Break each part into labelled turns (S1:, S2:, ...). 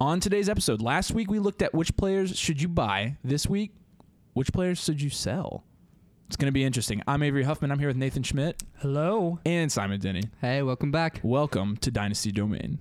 S1: on today's episode. Last week we looked at which players should you buy. This week, which players should you sell? It's going to be interesting. I'm Avery Huffman. I'm here with Nathan Schmidt
S2: Hello.
S1: and Simon Denny.
S2: Hey, welcome back.
S1: Welcome to Dynasty Domain.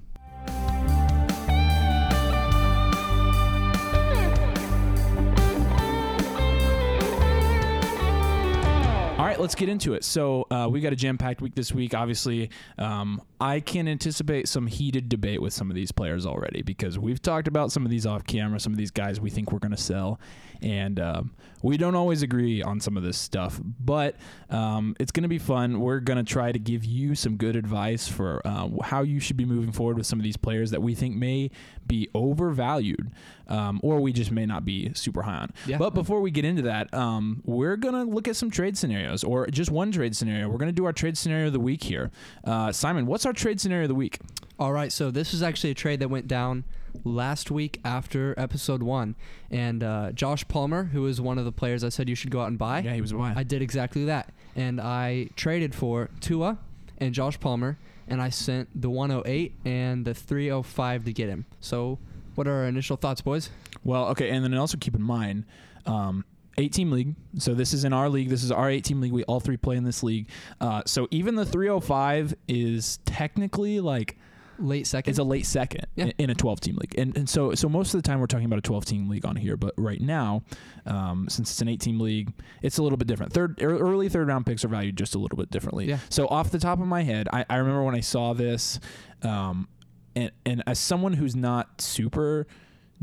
S1: All right, let's get into it. So uh, we got a jam-packed week this week. Obviously, um, I can anticipate some heated debate with some of these players already because we've talked about some of these off camera, some of these guys we think we're going to sell, and um, we don't always agree on some of this stuff. But um, it's going to be fun. We're going to try to give you some good advice for uh, how you should be moving forward with some of these players that we think may be overvalued, um, or we just may not be super high on.
S2: Yeah.
S1: But before we get into that, um, we're gonna look at some trade scenarios, or just one trade scenario. We're gonna do our trade scenario of the week here. Uh, Simon, what's our trade scenario of the week?
S2: All right, so this is actually a trade that went down last week after episode one. And uh, Josh Palmer, who is one of the players I said you should go out and buy,
S1: yeah, he was a buy.
S2: I did exactly that. And I traded for Tua and Josh Palmer, and I sent the 108 and the 305 to get him. So, what are our initial thoughts, boys?
S1: Well, okay, and then also keep in mind, um, eight team league. So this is in our league. This is our eight team league. We all three play in this league. Uh, so even the 305 is technically like
S2: Late second.
S1: it's a late second
S2: Yeah.
S1: in a 12 team league. And, and so so most of the time we're talking about a 12 team league on here, but right now, um, since it's an 8 team league, it's a little bit different. Third ear- early third round picks are valued just a little bit differently.
S2: Yeah.
S1: So off the top of my head, I, I remember when I saw this, um, and and as someone who's not super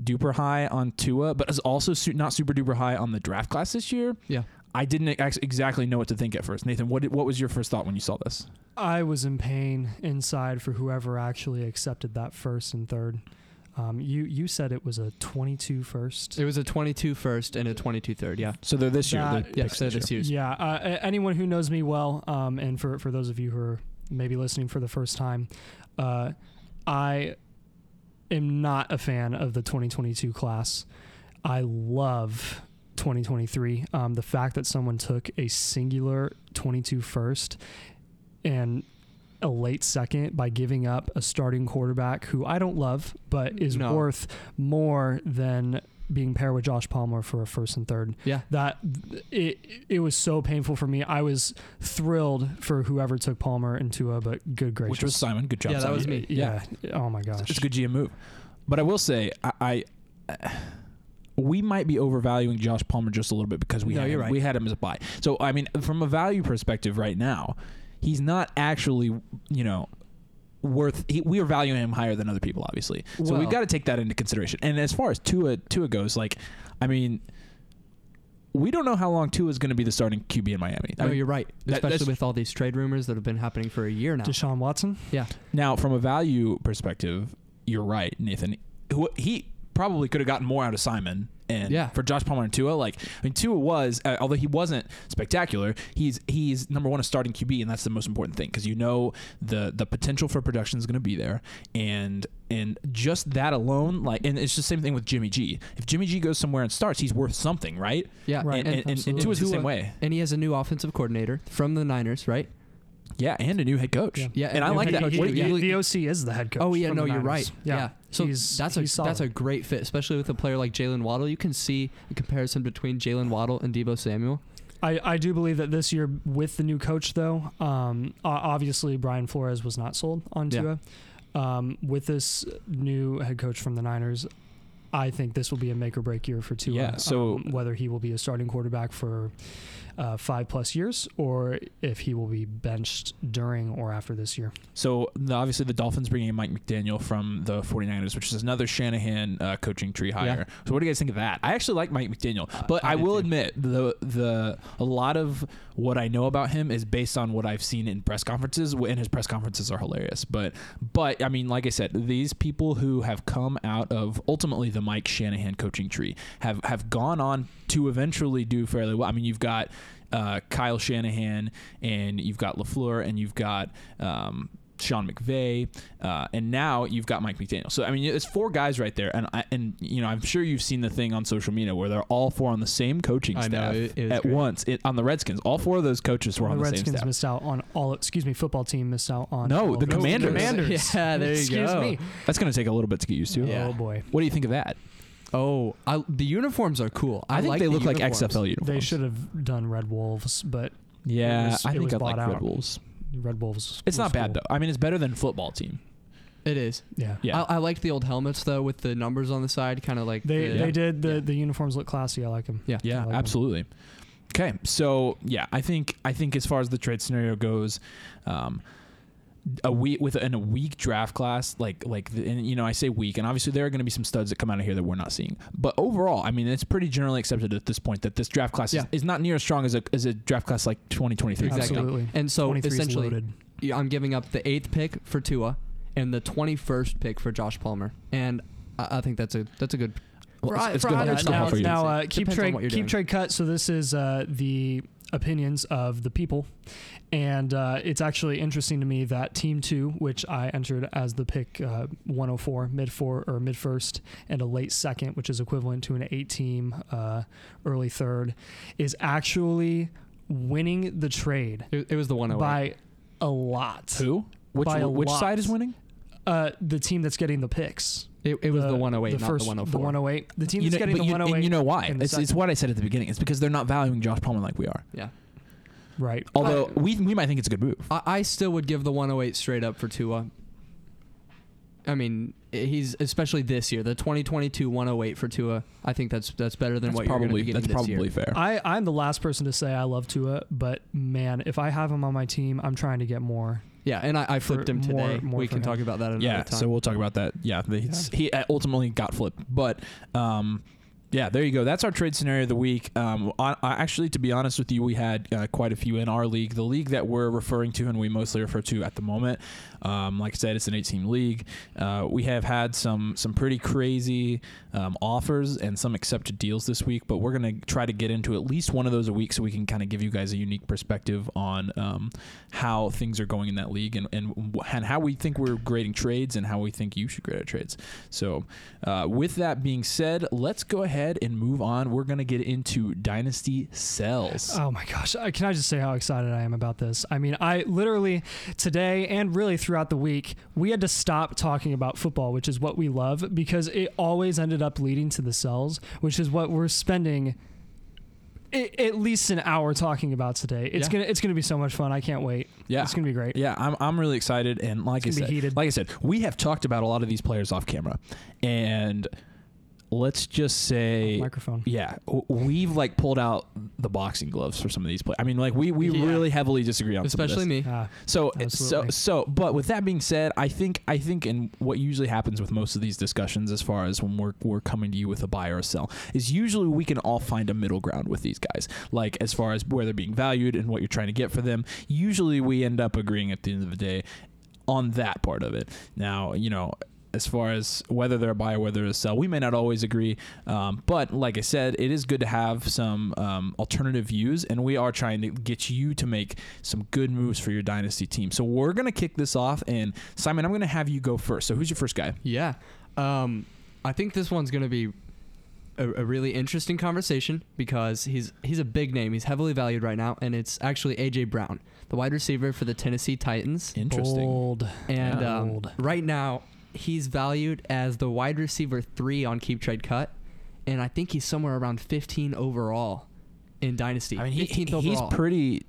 S1: duper high on Tua, but is also su- not super duper high on the draft class this year.
S2: yeah.
S1: I didn't ex- exactly know what to think at first. Nathan, what did, what was your first thought when you saw this?
S3: I was in pain inside for whoever actually accepted that first and third. Um, you you said it was a 22 first.
S2: It was a 22 first and a 22 third, yeah.
S1: So they're this year.
S3: That-
S1: they're
S2: Yeah,
S1: picks
S2: so this year's.
S3: Yeah, uh, a- anyone who knows me well, um, and for for those of you who are maybe listening for the first time, uh, I am not a fan of the 2022 class. I love 2023. Um, the fact that someone took a singular 22 first and a late second by giving up a starting quarterback who I don't love, but is
S2: No.
S3: worth more than being paired with Josh Palmer for a first and third
S2: Yeah.
S3: that it it was so painful for me. I was thrilled for whoever took Palmer and Tua, but good gracious,
S1: Which was Simon. Good job.
S2: Yeah, that
S1: Simon.
S2: was me.
S3: yeah. Oh my gosh,
S1: It's a good GM move. But I will say, I, I we might be overvaluing Josh Palmer just a little bit because we
S2: No,
S1: had
S2: you're
S1: him,
S2: right.
S1: we had him as a buy. So I mean, from a value perspective, right now, he's not actually you know worth. He, we are valuing him higher than other people, obviously. So
S2: Well-
S1: we've got to take that into consideration. And as far as Tua Tua goes, like, I mean. We don't know how long Tua is going to be the starting QB in Miami. I
S2: No,
S1: mean,
S2: you're right.
S1: that-
S2: Especially
S1: that's-
S2: with all these trade rumors that have been happening for a year now.
S3: Deshaun Watson.
S2: Yeah.
S1: Now, from a value perspective, you're right, Nathan. Who he probably could have gotten more out of Simon. And
S2: Yeah.
S1: for Josh Palmer and Tua, like I mean, Tua was uh, although he wasn't spectacular, he's he's number one a starting QB, and that's the most important thing because you know the the potential for production is going to be there, and and just that alone, like, and it's the same thing with Jimmy G. If Jimmy G goes somewhere and starts, he's worth something, right?
S2: Yeah.
S3: Right.
S1: And and, and, and
S3: Absolutely.
S1: Tua's the
S2: Tua-
S1: same way.
S2: And he has a new offensive coordinator from the Niners, right?
S1: Yeah, and a new head coach.
S3: Yeah.
S2: Yeah,
S1: and,
S2: and
S1: I
S2: new
S1: like
S2: head
S1: that.
S2: coach,
S3: He-
S1: What-
S3: he-
S2: yeah.
S3: the OC is the head coach.
S2: Oh yeah,
S3: from
S2: no,
S3: the
S2: you're right.
S3: Niners.
S2: Yeah. So that's a
S3: he's
S2: that's a
S3: solid.
S2: great fit, especially with a player like Jalen Waddle. You can see a comparison between Jalen Waddle and Debo Samuel.
S3: I, I do believe that this year with the new coach though, um, o- obviously Brian Flores was not sold on
S2: Yeah.
S3: Tua. Um, with this new head coach from the Niners, I think this will be a make or break year for Tua.
S1: Yeah, so-
S3: um, whether he will be a starting quarterback for uh, five plus years or if he will be benched during or after this year.
S1: So the, obviously the Dolphins bringing in Mike McDaniel from the 49ers, which is another Shanahan uh, coaching tree hire. So what do you guys think of that? I actually like Mike McDaniel,
S2: I-
S1: but
S2: I
S1: I,
S2: do
S1: will
S2: too.
S1: admit the the a lot of what I know about him is based on what I've seen in press conferences, and his press conferences are hilarious. But but I mean, like I said, these people who have come out of ultimately the Mike Shanahan coaching tree have have gone on to eventually do fairly well. I mean, you've got uh, Kyle Shanahan and you've got Lafleur and you've got um, Sean McVay, uh, and now you've got Mike McDaniel. So I mean, it's four guys right there, and I, and you know I'm sure you've seen the thing on social media where they're all four on the same coaching
S2: I know,
S1: staff
S2: it- it was
S1: at
S2: great.
S1: once it, on the Redskins. All four of those coaches were
S3: the
S1: on the
S3: Redskins
S1: same staff.
S3: missed out on all. Excuse me, football team missed out on.
S1: No,
S3: all
S1: the
S3: of those.
S1: Commanders.
S3: Commanders.
S2: Yeah, there you
S3: excuse
S2: go.
S3: Me.
S1: That's going to take a little bit to get used to.
S2: Yeah.
S3: Oh boy,
S1: What do you think of that?
S2: Oh, I, the uniforms are cool. I,
S1: I, think
S2: like
S1: they
S2: the
S1: look like
S2: uniforms.
S1: XFL uniforms.
S3: they should have done Red Wolves, but
S1: Yeah,
S3: It was-
S1: I
S3: it
S1: think
S3: was
S1: I like
S3: bought
S1: Red
S3: out.
S1: Wolves.
S3: Red Wolves.
S1: It's
S3: was
S1: not bad
S3: cool.
S1: though. I mean, it's better than football team.
S2: It is.
S3: Yeah.
S1: Yeah,
S2: I, I liked the old helmets though, with the numbers on the side, kind of like
S3: They
S2: the,
S3: they did the, the uniforms look classy. I like them.
S2: Yeah.
S1: yeah,
S3: I like 'em.
S1: absolutely. Okay, so yeah, I think I think as far as the trade scenario goes, um, a week with in a weak draft class, like like the, and, you know I say weak, and obviously there are going to be some studs that come out of here that we're not seeing. But overall, I mean, it's pretty generally accepted at this point that this draft class
S2: Yeah.
S1: is, is not near as strong as a as a draft class like 2023.
S2: Exactly.
S3: Absolutely.
S2: And so
S3: 23 is
S2: essentially,
S3: loaded.
S2: yeah, I'm giving up the eighth pick for Tua and the 21st pick for Josh Palmer, and I, I think that's a that's a good.
S1: Well, it's-
S2: I-
S1: it's
S2: for
S1: good
S2: either
S1: on
S3: Now,
S1: That's
S2: side.
S1: not
S3: now,
S1: for you.
S3: now, uh,
S2: Depends
S3: keep
S2: on
S3: trade
S2: what you're
S3: keep
S2: doing.
S3: trade cut. So this is uh, the opinions of the people, and uh, it's actually interesting to me that Team Two, which I entered as the pick uh, 104, mid four or mid first, and a late second, which is equivalent to an eight team uh, early third, is actually winning the trade
S2: It, it was the 108.
S3: by a lot.
S1: oh Who? Which
S3: By a
S1: which
S3: lot.
S1: side is winning?
S3: Uh, the team that's getting the picks.
S2: It, it was the, 108, not
S3: first- oh-
S2: the 104.
S3: 108. The team
S1: You
S3: that's
S1: know-
S3: getting
S1: but
S3: the
S1: you-
S3: 108.
S1: and you know why?
S3: in the
S1: It's, it's
S3: second.
S1: what I said at the beginning. It's because they're not valuing Josh Palmer like we are.
S2: Yeah.
S3: right.
S1: Although
S2: I-
S1: we we might think it's a good move.
S2: I, I still would give the 108 straight up for Tua. I mean, eh, he's especially this year, the 2022 108 for Tua. I think that's that's better than
S1: That's
S2: what you're
S1: probably
S2: going to
S1: that's
S2: be getting this year.
S1: probably fair.
S3: I, I'm the last person to say I love Tua, but man, if I have him on my team, I'm trying to get more.
S2: Yeah, and I, I flipped
S3: For
S2: him today.
S3: more- more
S2: we
S3: for
S2: can
S3: him.
S2: talk about that another
S1: yeah,
S2: time.
S1: so we'll talk about that. Yeah, the, it's- he uh, ultimately got flipped, but um, yeah, there you go. That's our trade scenario of the week. Um, I, I actually, to be honest with you, we had uh, quite a few in our league. The league that we're referring to and we mostly refer to at the moment, um, like I said, it's an eight-team league. Uh, we have had some some pretty crazy um, offers and some accepted deals this week, but we're gonna try to get into at least one of those a week so we can kind of give you guys a unique perspective on um, how things are going in that league and and, wh- and how we think we're grading trades and how we think you should grade our trades. So, uh, with that being said, let's go ahead and move on. We're gonna get into dynasty cells.
S3: Oh my gosh. I, can I just say how excited I am about this? I mean, I literally today and really throughout the week, we had to stop talking about football, which is what we love, because it always ended up leading to the cells, which is what we're spending. a- At least an hour talking about today. It's
S2: Yeah.
S3: gonna it's gonna be so much fun. I can't wait.
S1: yeah,
S3: It's gonna be great.
S1: Yeah, I'm, I'm really excited, and like I
S3: It's gonna
S1: said,
S3: be heated.
S1: like I said, we have talked about a lot of these players off camera, and let's just say,
S3: Microphone.
S1: yeah, w- we've like pulled out the boxing gloves for some of these players. I mean, like we we
S2: Yeah.
S1: really heavily disagree on some of
S2: especially
S1: this.
S2: me.
S3: Ah,
S1: So so
S3: Absolutely.
S1: so but with that being said, I think I think and what usually happens with most of these discussions as far as when we're we're coming to you with a buy or a sell is usually we can all find a middle ground with these guys. Like as far as where they're being valued and what you're trying to get for them. Usually we end up agreeing at the end of the day on that part of it. Now, you know, as far as whether they're a buy or whether to sell, we may not always agree. Um, but like I said, it is good to have some um, alternative views, and we are trying to get you to make some good moves for your dynasty team. So we're going to kick this off, and Simon, I'm going to have you go first. So who's your first guy?
S2: Yeah. Um, I think this one's going to be a, a really interesting conversation because he's he's a big name. He's heavily valued right now, and it's actually AJ Brown, the wide receiver for the Tennessee Titans.
S1: Interesting.
S3: Bold.
S2: And
S3: Yeah.
S2: um,
S3: Old.
S2: right now, he's valued as the wide receiver three on Keep Trade Cut, and I think he's somewhere around 15 overall in Dynasty.
S1: I mean, he,
S2: 15th
S1: he's
S2: overall.
S1: pretty.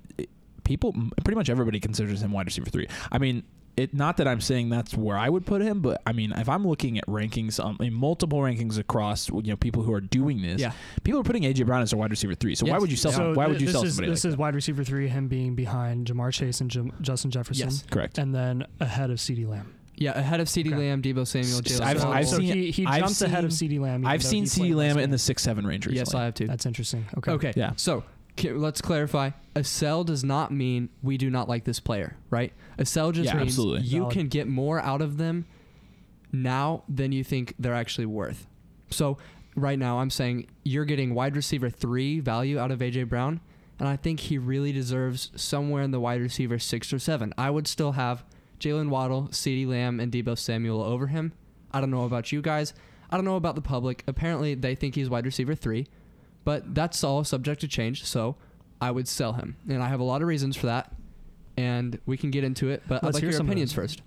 S1: People, pretty much everybody considers him wide receiver three. I mean, it. Not that I'm saying that's where I would put him, but I mean, if I'm looking at rankings, um, in multiple rankings across, you know, people who are doing this,
S2: Yeah.
S1: people are putting AJ Brown as a wide receiver three. So why
S2: Yes.
S1: would you sell?
S3: So
S1: him? Why would
S3: th-
S1: you
S3: this
S1: sell
S3: is,
S1: somebody?
S3: This
S1: like
S3: is wide receiver three, him being behind Jamar Chase and Jam- Justin Jefferson,
S2: Yes.
S1: that? correct.
S3: and then ahead of Ceedee Lamb.
S2: yeah ahead of C.D.
S3: Okay.
S2: Lamb, Debo Samuel,
S1: S-
S2: Jalen
S1: I've-
S2: Waddle.
S1: I've
S3: so
S1: seen-
S3: he, he
S1: I've
S3: jumped ahead of
S1: seen-
S3: Ceedee Lamb. even
S1: I've
S3: though
S1: seen
S3: he
S1: CD
S3: played
S1: Lamb
S3: last
S1: in
S3: game.
S1: the six seven range recently.
S2: Yes, I have too.
S3: That's interesting. Okay.
S2: Okay.
S1: Yeah.
S2: So ca- let's clarify. A sell does not mean we do not like this player, right? A sell just
S1: Yeah,
S2: means
S1: absolutely.
S2: you
S3: Valid.
S2: can get more out of them now than you think they're actually worth. So right now, I'm saying you're getting wide receiver three value out of AJ Brown, and I think he really deserves somewhere in the wide receiver six or seven. I would still have Jalen Waddle, CeeDee Lamb, and Debo Samuel over him. I don't know about you guys. I don't know about the public. Apparently, they think he's wide receiver three, but that's all subject to change. So I would sell him. And I have a lot of reasons for that. And we can get into it, but
S3: Let's
S2: I'd like
S3: hear
S2: your
S3: some of
S2: opinions
S3: those.
S2: first.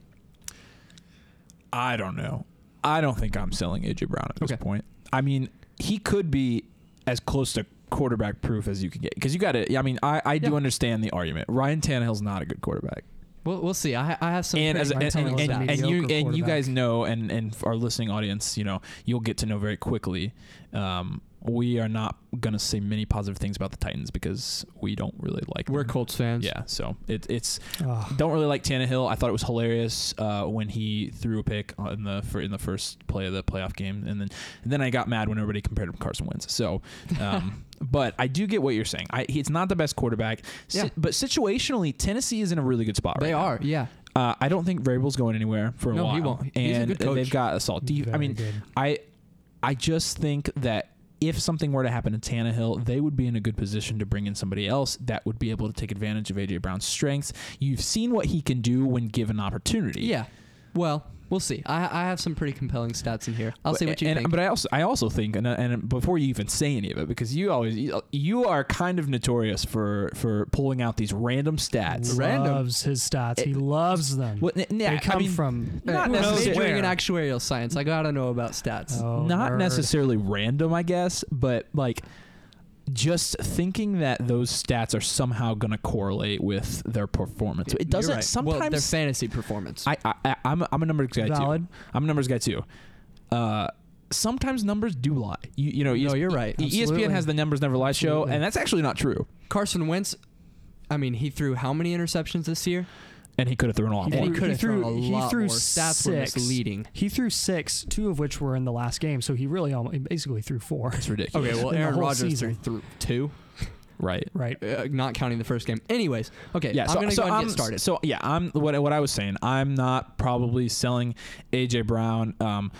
S1: I don't know. I don't think I'm selling AJ Brown at this
S2: Okay.
S1: point. I mean, he could be as close to quarterback proof as you can get because you got to. I mean, I, I do
S2: Yeah.
S1: understand the argument. Ryan Tannehill's not a good quarterback,
S2: We'll, we'll see. I, I have some.
S1: and as a,
S2: pretty-
S1: and, and,
S3: Ryan Tannehill's
S1: and,
S3: a
S1: and you
S3: mediocre
S1: and you
S3: quarterback.
S1: guys know, and and our listening audience, you know, you'll get to know very quickly. Um, we are not gonna say many positive things about the Titans because we don't really like.
S2: we're
S1: them.
S2: Colts fans.
S1: Yeah, so it, it's
S3: Ugh.
S1: don't really like Tannehill. I thought it was hilarious uh, when he threw a pick in the for, in the first play of the playoff game, and then and then I got mad when everybody compared him to Carson Wentz. So, um, but I do get what you're saying. I, he's not the best quarterback, Si-
S2: Yeah.
S1: but situationally, Tennessee is in a really good spot.
S2: They
S1: right now.
S2: are. Yeah.
S1: Uh, I don't think Vrabel's going anywhere for a
S2: No,
S1: while.
S2: he won't. He's a
S1: And
S2: good coach.
S1: they've got a solid. def- I
S3: Very
S1: mean,
S3: good.
S1: I I just think that if something were to happen to Tannehill, they would be in a good position to bring in somebody else that would be able to take advantage of AJ Brown's strengths. You've seen what he can do when given opportunity.
S2: Yeah. Well, we'll see. I, I have some pretty compelling stats in here. I'll
S1: But-
S2: see what you
S1: and,
S2: think.
S1: But I also I also think and, and before you even say any of it because you always you- you are kind of notorious for for pulling out these random stats.
S2: Right. random.
S3: Loves his stats. He loves them.
S1: What- n- yeah,
S3: they
S1: I
S3: come
S1: mean,
S3: from
S1: not
S2: Who knows
S1: necessarily-
S2: Majoring in
S3: Where?
S2: actuarial science. I gotta know about stats.
S3: Oh,
S1: not
S3: nerd.
S1: necessarily random, I guess, but like just thinking that those stats are somehow going to correlate with their performance. It doesn't.
S2: You're right. well, their
S1: Sometimes
S2: fantasy performance.
S1: I, I, I I'm a, I'm a numbers guy
S3: Valid.
S1: too. I'm a numbers guy too. Uh, sometimes numbers do lie. You you know.
S2: No, you're right.
S1: E- ESPN
S3: Absolutely.
S1: has the numbers never lie show,
S3: Absolutely.
S1: and that's actually not true.
S2: Carson Wentz. I mean, he threw how many interceptions this year?
S1: And he could have thrown a lot
S2: And
S1: more.
S2: he
S3: threw-
S2: could
S3: he
S2: have thrown
S3: threw-
S2: a
S3: he
S2: lot
S3: threw
S2: more. Stats were
S3: six.
S2: misleading.
S3: He threw six, two of which were in the last game, so he really almost, basically threw four.
S1: It's ridiculous.
S2: Okay, well,
S3: In the
S2: Aaron
S3: whole
S2: Rodgers threw
S3: season.
S2: threw two,
S1: Right.
S3: Right.
S2: uh, not counting the first game. Anyways, okay,
S1: Yeah,
S2: I'm
S1: so,
S2: gonna
S1: so
S2: go ahead
S1: I'm,
S2: and get started.
S1: So yeah, I'm what what I was saying. I'm not probably selling AJ Brown. Um,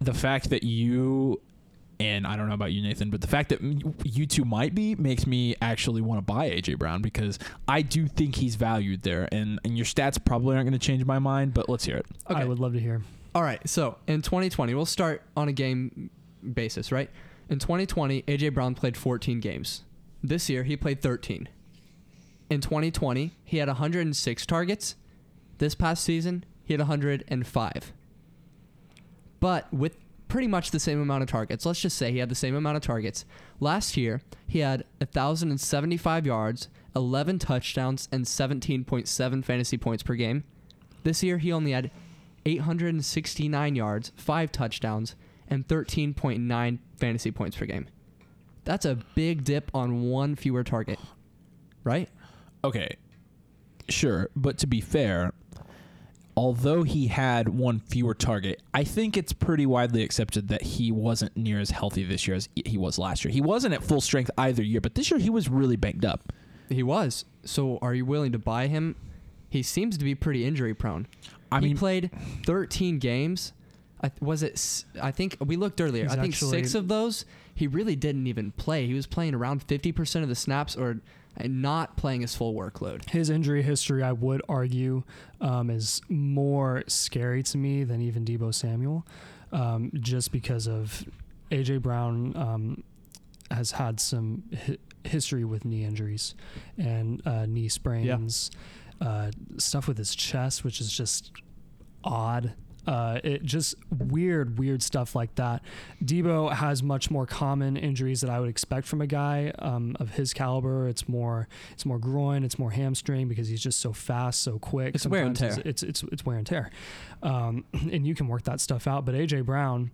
S1: the fact that you and I don't know about you, Nathan, but the fact that m- you two might be makes me actually want to buy AJ Brown because I do think he's valued there, and and your stats probably aren't going to change my mind. But let's hear it.
S2: okay.
S3: I would love to hear.
S2: All right, so in 2020, we'll start on a game basis, right? In 2020, AJ Brown played 14 games. This year, he played 13. In 2020, he had 106 targets. This past season, he had 105. But with pretty much the same amount of targets, let's just say he had the same amount of targets. Last year, he had 1,075 yards, 11 touchdowns, and 17.7 fantasy points per game. This year, he only had 869 yards, five touchdowns, and 13.9 fantasy points per game. That's a big dip on one fewer target, right?
S1: Okay, sure, but to be fair. Although he had one fewer target, I think it's pretty widely accepted that he wasn't near as healthy this year as he was last year. He wasn't at full strength either year, but this year he was really banged up.
S2: He was. So, are you willing to buy him? He seems to be pretty injury prone.
S1: I
S2: he
S1: mean-
S2: played 13 games. I, th- was it? s- I think we looked earlier.
S3: He's
S2: I think
S3: actually-
S2: six of those he really didn't even play. He was playing around 50% of the snaps, or and not playing his full workload.
S3: His injury history, I would argue, um, is more scary to me than even Debo Samuel, um, just because of AJ Brown um, has had some hi- history with knee injuries and uh, knee sprains, uh, stuff with his chest, which is just odd. Uh, it just weird, weird stuff like that. Debo has much more common injuries that I would expect from a guy um, of his caliber. It's more, it's more groin, it's more hamstring because he's just so fast, so quick.
S2: It's wear and
S3: Sometimes
S2: tear.
S3: It's it's, it's, wear and tear, um, and you can work that stuff out. But AJ Brown,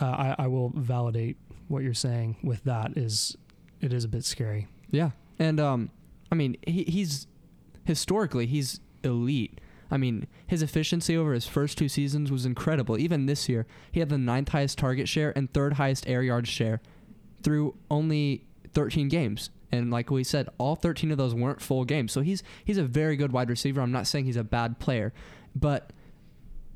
S3: uh, I, I will validate what you're saying with that. Is it is a bit scary.
S2: Yeah, and um, I mean, he, he's historically he's elite. I mean, his efficiency over his first two seasons was incredible. Even this year, he had the ninth highest target share and third highest air yard share through only 13 games. And like we said, all 13 of those weren't full games. So he's he's a very good wide receiver. I'm not saying he's a bad player, but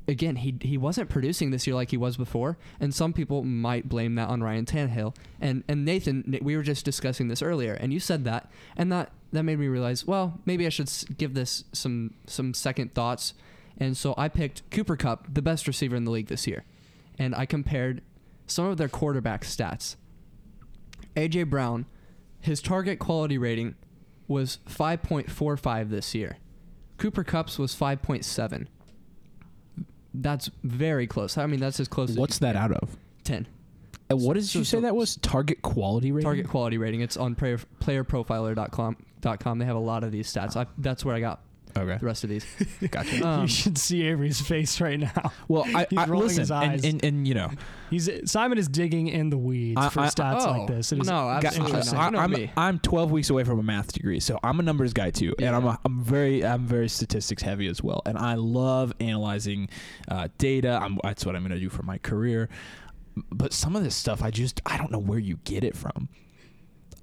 S2: again, he he wasn't producing this year like he was before, and some people might blame that on Ryan Tannehill. And and Nathan, N- we were just discussing this earlier, and you said that, and that that made me realize, well, maybe I should s- give this some some second thoughts And so I picked Cooper Cup, the best receiver in the league this year. And I compared some of their quarterback stats. A.J. Brown, his target quality rating was 5.45 this year. Cooper Cup's was 5.7. That's very close. I mean, that's as close
S1: What's
S2: as you
S1: that
S2: can
S1: out of?
S2: get. 10.
S1: Uh, What did
S2: So-
S1: you say
S2: so-
S1: that was? Target quality rating.
S2: Target quality rating. It's on player, playerprofiler.com. dot com. They have a lot of these stats. I, that's where I got the
S1: Okay.
S2: rest of these.
S1: Gotcha.
S2: Um,
S3: you should see Avery's face right now.
S1: Well, I,
S3: He's
S1: I
S3: rolling
S1: listen,
S3: his eyes.
S1: and, and and you know,
S3: He's Simon is digging in the weeds
S1: I-
S3: for
S1: I-
S3: stats like this. It is
S2: oh, no,
S1: Guy-
S2: absolutely
S1: I,
S2: not. You know
S1: am
S2: me.
S1: I'm 12 weeks away from a math degree, so I'm a numbers guy too, and I'm
S2: Yeah.
S1: a, I'm very I'm very statistics heavy as well, and I love analyzing uh, data. I'm, that's what I'm going to do for my career. But some of this stuff, I just I don't know where you get it from.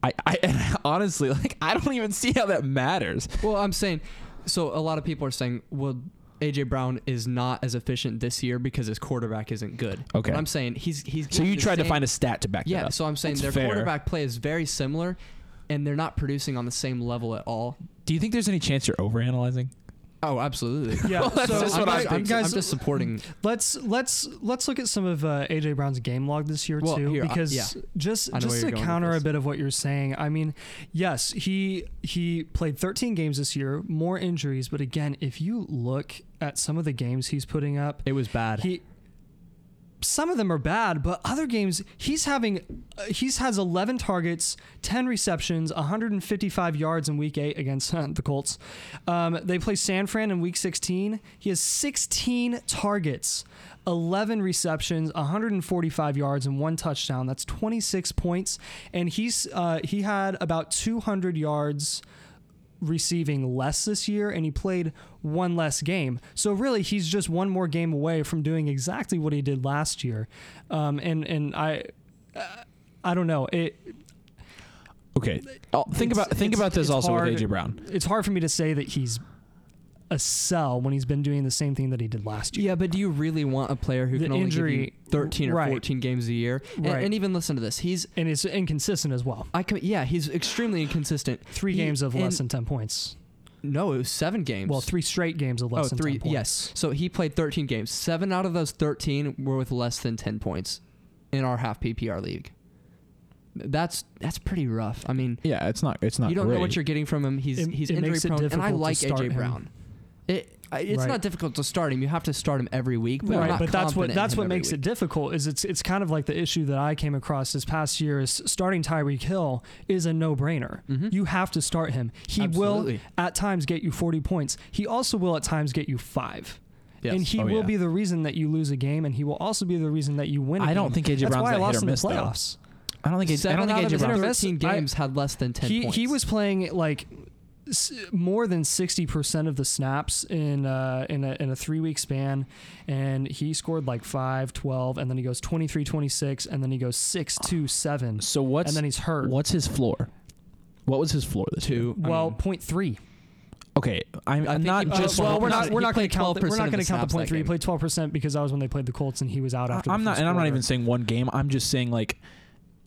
S1: I, I and honestly like I don't even see how that matters.
S2: Well, I'm saying, so a lot of people are saying, well, AJ Brown is not as efficient this year because his quarterback isn't good.
S1: Okay.
S2: But I'm saying he's he's.
S1: So you tried to find
S2: a
S1: a stat to back that
S2: yeah.
S1: up.
S2: So I'm saying
S1: That's
S2: their
S1: fair.
S2: quarterback play is very similar, and they're not producing on the same level at all.
S1: Do you think there's any chance you're overanalyzing?
S2: Oh, absolutely.
S3: Yeah,
S1: that's
S2: so
S1: just
S2: I'm,
S1: what I'm
S2: just- I'm,
S3: thinking.
S2: I'm just supporting.
S3: Let's let's let's look at some of uh, AJ Brown's game log this year
S2: Well,
S3: too,
S2: here, I-
S3: because
S2: yeah.
S3: just
S2: I know where
S3: just
S2: you're
S3: to
S2: going with
S3: counter a
S2: this.
S3: bit of what you're saying. I mean, yes, he he played 13 games this year, more injuries, but again, if you look at some of the games he's putting up,
S2: It was bad.
S3: he some of them are bad, but other games he's having uh, he's has 11 targets, 10 receptions, 155 yards in week 8 against uh, the Colts. Um, they play San Fran in week 16. He has 16 targets, 11 receptions, 145 yards and one touchdown. That's 26 points and he's uh, he had about 200 yards receiving less this year and he played one less game. So really he's just one more game away from doing exactly what he did last year. Um, and and I uh, I don't know. It
S1: Okay. Oh, think
S3: It's-
S1: about think
S3: it's-
S1: about this
S3: it's
S1: also
S3: hard.
S1: with AJ Brown.
S3: it's hard for me to say that he's a sell when he's been doing the same thing that he did last year.
S2: Yeah, but do you really want a player who
S3: The
S2: can only give you
S3: injury-
S2: 13 or
S3: right.
S2: 14 games a year? And,
S3: Right.
S2: and even listen to this. He's
S3: And it's inconsistent as well.
S2: I co- yeah, he's extremely inconsistent.
S3: 3
S2: He-
S3: games of less
S2: and-
S3: than 10 points.
S2: No, it was seven games.
S3: Well, 3 straight games of less
S2: Oh,
S3: than
S2: three.
S3: 10 points.
S2: Yes. So he played 13 games. Seven out of those 13 were with less than 10 points in our half PPR league. That's that's pretty rough. I mean,
S1: Yeah, it's not it's not
S2: you don't know
S1: great.
S2: what you're getting from him. He's
S3: It-
S2: he's
S3: it
S2: injury
S3: makes it
S2: prone, and I
S3: difficult to
S2: like
S3: start
S2: AJ
S3: him.
S2: Brown. It I- it's
S3: Right.
S2: not difficult to start him. You have to start him every week, but I'm
S3: right,
S2: not
S3: but that's what
S2: confident in
S3: that's
S2: him
S3: what
S2: every
S3: makes
S2: week.
S3: it difficult. Is it's it's kind of like the issue that I came across this past year is starting Tyreek Hill is a no brainer.
S2: Mhm.
S3: You have to start him. He will
S2: Absolutely.
S3: at times get you forty points. He also will at times get you five.
S2: Yes.
S3: And he
S1: Oh,
S3: will
S1: yeah.
S3: be the reason that you lose a game, and he will also be the reason that you win. I
S1: I don't think AJ
S3: That's
S1: Brown's
S3: why I
S1: that hit
S3: lost
S1: or
S3: in the
S1: miss, though.
S3: playoffs.
S1: I don't think AJ, I
S2: Seven
S1: don't
S2: out
S1: think
S2: of his
S1: AJ Brown.
S2: 13
S3: I-
S2: games had less than 10
S3: He
S2: points.
S3: he was playing like s- more than 60% of the snaps in uh, in a, in a 3 week span and he scored like 5 12 and then he goes 23 26 and then he goes 6 2 7
S1: So what's
S3: and then he's hurt
S1: what's his floor? What was his floor this year?
S2: two. I
S3: well
S2: mean,
S3: point 0.3
S1: Okay, I'm, I'm
S2: I think
S1: not
S2: he-
S3: Uh,
S1: just.
S2: Oh,
S3: well we're not
S2: he
S3: we're not going
S2: played
S3: to count the-
S2: 12%
S3: we're not
S2: of
S3: going
S2: the
S3: to count
S2: snaps
S3: the
S2: that
S3: point 3 he
S2: game.
S3: played 12% because that was when they played the Colts and he was out after the
S1: I'm not,
S3: first
S1: and I'm not
S3: quarter.
S1: even saying one game. I'm just saying like,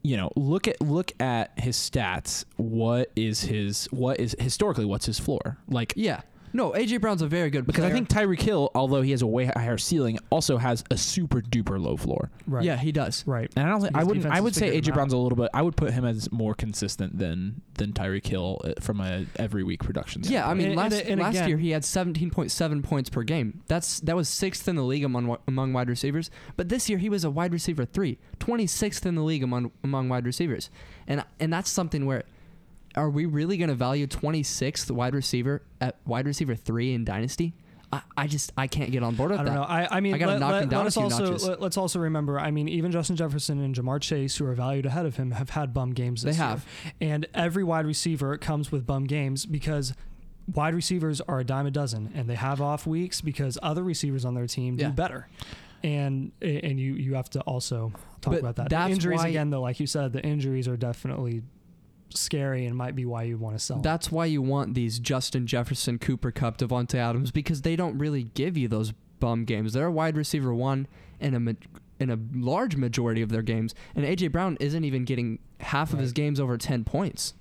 S1: you know, look at look at his stats. What is his? What is historically? What's his floor? Like,
S2: yeah. No, AJ Brown's a very good
S1: because
S2: player.
S1: I think Tyreek Hill, although he has a way higher ceiling, also has a super duper low floor.
S3: right
S2: yeah, he does.
S3: right
S1: And I don't think I
S3: His
S1: wouldn't.
S3: defense
S1: I
S3: has
S1: would say
S3: figured him
S1: AJ
S3: out.
S1: Brown's a little bit. I would put him as more consistent than than Tyreek Hill uh, from a every week production.
S2: Yeah, I mean,
S3: And-
S2: last,
S3: and- and
S2: last
S3: again-
S2: year he had 17.7 points per game. That's that was sixth in the league among wi- among wide receivers. But this year he was a wide receiver three, 26th in the league among among wide receivers, and and that's something where. Are we really going to value 26th wide receiver at wide receiver three in Dynasty? I, I just I can't get on board with
S3: I
S2: that.
S3: don't know. I, I mean,
S2: I gotta
S3: let,
S2: knock
S3: let-
S2: him down
S3: let
S2: a
S3: us
S2: few
S3: also
S2: notches.
S3: let, us also remember. I mean, even Justin Jefferson and Jamar Chase, who are valued ahead of him, have had bum games.
S2: They
S3: This
S2: have.
S3: year. and every wide receiver comes with bum games because wide receivers are a dime a dozen, and they have off weeks because other receivers on their team
S2: Yeah.
S3: do better. And and you you have to also talk
S2: But
S3: about that.
S2: that's
S3: injuries
S2: why-
S3: again, though, like you said, the injuries are definitely scary and might be why you want to sell. him.
S2: That's why you want these Justin Jefferson, Cooper Cup, Devonte Adams because they don't really give you those bum games. They're a wide receiver one in a ma- in a large majority of their games, and AJ Brown isn't even getting half of
S3: Right.
S2: his games over ten points.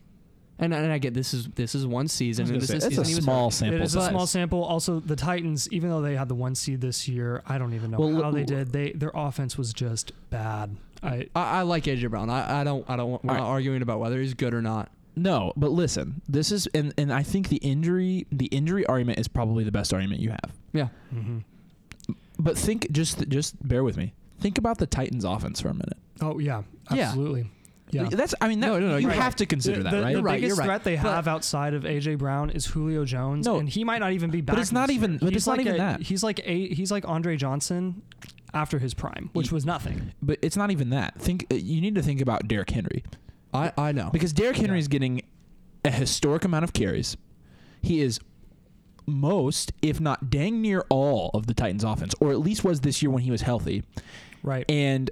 S2: And, and I get this is this is one season.
S1: I
S2: and
S1: was
S2: this
S1: gonna
S2: is
S1: say, it's a
S2: season he was
S1: small
S2: hurt.
S1: sample.
S3: It is
S1: size.
S3: a small sample. Also, the Titans, even though they had the one seed this year, I don't even know
S2: Well,
S3: how
S2: look-
S3: they did. They their offense was just bad. I
S2: I, I like AJ Brown. I, I don't I don't want, we're
S1: All
S2: not
S1: right.
S2: arguing about whether he's good or not.
S1: No, but listen, this is and and I think the injury the injury argument is probably the best argument you have.
S2: Yeah.
S3: mhm.
S1: But think just just bear with me. Think about the Titans offense for a minute.
S3: oh yeah,
S1: Yeah.
S3: absolutely. Yeah.
S1: That's I mean that,
S2: No, no, no,
S1: you
S2: you're
S1: have
S2: right.
S1: to consider
S3: the,
S1: that,
S3: the,
S1: right?
S3: The
S2: Right,
S3: biggest
S2: you're right.
S3: threat they
S2: But-
S3: have outside of AJ Brown is Julio Jones,
S1: No.
S3: and he might not even be back.
S1: But it's not
S3: next
S1: even-
S3: year.
S1: but
S3: He's
S1: it's not
S3: like
S1: even
S3: a-
S1: that.
S3: He's like a he's like Andre Johnson after his prime, which
S1: Ye-
S3: was nothing.
S1: But it's not even that. Think uh, you need to think about Derrick Henry
S2: I, I know.
S1: because Derrick Henry
S3: Yeah.
S1: is getting a historic amount of carries. He is most, if not dang near all, of the Titans' offense, or at least was this year when he was healthy.
S3: Right.
S1: And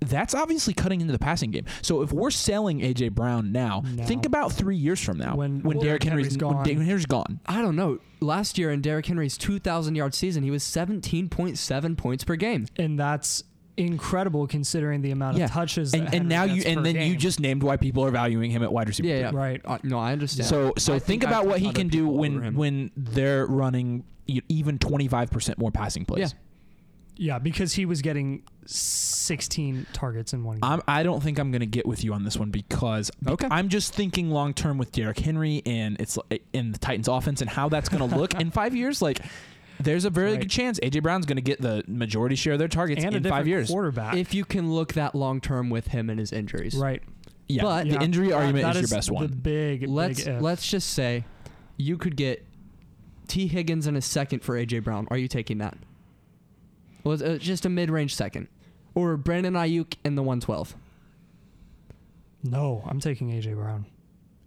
S1: that's obviously cutting into the passing game. So if we're selling AJ Brown now,
S3: No.
S1: think about three years from now
S3: When-
S1: when
S3: Well,
S1: Derrick
S3: Henry's
S1: Henry's,
S3: gone.
S1: When Derrick Henry's gone.
S2: I don't know. Last year in Derrick Henry's 2,000 yard season, he was 17.7 points per game.
S3: and that's incredible considering the amount of
S1: Yeah.
S3: touches. that
S1: And,
S3: Henry
S1: and now you
S3: gets per
S1: and then you
S3: game.
S1: just named why people are valuing him at wide receiver.
S2: Yeah, yeah.
S1: three.
S3: Right.
S2: Uh, no, I understand.
S1: So so
S2: I
S1: think,
S2: think
S1: about
S2: I
S1: what
S2: put
S1: he
S2: other
S1: can do
S2: people over
S1: when
S2: him.
S1: when they're running e- even twenty five percent more passing plays.
S2: Yeah.
S3: yeah because he was getting 16 targets in one game.
S1: I'm, I don't think I'm going to get with you on this one because
S2: Okay.
S1: I'm just thinking long term with Derrick Henry and it's li- and the Titans offense and how that's going to look in five years. Like, there's a very
S3: Right.
S1: good chance AJ Brown's going to get the majority share of their targets
S3: and a
S1: in
S3: different
S1: five years.
S3: quarterback.
S2: if you can look that long term with him and his injuries,
S3: right.
S1: Yeah,
S2: But-
S1: the
S3: Yeah.
S1: injury
S3: That-
S1: argument
S3: that
S1: is your best
S3: the
S1: one.
S3: big
S2: let's
S3: big if.
S2: let's just say you could get T Higgins in a second for AJ Brown. Are you taking that? Well, it's, uh, just a mid-range second, or Brandon Ayuk in the 112.
S3: No, I'm taking AJ Brown.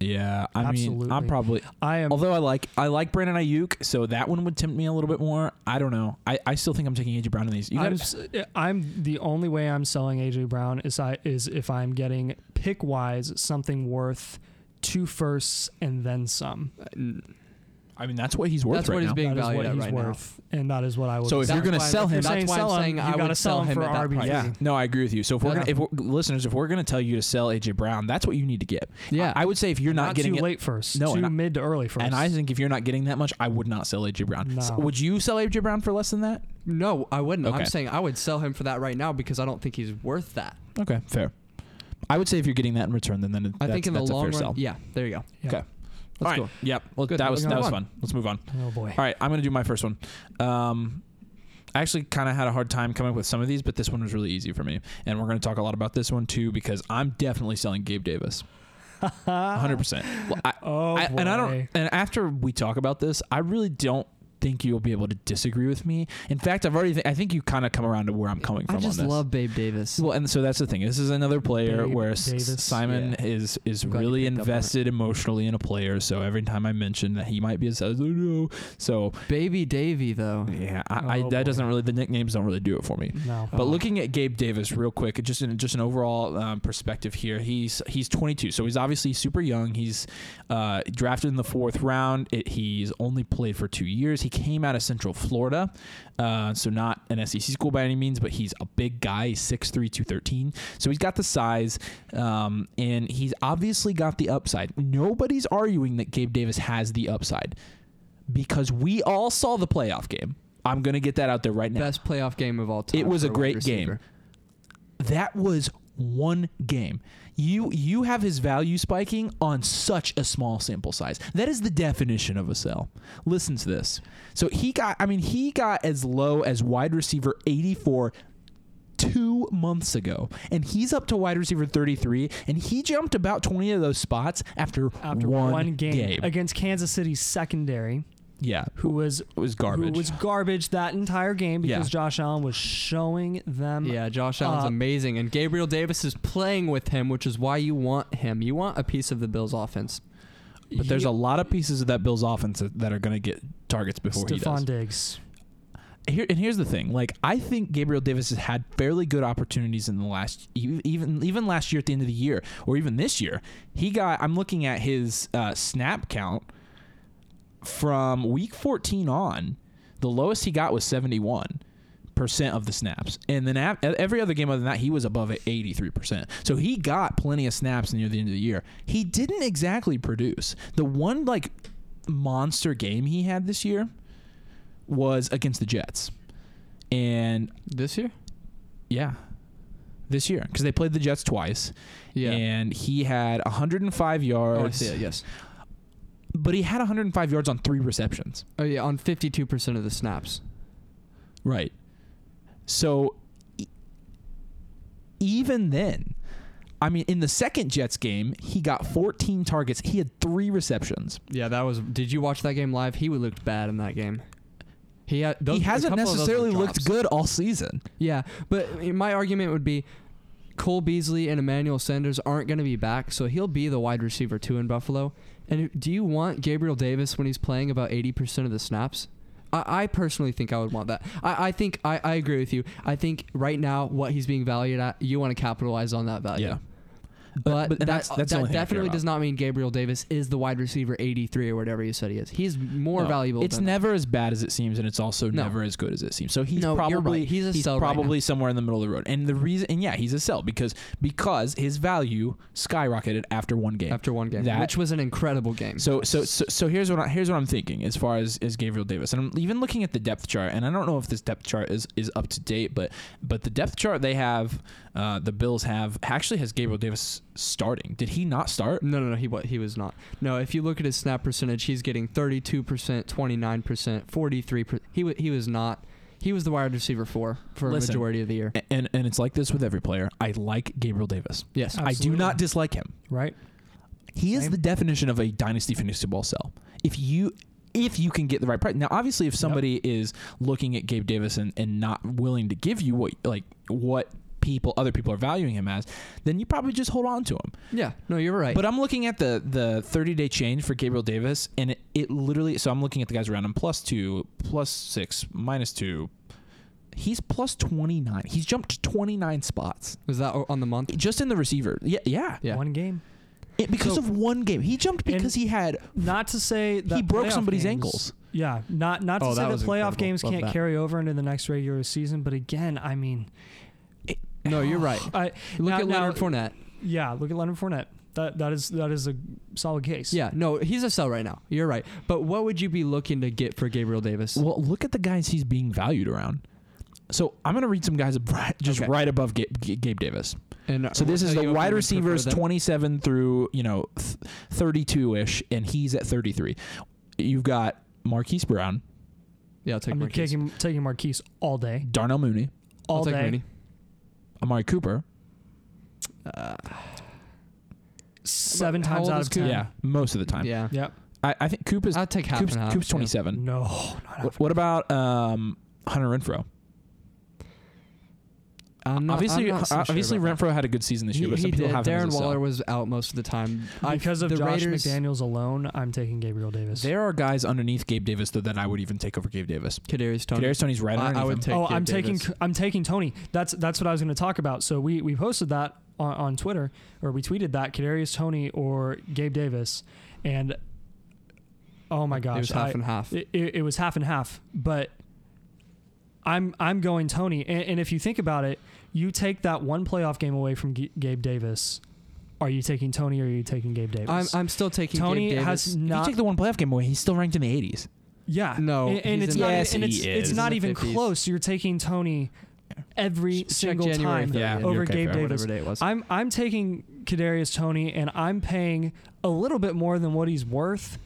S1: Yeah, I mean, I'm
S3: Absolutely.
S1: probably.
S3: I am
S1: Although I like I like Brandon Ayuk, so that one would tempt me a little bit more. I don't know. I, I still think I'm taking AJ Brown in these. You
S3: I'm,
S1: guys,
S3: s- eh, I'm the only way I'm selling AJ Brown is I is if I'm getting pick wise something worth two firsts and then some.
S2: Uh, n-
S1: I mean, that's what he's worth
S2: That's
S1: right
S2: what he's
S1: now.
S2: being
S3: That is
S2: valued
S3: what
S2: at
S3: he's
S2: right now.
S3: worth, and that is what I would.
S1: So
S3: be
S1: Oh, if
S3: selling.
S1: you're gonna
S2: why-
S1: sell
S2: if
S1: him-
S2: that's
S3: You're saying
S2: why
S3: sell him,
S2: I'm saying
S3: you
S2: I
S3: gotta
S2: would
S3: sell
S2: sell
S3: him
S2: him
S3: for
S2: at that
S3: RB3.
S2: price.
S1: Yeah, no, I agree with you. So if we're
S2: Yeah.
S1: gonna, if we're, listeners, if we're gonna tell you to sell AJ Brown, that's what you need to get.
S2: Yeah.
S1: I, I would say if you're not,
S3: not
S1: getting
S3: too
S1: it,
S3: late first,
S1: No,
S3: too
S1: and I-
S3: mid to early first.
S1: and I think if you're not getting that much, I would not sell AJ Brown.
S3: No.
S1: So would you sell AJ Brown for less than that?
S2: No, I wouldn't.
S1: Okay.
S2: I'm saying I would sell him for that right now because I don't think he's worth that.
S1: Okay, fair. I would say if you're getting that in return, then then it,
S2: I
S1: that's,
S2: think in the
S1: that's a
S2: long
S1: fair
S2: run,
S1: sell.
S2: yeah. There you go.
S3: Yeah.
S1: Okay.
S2: That's
S1: All right.
S2: cool.
S1: Yep. Well,
S2: Good.
S1: that was
S2: We're
S1: that
S2: gonna
S1: was
S2: move
S1: fun. Let's move on.
S3: Oh boy.
S1: All right, I'm gonna do my first one. Um, I actually kind of had a hard time coming up with some of these, but this one was really easy for me, and we're gonna talk a lot about this one too because I'm definitely selling Gabe Davis.
S2: Oh.
S1: 100. percent Well, I,
S3: Oh
S1: I-
S3: boy.
S1: and I don't. And after we talk about this, I really don't think you'll be able to disagree with me. In fact, I've already. Th- I think you kind of come around to where I'm coming from.
S2: I just
S1: on this.
S2: love Babe Davis.
S1: Well, and so that's the thing. This is another player
S3: Babe
S1: where S-
S3: Davis.
S1: Simon is is
S2: I'm glad you
S1: really
S2: picked up on it.
S1: invested emotionally in a player. So every time I mention that he might be a says, oh, no. So
S2: Baby Davy though.
S1: yeah, I,
S3: Oh,
S1: I that
S3: boy.
S1: doesn't really the nicknames don't really do it for me.
S3: No.
S1: But looking at Gabe Davis real quick, just in just an overall um, perspective here, he's he's 22, so he's obviously super young. He's uh, drafted in the fourth round. It, he's only played for two years. He came out of Central Florida, uh, so not an SEC school by any means, but he's a big guy, he's 6'3", 213. So he's got the size, um, and he's obviously got the upside. Nobody's arguing that Gabe Davis has the upside because we all saw the playoff game. I'm gonna get that out there right now.
S2: Best playoff game of all time.
S1: It was
S2: for
S1: a
S2: wide
S1: great
S2: receiver.
S1: game. That was one game. You you have his value spiking on such a small sample size. That is the definition of a sell. Listen to this. So he got I mean he got as low as wide receiver 84 2 months ago and he's up to wide receiver 33 and he jumped about 20 of those spots after,
S3: after
S1: one,
S3: one, game,
S1: game.
S3: against Kansas City's secondary,
S1: Yeah.
S3: who was
S1: It was garbage.
S3: who was garbage that entire game because
S1: Yeah.
S3: Josh Allen was showing them.
S2: Yeah, Josh Allen's
S3: Uh,
S2: amazing, and Gabriel Davis is playing with him, which is why you want him. You want a piece of the Bills' offense.
S1: but there's a lot of pieces of that Bills offense that that are going to get targets before he does.
S3: Stephon Diggs.
S1: here and here's the thing like i think gabriel davis has had fairly good opportunities in the last e- even even last year at the end of the year or even this year he got i'm looking at his uh, snap count from week 14 on the lowest he got was 71 percent of the snaps, and then af- every other game other than that, he was above at eighty three percent. So he got plenty of snaps near the end of the year. He didn't exactly produce. The one like monster game he had this year was against the Jets, and
S2: This year?
S1: yeah, this year because they played the Jets twice.
S2: Yeah.
S1: and he had 105
S2: oh,
S1: yards.
S2: I see it. Yes.
S1: But he had 105 yards on three receptions.
S2: Oh yeah, on fifty-two percent of the snaps.
S1: Right. So e- even then, I mean, in the second Jets game, he got 14 targets. He had three receptions.
S2: Yeah, that was. Did you watch that game live? He looked bad in that game. He had. Those,
S1: he
S2: a
S1: hasn't
S2: couple of those
S1: necessarily
S2: were
S1: looked
S2: drops.
S1: good all season.
S2: Yeah, but my argument would be Cole Beasley and Emmanuel Sanders aren't going to be back, so he'll be the wide receiver two in Buffalo. And do you want Gabriel Davis when he's playing about 80% of the snaps? I, I personally think I would want that. I, I think I, I agree with you. I think right now, what he's being valued at, you want to capitalize on that value.
S1: Yeah.
S2: Uh, But,
S1: but-
S2: that,
S1: and that's- that's the
S2: that
S1: only thing I care
S2: definitely
S1: about.
S2: does not mean Gabriel Davis is the wide receiver 83 or whatever you said he is. He's more
S1: No,
S2: valuable.
S1: It's
S2: than that.
S1: never as bad as it seems, and it's also
S2: No.
S1: never as good as it seems. So he's
S2: No, you're
S1: probably
S2: right. He's a sell right now.
S1: probably somewhere in the middle of the road. And the reason, and yeah, he's a sell because because his value skyrocketed after one game.
S2: after one game,
S1: That-
S2: which was an incredible game.
S1: So, so, so, so here's what I, here's what I'm thinking as far as, as Gabriel Davis, and I'm even looking at the depth chart, and I don't know if this depth chart is, is up to date, but but the depth chart they have, uh, the Bills have actually has Gabriel Davis starting. Did he not start?
S2: No, no, no. He wa he was not. No, if you look at his snap percentage, he's getting 32 percent, 29 percent, 43 percent. He wa he was not. He was the wide receiver four for
S1: Listen.
S2: a majority of the year.
S1: A- And and it's like this with every player. I like Gabriel Davis.
S2: Yes.
S3: I-
S1: I do
S3: Absolutely.
S1: not dislike him.
S3: right?
S1: He is
S3: Same.
S1: the definition of a dynasty fantasy ball sell. If you if you can get the right price. Now obviously if somebody is looking at Gabe Davis and, and not willing to give you what like what people other people are valuing him as, then you probably just hold on to him.
S2: yeah. No, you're right.
S1: But I'm looking at the the 30 day change for Gabriel Davis, and it, it literally. So I'm looking at the guys around him: plus two, plus six, minus two. He's plus 29. He's jumped 29 spots
S2: was that o- on the month?
S1: just in the receiver. Yeah, yeah.
S2: Yeah.
S3: One game.
S1: It- because
S2: So-
S1: of one game, he jumped
S3: And-
S1: because he had
S3: Not to say that
S1: he broke
S3: playoff
S1: somebody's
S3: games-
S1: ankles.
S3: Yeah, not not to
S2: Oh,
S3: say
S2: that
S3: that,
S2: was incredible.
S3: playoff games
S2: Love
S3: can't
S2: that.
S3: carry over into the next regular season, but again, I mean,
S2: No, you're right.
S3: I
S2: Look
S3: uh, now-
S2: at
S3: now-
S2: Leonard Fournette.
S3: yeah, look at Leonard Fournette. That that is that is a solid case.
S2: Yeah. No, he's a sell right now. You're right. But what would you be looking to get for Gabriel Davis?
S1: Well, look at the guys he's being valued around. So I'm gonna read some guys ab- right- just
S2: Okay.
S1: right above Gabe, Gabe Davis.
S2: And
S1: So
S2: we'll
S1: this is
S2: tell you
S1: the
S2: if we
S1: wide
S2: would prefer
S1: receivers
S2: them.
S1: 27 through, you know, 32 ish, and he's at 33. You've got Marquise Brown,
S2: Yeah, I'll take
S3: I'm
S2: Marquise.
S3: taking taking Marquise all day,
S1: Darnell Mooney,
S2: I'll
S3: all
S2: take
S3: day.
S2: Mooney.
S1: Amari Cooper.
S2: Uh,
S3: Seven
S2: How
S3: times
S2: old
S3: out
S2: is
S3: of
S2: Coop?
S3: ten.
S1: Yeah, most of the time.
S2: yeah.
S3: Yep.
S1: I, I think Coop is
S2: I'll take half
S1: Coop's,
S2: and half.
S1: Coop's
S2: yeah.
S1: 27.
S3: No, not
S1: What, what about um, Hunter Renfro?
S2: I'm not,
S1: obviously,
S2: I'm not so
S1: uh,
S2: sure
S1: obviously
S2: about that.
S1: Renfro had a good season this year, but
S2: He-
S1: some
S2: he
S1: people
S2: did.
S1: have him
S2: Darren
S1: as a sell.
S2: Waller was out most of the time I-
S3: because of
S2: the
S3: Josh
S2: Raiders,
S3: McDaniels alone. I'm taking Gabriel Davis.
S1: There are guys underneath Gabe Davis though that I would even take over Gabe Davis.
S2: Kadarius Tony.
S1: Kadarius Tony's right
S2: I- I
S1: underneath
S2: would
S1: him.
S2: take-
S3: oh,
S2: Gabe
S3: I'm
S2: Davis.
S3: taking I'm taking Tony. That's that's what I was going to talk about. So we we posted that on, on Twitter or we tweeted that Kadarius Tony or Gabe Davis, and oh my gosh,
S2: it was half
S3: I-
S2: and half.
S3: it, it, it was half and half. But I'm I'm going Tony, and, and if you think about it, you take that one playoff game away from G- Gabe Davis. Are you taking Tony or are you taking Gabe Davis?
S2: I'm, I'm still taking
S3: Tony
S2: Gabe Davis.
S3: has
S1: If you
S3: not.
S1: take the one playoff game away, he's still ranked in the 80s.
S3: yeah,
S2: No,
S3: and, and
S2: he's
S3: it's
S2: in
S3: not. e-,
S2: the-
S1: Yes,
S3: and it's
S1: he
S3: it's
S1: is.
S3: not
S2: He's in
S3: even
S2: the 50s.
S3: close. You're taking Tony every
S2: Check
S3: single
S2: January
S3: time.
S2: 30th,
S1: Yeah.
S3: over
S1: okay,
S3: Gabe
S1: fair.
S2: whatever
S3: Davis.
S2: day it was.
S3: I'm I'm taking Kadarius Tony, and I'm paying a little bit more than what he's worth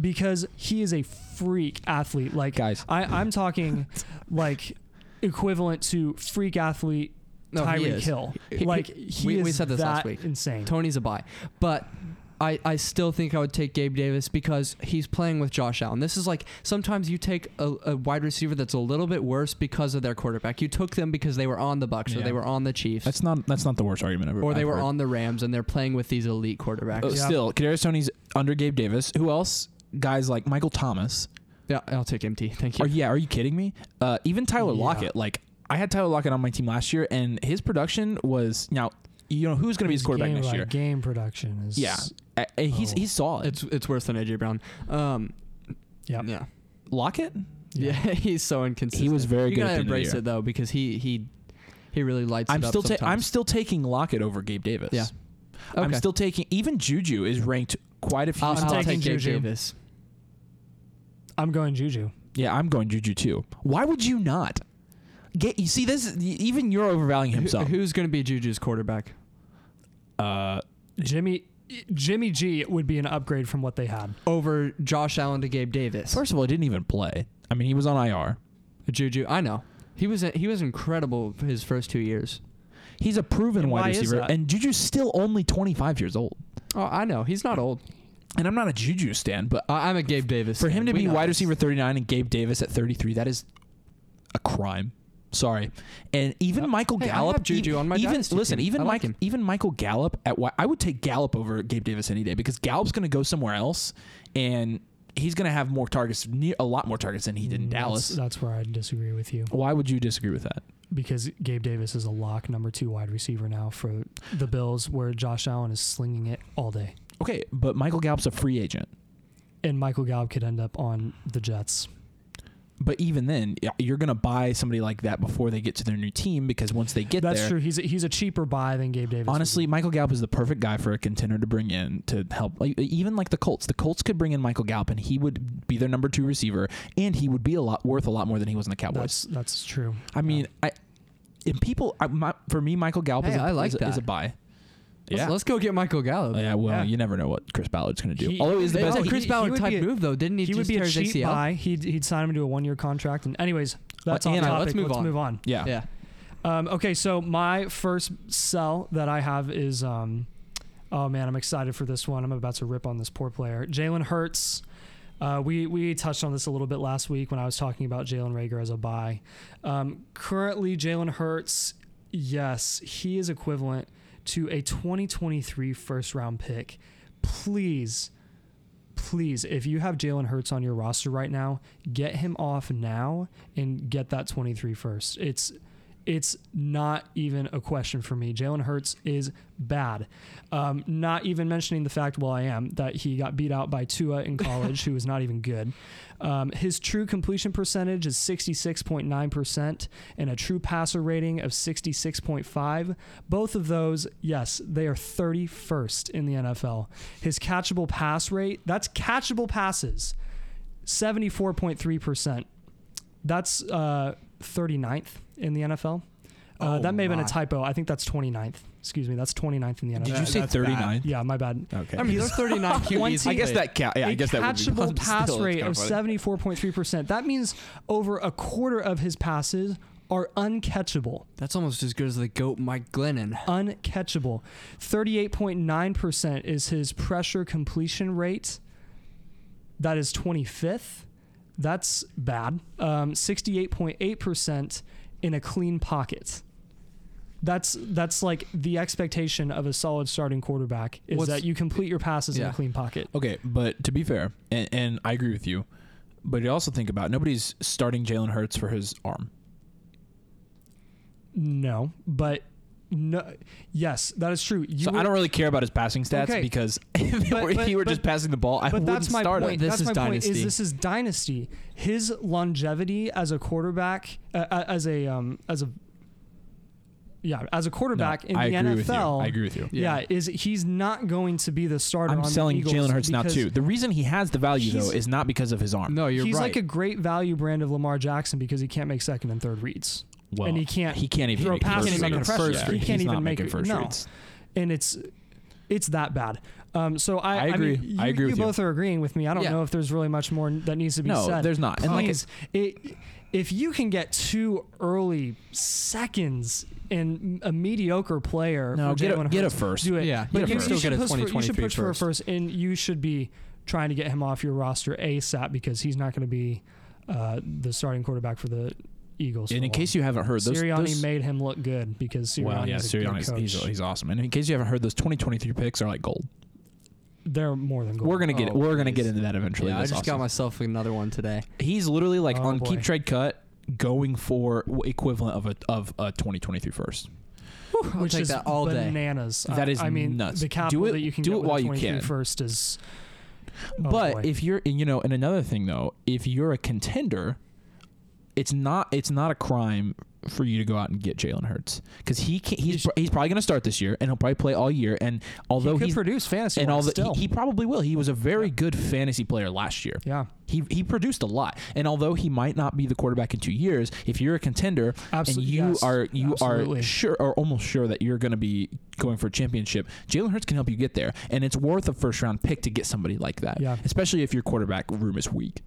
S3: because he is a freak athlete. Like
S1: Guys.
S3: I, I'm talking like equivalent to freak athlete
S2: No, he
S3: Tyreek
S2: is.
S3: Hill.
S2: He-
S3: like
S2: he-
S3: he
S2: we-
S3: is
S2: we said this
S3: that
S2: last week.
S3: insane.
S2: Tony's a buy, but I, I still think I would take Gabe Davis because he's playing with Josh Allen. This is like sometimes you take a, a wide receiver that's a little bit worse because of their quarterback. You took them because they were on the Bucks or
S1: Yeah.
S2: they were on the Chiefs
S1: That's not that's not the worst argument ever.
S2: or they
S1: I've
S2: were
S1: heard.
S2: on the Rams and they're playing with these elite quarterbacks.
S1: Uh,
S3: Yeah.
S1: Still, Kadarius Tony's under Gabe Davis. Who else? Guys like Michael Thomas.
S2: yeah, I'll take MT. Thank you.
S1: Are yeah? Are you kidding me? Uh, even Tyler
S2: Yeah.
S1: Lockett. Like I had Tyler Lockett on my team last year, and his production was now. You know who's going to be his quarterback
S3: game
S1: next
S3: by
S1: year?
S3: Game production is
S1: Yeah, Uh, uh, he's
S3: Oh.
S1: he's solid.
S2: It's it's worse than AJ Brown. Um,
S3: Yep.
S2: yeah.
S1: Lockett.
S2: Yeah, he's so inconsistent.
S1: was very
S2: you
S1: good at the
S2: gotta
S1: end of the
S2: embrace
S1: year.
S2: it though because he he he really lights.
S1: I'm
S2: it
S1: still
S2: up
S1: ta- I'm
S2: sometimes.
S1: still taking Lockett over Gabe Davis.
S2: Yeah.
S1: I'm
S2: Okay.
S1: still taking even Juju is ranked quite a few.
S2: I'll,
S3: I'm
S2: I'll
S1: spots.
S3: taking
S2: take Gabe
S3: Juju.
S2: Davis.
S3: I'm going Juju.
S1: yeah, I'm going Juju too. Why would you not? Get you see this even you're overvaluing
S2: Who-
S1: himself.
S2: who's gonna be Juju's quarterback?
S1: uh,
S3: Jimmy Jimmy G would be an upgrade from what they had.
S2: over Josh Allen to Gabe Davis.
S1: first of all, he didn't even play. I mean, he was on IR.
S2: Juju, I know. He was he was incredible for his first two years.
S1: He's a proven
S3: And
S1: wide
S3: why is
S1: receiver,
S3: that?
S1: and Juju's still only 25 years old.
S2: Oh, I know. He's not old.
S1: And I'm not a Juju stan, but
S2: I, I'm a Gabe Davis.
S1: for
S2: fan.
S1: him to
S2: We
S1: be
S2: know
S1: wide
S2: this.
S1: receiver 39 and Gabe Davis at 33, that is a crime. Sorry. And even
S2: Yep.
S1: Michael
S2: Hey, I
S1: Gallup,
S2: have Juju
S1: e-
S2: on my
S1: even
S2: dynasty
S1: listen,
S2: team.
S1: even
S2: I
S1: Mike,
S2: like him.
S1: even Michael Gallup at wi- I would take Gallup over Gabe Davis any day because Gallup's going to go somewhere else and he's going to have more targets, ne- a lot more targets than he did in
S3: Mm, that's-
S1: Dallas.
S3: That's where I disagree with you
S1: Why would you disagree with that?
S3: because Gabe Davis is a lock number two wide receiver now for the Bills, where Josh Allen is slinging it all day,
S1: Okay, but Michael Gallup's a free agent.
S3: and Michael Gallup could end up on the Jets.
S1: But even then, y- you're going to buy somebody like that before they get to their new team because once they get
S3: That's
S1: there,
S3: true. He's a, he's a cheaper buy than Gabe Davis. would
S1: Honestly, Michael Gallup is the perfect guy for a contender to bring in to help. Like, even like the Colts, the Colts could bring in Michael Gallup and he would be their number two receiver, and he would be a lot worth a lot more than he was in the
S3: be.
S1: Cowboys.
S3: that's that's true.
S1: I mean, I and people I, my, for me, Michael Gallup is,
S2: Hey,
S1: a,
S2: I like
S1: is, a, is
S2: that.
S1: a buy.
S2: Let's,
S1: Yeah, Oh,
S2: let's go get Michael Gallup.
S1: yeah. Well,
S3: Yeah.
S1: you never know what Chris Ballard's going to do.
S3: He-
S1: Although he's the
S3: Hey,
S1: best.
S2: That's
S3: no,
S2: a
S3: he-
S2: Chris
S3: he
S2: Ballard
S3: would
S2: type
S3: be a-
S2: move though. Didn't he,
S3: He would
S2: just
S3: be
S2: tear
S3: a
S2: his
S3: cheap
S2: ACL?
S3: buy. He'd he'd sign him to a one year contract. And anyways, that's
S1: Anna,
S3: on topic.
S2: let's move on.
S1: yeah.
S2: Yeah.
S3: Um, okay, so my first sell that I have is, um, oh man, I'm excited for this one. I'm about to rip on this poor player, Jalen Hurts. Uh, we we touched on this a little bit last week when I was talking about Jalen Rager as a buy. Um, currently, Jalen Hurts, yes, he is equivalent to a 2023 first round pick. Please, please, if you have Jalen Hurts on your roster right now, get him off now and get that 23 first. It's it's not even a question for me. Jalen Hurts is bad. Um, not even mentioning the fact, well, I am, that he got beat out by Tua in college, who was not even good. Um, his true completion percentage is 66.9% and a true passer rating of 66.5. Both of those, yes, they are 31st in the NFL. His catchable pass rate, that's catchable passes, 74.3%. That's uh, 39th in the NFL. Uh,
S2: Oh
S3: that may have been
S2: my.
S3: a typo. I think that's 29th. Excuse me, that's 29th in the NFL.
S1: Did you
S2: That-
S1: say Oh,
S2: that's
S1: 39?
S3: Yeah, my bad.
S1: Okay.
S2: I mean, they're 39 QBs.
S1: I guess that count. Yeah,
S3: a
S1: I guess that would be
S3: catchable
S1: but
S3: pass
S1: still, it's
S3: rate
S1: kinda
S3: of
S1: funny.
S3: seventy four point three percent. That means over a quarter of his passes are uncatchable.
S2: That's almost as good as the goat Mike Glennon.
S3: Uncatchable. Thirty eight point nine percent is his pressure completion rate. That is twenty fifth. That's bad. Sixty eight point eight percent in a clean pocket. That's that's like the expectation of a solid starting quarterback is
S2: What's-
S3: that you complete your passes in
S2: Yeah.
S3: a clean pocket.
S1: Okay, but to be fair, and, and I agree with you, but you also think about nobody's starting Jalen Hurts for his arm.
S3: No, but no. Yes, that is true. You
S1: so I
S3: would-
S1: don't really care about his passing stats
S3: Okay.
S1: because if
S3: But-
S1: it were- if
S3: but-
S1: he were
S3: but-
S1: just passing the ball, I
S3: but
S1: wouldn't
S3: that's my
S1: start
S3: point.
S1: him.
S2: This
S3: that's
S2: is
S3: my point.
S2: dynasty.
S3: Is this is dynasty? His longevity as a quarterback, uh, uh, as a um, as a yeah, as a
S1: No,
S3: quarterback in
S1: I
S3: the
S1: agree
S3: NFL.
S1: with you. I agree with you.
S3: Yeah.
S2: Yeah.
S3: is he's not going to be the starter.
S1: I'm
S3: on
S1: selling
S3: the Eagles
S1: Jalen Hurts now
S3: because
S1: too. The reason he has the value though
S3: He's-
S1: is not because of his arm.
S2: No, you're
S3: he's
S2: right.
S3: like a great value brand of Lamar Jackson because he can't make second and third reads.
S1: well,
S3: and he can't
S1: He can't even
S3: throw
S1: make
S3: passes
S1: first
S2: under
S1: reads.
S2: pressure.
S1: Yeah,
S2: He
S1: he's
S3: can't
S1: not
S3: even make
S1: making
S3: it.
S1: first
S3: No.
S1: reads.
S3: and it's it's that bad. Um, so I,
S1: I
S3: mean,
S1: agree.
S3: you,
S1: I agree
S3: You
S1: with you.
S3: both are agreeing with me. I don't
S2: Yeah.
S3: know if there's really much more that needs to be
S1: No,
S3: said.
S1: there's not. And like-
S3: Please, it, if you can get two early seconds in a mediocre player,
S1: No,
S3: for
S1: get a,
S3: Jalen
S1: get a
S3: Hurts,
S1: first.
S3: Do it.
S2: Yeah,
S1: get
S3: but
S1: a
S3: you,
S1: first.
S3: you
S2: Still
S3: should
S2: get a
S3: push for, you
S2: 2023
S3: should push for a
S2: first.
S3: first, and you should be trying to get him off your roster ASAP because he's not going to be uh, the starting quarterback for the Eagles.
S1: And in case you haven't heard, those,
S3: Sirianni
S1: those,
S3: made him look good because Sirianni
S1: well, yeah,
S3: is a good
S1: Sirianni's
S3: coach.
S1: he's, he's awesome. And in case you haven't heard, those 2023 picks are like gold.
S3: They're more than gold.
S1: We're gonna get
S2: Oh,
S1: we're gonna
S2: please.
S1: get into that eventually.
S2: Yeah, I
S1: this
S2: just got
S1: offseason.
S2: myself another one today.
S1: He's literally like
S3: Oh,
S1: on
S3: boy.
S1: keep trade cut, going for w- equivalent of a of a 2023 first.
S2: I'll
S3: which
S2: take
S3: is
S2: that all day.
S3: bananas.
S1: That
S3: I-
S1: is
S3: I mean,
S1: nuts.
S3: The
S1: Do
S3: capital
S1: it-
S3: that you can
S1: do
S3: get
S1: it
S3: with
S1: while
S3: a
S1: you
S3: 23
S1: can.
S3: first is. oh
S1: but
S3: boy.
S1: if you're, and, you know, and another thing though, if you're a contender, it's not it's not a crime for you to go out and get Jalen Hurts because he can,
S3: You
S1: he's
S3: should-
S1: pr- he's probably going to start this year and he'll probably play all year. And although
S3: he could
S1: he's
S3: produce fantasy
S1: and all
S3: wise
S1: the,
S3: still.
S1: he, he probably will. He was a very good fantasy player last year.
S3: yeah,
S1: He, he produced a lot, and although he might not be the quarterback in two years, if you're a contender and
S3: Absol-
S1: you
S3: yes,
S1: are you
S3: absolutely.
S1: are sure or almost sure that you're going to be going for a championship, Jalen Hurts can help you get there, and it's worth a first round pick to get somebody like that,
S3: Yeah.
S1: especially if your quarterback room is weak.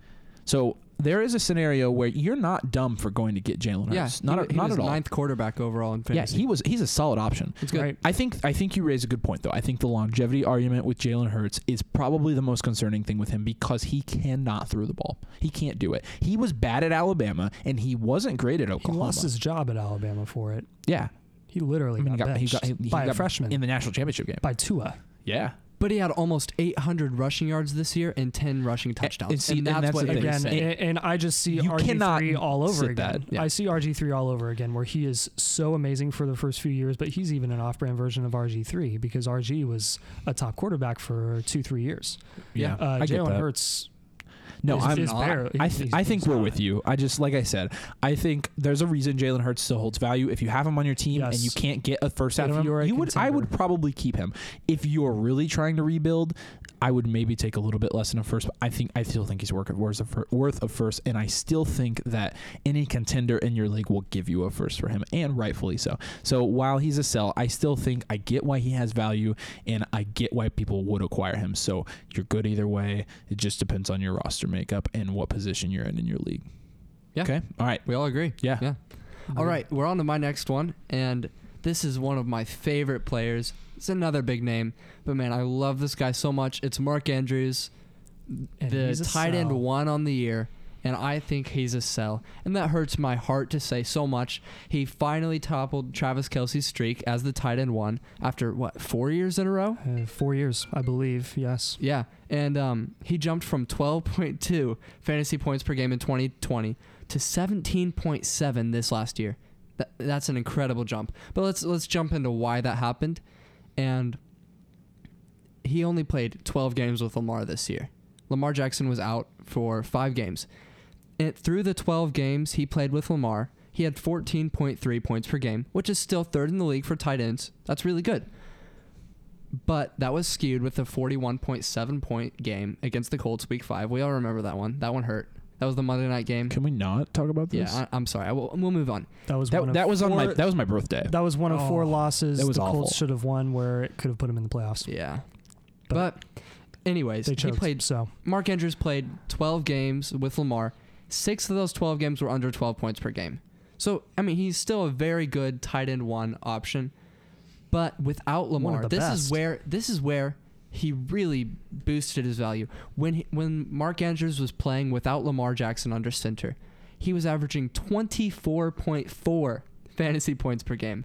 S1: So there is a scenario where you're not dumb for going to get Jalen
S2: Yeah,
S1: Hurts, not
S2: he, he
S1: not
S2: was
S1: at all.
S2: ninth quarterback overall in
S1: yeah,
S2: fantasy.
S1: he was he's a solid option.
S2: it's good.
S3: right.
S1: I think I think you raise a good point though. I think the longevity argument with Jalen Hurts is probably the most concerning thing with him because he cannot throw the ball. He can't do it. He was bad at Alabama and he wasn't great at
S3: He
S1: Oklahoma.
S3: lost his job at Alabama for it.
S1: yeah,
S3: He literally
S1: I mean, he
S3: got,
S1: got, he
S3: benched
S1: got, he, he
S3: by
S1: got
S3: a freshman
S1: in the national championship game.
S3: by Tua.
S1: Yeah,
S2: But he had almost 800 rushing yards this year and 10 rushing touchdowns.
S1: and
S2: And,
S1: see, and
S2: that's
S1: that's
S2: what
S1: the thing.
S2: everyone's
S3: Again,
S2: saying.
S1: it-
S3: and, and I just see
S1: You cannot
S3: RG3 all over
S1: sit
S3: again.
S1: that, yeah.
S3: I see RG3 all over again, where he is so amazing for the first few years, but he's even an off-brand version of RG3 because RG was a top quarterback for two, three years.
S1: yeah.
S3: Uh,
S1: I get
S3: Jalen
S1: that.
S3: Hurts.
S1: No,
S3: is,
S1: I'm
S3: is
S2: not.
S3: barely-
S1: I, th-
S3: he's-
S1: I think
S3: he's
S1: we're
S3: not.
S1: with you. I just like I said, I think there's a reason Jalen Hurts still holds value. If you have him on your team and
S3: Yes.
S1: you can't get a first half,
S3: Get him,
S1: you
S3: you're a
S1: would. I
S3: contender.
S1: would probably keep him. If you're really trying to rebuild, I would maybe take a little bit less than a first. But I think I still think he's worth of worth of fir- worth of first, and I still think that any contender in your league will give you a first for him, and rightfully so. So while he's a sell, I still think I get why he has value, and I get why people would acquire him. So you're good either way. It just depends on your roster makeup and what position you're in in your league.
S2: Yeah.
S1: Okay. All right.
S2: We all agree.
S1: Yeah. Mm-hmm.
S2: Yeah. All right, we're on to my next one, and this is one of my favorite players. It's another big name, but man, I love this guy so much. It's Mark Andrews,
S3: And
S2: the
S3: he's a
S2: tight end
S3: sell.
S2: one on the year, and I think he's a sell. And that hurts my heart to say so much. He finally toppled Travis Kelsey's streak as the tight end one after what four years in a row.
S3: Uh, four years, I believe. Yes.
S2: Yeah, and um, he jumped from 12.2 fantasy points per game in 2020 to 17.7 this last year. That, that's an incredible jump. But let's let's jump into why that happened. And he only played 12 games with Lamar this year. Lamar Jackson was out for five games. And through the 12 games he played with Lamar, he had 14.3 points per game, which is still third in the league for tight ends. That's really good but that was skewed with the 41.7 point game against the Colts week five. We all remember that one. That one hurt. That was the Monday night game.
S1: Can we not talk about this?
S2: Yeah, I, I'm sorry. I will, we'll move on.
S3: That was one
S1: that
S3: of
S1: that was on my
S3: four-
S1: that was my birthday.
S3: that was one of four
S2: Oh,
S3: losses.
S1: that was
S3: the
S1: awful.
S3: Colts should have won, where it could have put him in the playoffs.
S2: Yeah. But,
S3: But-
S2: anyways,
S3: They
S2: he
S3: chose.
S2: played.
S3: so
S2: Mark Andrews played 12 games with Lamar. Six of those 12 games were under 12 points per game. So, I mean, he's still a very good tight end one option. But without
S3: of
S2: Lamar,
S3: the
S2: this is
S3: best.
S2: where this is where he really boosted his value. When he, when Mark Andrews was playing without Lamar Jackson under center, he was averaging 24.4 fantasy points per game.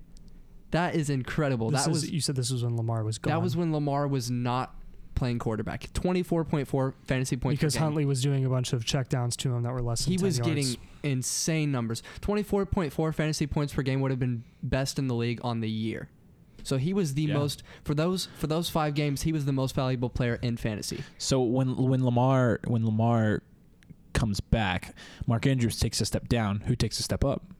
S2: That is incredible.
S3: this
S2: that
S3: is-
S2: was
S3: you said this was when Lamar was gone.
S2: that was when Lamar was not playing quarterback. 24.4 fantasy points
S3: because
S2: per game.
S3: Huntley was doing a bunch of checkdowns to him that were less than
S2: He
S3: 10
S2: was
S3: yards.
S2: getting insane numbers. 24.4 fantasy points per game would have been best in the league on the year. So he was the
S1: Yeah.
S2: most for those for those 5 games he was the most valuable player in fantasy.
S1: So when when Lamar when Lamar comes back, Mark Andrews takes a step down. Who takes a step up?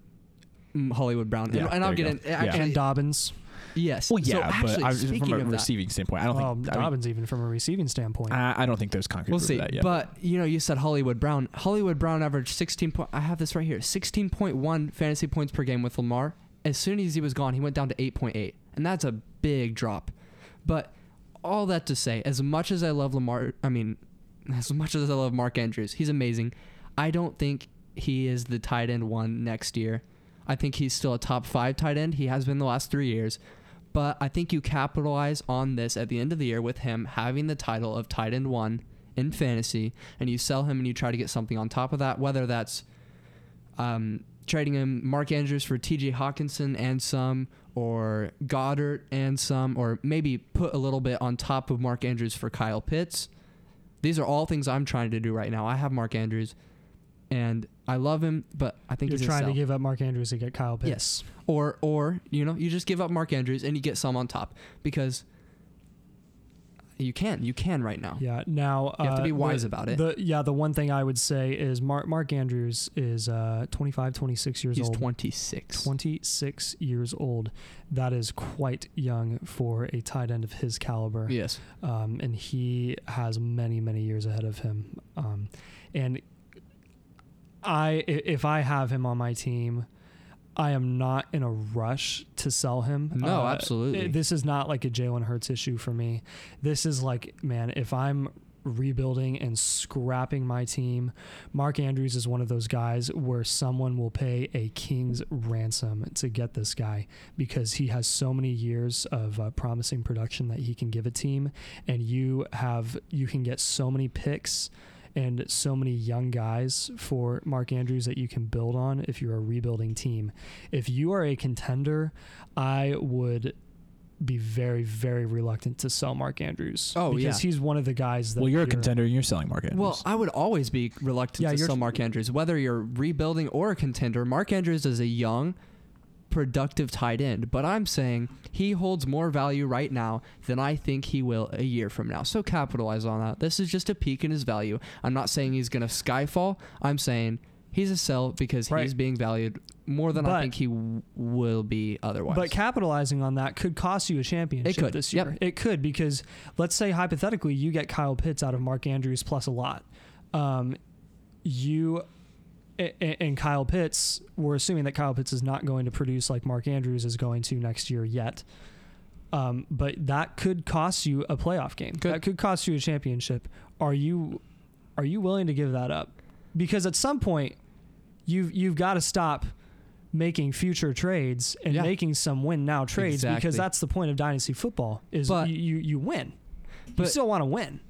S2: Mm, Hollywood Brown.
S1: Yeah,
S2: and, and I'll
S1: there
S2: get
S1: you
S2: in
S1: go. Yeah.
S2: actually
S3: and Dobbins.
S2: yes.
S1: Well,
S2: So
S1: yeah,
S2: actually,
S1: but I, from
S2: speaking
S1: a
S2: of that,
S1: receiving standpoint, I don't
S3: Well,
S1: think I, mean,
S3: um, Dobbins, even from a receiving standpoint.
S1: I, I don't think there's concrete
S2: We'll
S1: proof
S2: see.
S1: of that yet.
S2: But you know, you said Hollywood Brown. Hollywood Brown averaged 16. Point, I have this right here. 16.1 fantasy points per game with Lamar. As soon as he was gone, he went down to 8.8, and that's a big drop. But all that to say, as much as I love Lamar, I mean, as much as I love Mark Andrews, he's amazing. I don't think he is the tight end one next year. I think he's still a top five tight end. He has been the last three years. But I think you capitalize on this at the end of the year with him having the title of tight end one in fantasy, and you sell him and you try to get something on top of that, whether that's um, trading him Mark Andrews for TJ Hawkinson and some, or Goddard and some, or maybe put a little bit on top of Mark Andrews for Kyle Pitts. These are all things I'm trying to do right now. I have Mark Andrews, and I love him, but I think
S3: You're
S2: he's a
S3: trying to
S2: sell.
S3: give up Mark Andrews to get Kyle Pitts.
S2: Yes. Or or you know, you just give up Mark Andrews and you get some on top because You can. You can right now.
S3: Yeah. Now
S2: You have to
S3: uh,
S2: be wise
S3: the-
S2: about it.
S3: The yeah, the one thing I would say is Mark Mark Andrews is uh 25, 26 years
S2: He's
S3: old.
S2: 26.
S3: 26 years old. That is quite young for a tight end of his caliber.
S2: Yes.
S3: Um, and he has many, many years ahead of him. Um, and I, i- if I have him on my team, I am not in a rush to sell him.
S2: No,
S3: Uh,
S2: absolutely.
S3: it- This is not like a Jalen Hurts issue for me. This is like, man, if I'm rebuilding and scrapping my team, Mark Andrews is one of those guys where someone will pay a king's ransom to get this guy because he has so many years of uh, promising production that he can give a team, and you have you can get so many picks. And so many young guys for Mark Andrews that you can build on if you're a rebuilding team. If you are a contender, I would be very, very reluctant to sell Mark Andrews.
S2: Oh,
S3: because
S2: yeah.
S3: he's one of the guys that.
S1: well, you're a
S3: you're-
S1: contender and you're selling market.
S2: Well, I would always be reluctant
S3: Yeah,
S2: to
S3: you're-
S2: sell Mark Andrews, whether you're rebuilding or a contender. Mark Andrews is a young, productive tight end, but I'm saying he holds more value right now than I think he will a year from now. So capitalize on that. This is just a peak in his value. I'm not saying he's going to skyfall. I'm saying he's a sell because
S3: Right.
S2: he's being valued more than
S3: But-
S2: I think he w- will be otherwise.
S3: But capitalizing on that could cost you a championship
S2: could.
S3: this
S2: Yep.
S3: year. It could because let's say hypothetically you get Kyle Pitts out of Mark Andrews plus a lot. Um, you a- a- and Kyle Pitts, we're assuming that Kyle Pitts is not going to produce like Mark Andrews is going to next year yet. Um, but that could cost you a playoff game.
S2: Could.
S3: That could cost you a championship. Are you are you willing to give that up? Because at some point you've you've got to stop making future trades and
S2: Yeah.
S3: making some win now trades
S2: Exactly.
S3: because that's the point of dynasty football is
S2: But-
S3: you, you you win. you
S2: But-
S3: still want to win.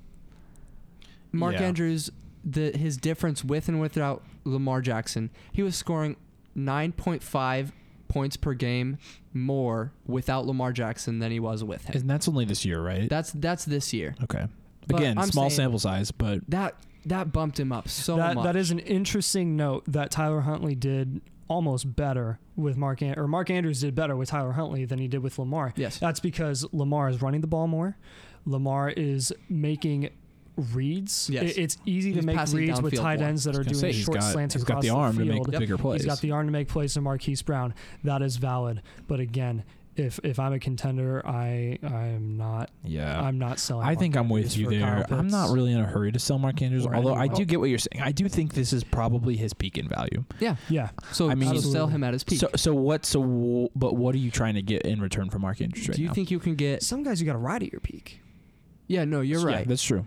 S2: Mark
S1: Yeah.
S2: Andrews, the his difference with and without Lamar Jackson, he was scoring 9.5 points per game more without Lamar Jackson than he was with him.
S1: and that's only this year, right?
S2: That's that's this year.
S1: okay.
S2: But
S1: Again,
S2: I'm
S1: small
S2: saying-
S1: sample size, but
S2: That that bumped him up so
S3: that
S2: much.
S3: that is an interesting note that Tyler Huntley did almost better with Mark An- or Mark Andrews did better with Tyler Huntley than he did with Lamar.
S2: Yes.
S3: That's because Lamar is running the ball more. Lamar is making reads.
S2: Yes.
S3: It- It's easy
S2: He's
S3: to make
S2: passing
S3: reads with
S2: downfield
S3: tight
S2: more.
S3: ends that
S1: I
S3: are
S1: was
S3: doing
S1: gonna say, he's
S3: short
S1: got,
S3: slants
S1: he's
S3: across
S1: got the arm
S3: field.
S1: to make
S2: Yep.
S1: bigger plays.
S3: He's got the arm to make plays to Marquise Brown. That is valid. But again, if if I'm a contender, I I am not
S1: yeah.
S3: I'm not selling.
S1: Uh, I
S3: Mark
S1: think I'm with
S3: Andrews
S1: you
S3: for
S1: there.
S3: Kyle
S1: I'm
S3: Pitts.
S1: not really in a hurry to sell Mark Andrews,
S3: Or
S1: although I
S3: anyone.
S1: do get what you're saying. I do think this is probably his peak in value.
S2: yeah.
S3: Yeah.
S2: So
S1: I
S2: I
S1: mean-
S2: mean, sell him at his peak.
S1: So, so what? So, w- but what are you trying to get in return for Mark Andrews right
S2: Do you
S1: now?
S2: think you can get
S3: Some guys you got to ride at your peak.
S2: Yeah, no, you're
S1: Yeah,
S2: right.
S1: that's true.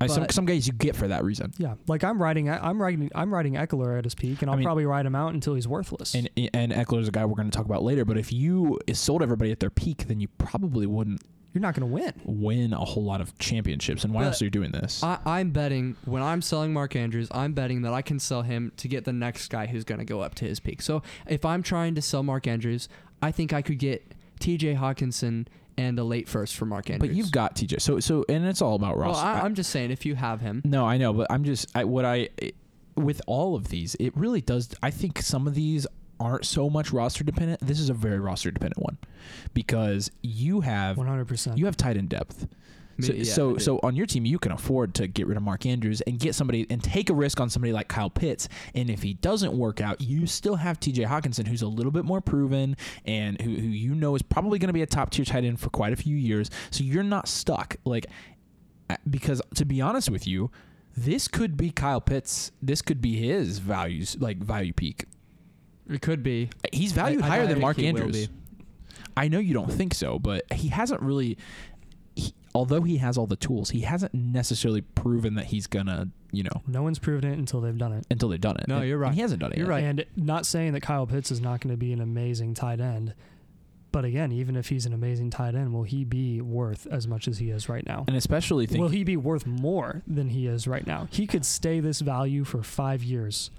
S1: I, some
S2: But-
S1: some guys you get for that reason,
S3: Yeah, like I'm riding, I'm riding, I'm riding Eckler at his peak, and
S1: I
S3: I'll
S1: mean-
S3: probably ride him out until he's worthless.
S1: and and Eckler's a guy we're going to talk about later. But if you sold everybody at their peak, then you probably wouldn't
S3: You're not going to win.
S1: win a whole lot of championships. And why
S2: But
S1: else are you doing this?
S2: I, I'm betting when I'm selling Mark Andrews, I'm betting that I can sell him to get the next guy who's going to go up to his peak. So if I'm trying to sell Mark Andrews, I think I could get T.J. Hawkinson and a late first for Mark Andrews.
S1: but you've got TJ. So so and it's all about
S2: Well,
S1: roster.
S2: I, I'm just saying if you have him,
S1: No, I know, but I'm just I, what I with all of these, it really does. I think some of these aren't so much roster dependent. This is a very roster dependent one because you have
S3: 100. percent
S1: you have tight end depth. So,
S2: Me- yeah, I
S1: so,
S2: do.
S1: so on your team, you can afford to get rid of Mark Andrews and get somebody and take a risk on somebody like Kyle Pitts. And if he doesn't work out, you still have T.J. Hawkinson, who's a little bit more proven and who, who you know is probably going to be a top tier tight end for quite a few years. So you're not stuck. Like because to be honest with you, this could be Kyle Pitts. This could be his values, like value peak.
S2: it could be.
S1: He's valued
S2: I- I
S1: higher
S2: don't
S1: than
S2: think
S1: Mark
S2: he will
S1: Andrews.
S2: be.
S1: I know you don't think so, but he hasn't really. He, although he has all the tools, he hasn't necessarily proven that he's gonna, you know,
S3: No one's proven it until they've done it.
S1: until they've done it.
S2: No,
S1: And-
S2: you're
S1: and
S2: right.
S1: He hasn't done it.
S2: You're
S1: yet.
S2: right.
S3: And not saying that Kyle Pitts is not going to be an amazing tight end, but again, even if he's an amazing tight end, will he be worth as much as he is right now?
S1: And especially think
S3: Will he be worth more than he is right now? He could stay this value for five years,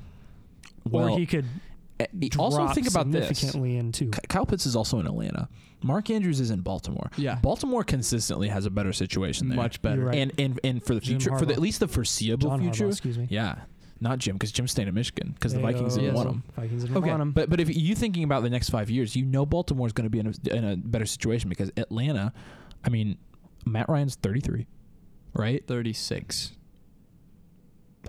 S1: well.
S3: or he could
S1: eh, also
S3: drop
S1: think about this.
S3: significantly into.
S1: Ky- Kyle Pitts is also in Atlanta. Mark Andrews is in Baltimore.
S2: Yeah.
S1: Baltimore consistently has a better situation there.
S2: Much better.
S3: You're right.
S1: And and and for the
S3: Jim
S1: future, for the,
S3: Harbaugh.
S1: at least the foreseeable
S3: John Harbaugh,
S1: future,
S3: excuse me,
S1: Yeah, not Jim, because Jim's staying in Michigan because the
S3: They,
S1: Vikings
S3: uh,
S1: didn't
S2: Yes.
S1: want him.
S3: Vikings didn't
S2: Okay,
S3: want him.
S1: But but if you thinking about the next five years, you know Baltimore's going to be in a, in a better situation because Atlanta, I mean, Matt Ryan's 33, right?
S2: 36.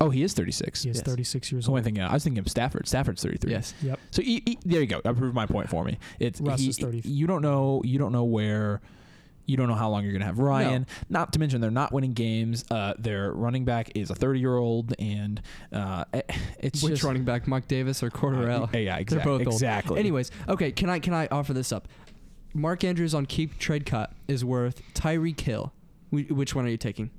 S1: Oh, he is 36.
S3: He is
S2: Yes.
S3: 36 years
S1: So
S3: old.
S1: I, thinking, I was thinking of Stafford. Stafford's 33.
S2: Yes.
S3: Yep.
S1: So he, he- there you go. I proved my point for me. It's
S3: Russ
S1: he-
S3: is 30.
S1: You don't know. You don't know where. You don't know how long you're going to have Ryan. Not to mention they're not winning games. Uh, their running back is a 30 year old, and uh, eh, it's
S2: Which
S1: just
S2: running back, Mike Davis or Cordarrelle?
S1: Uh, yeah,
S2: They're
S1: exactly.
S2: both old.
S1: exactly.
S2: Anyways, okay, can I can I offer this up? Mark Andrews on keep trade cut is worth Tyreek Hill. Wh- Which one are you taking?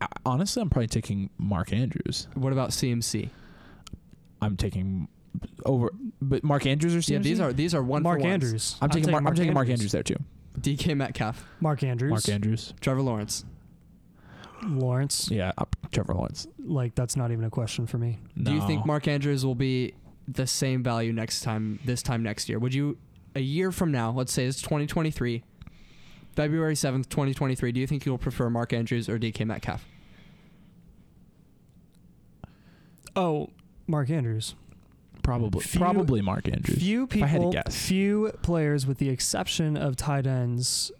S1: I- honestly, I'm probably taking Mark Andrews.
S2: What about CMC?
S1: I'm taking over, but Mark Andrews or CMC?
S2: Yeah, these are these are one
S3: Mark
S2: for ones.
S3: Andrews.
S1: I'm, taking. Mark, I'm taking Mark Andrews there too.
S2: DK Metcalf,
S3: Mark Andrews.
S1: Mark Andrews.
S2: Trevor Lawrence.
S3: Lawrence.
S1: Yeah, uh, Trevor Lawrence.
S3: Like that's not even a question for me.
S2: Do you think
S1: No.
S2: Mark Andrews will be the same value next time this time next year? Would you a year from now, let's say it's 2023, February 7th, 2023, do you think you'll prefer Mark Andrews or DK Metcalf?
S3: Oh, Mark Andrews.
S1: probably
S3: Few-
S1: probably Mark Andrews?
S3: Few
S1: If I had to
S3: people,
S1: guess.
S3: few players, with the exception of tight ends,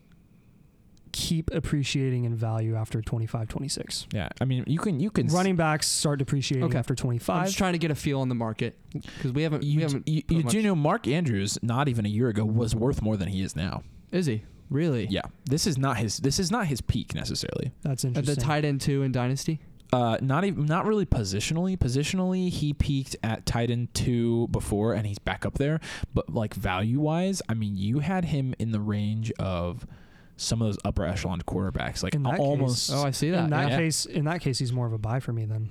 S3: keep appreciating in value after 25, 26.
S1: yeah, I mean you can you can s-
S3: Running backs start depreciating
S2: Okay.
S3: after
S2: I'm
S3: 25.
S2: just trying to get a feel on the market because we haven't.
S1: You,
S2: we
S1: d-
S2: haven't.
S1: you,
S2: put
S1: you do
S2: much-
S1: know Mark Andrews, not even a year ago, was worth more than he is now.
S2: Is he really?
S1: Yeah, this is not his. This is not his peak necessarily.
S3: That's
S2: At the
S3: interesting.
S2: tight end two in Dynasty.
S1: Uh, not even not really positionally. Positionally, he peaked at tight end two before, and he's back up there. But like value wise, I mean, you had him in the range of some of those upper echelon quarterbacks, like
S3: In that
S1: almost.
S2: Oh, I see that.
S3: in that
S1: yeah.
S3: case, in that case, he's more of a buy for me then.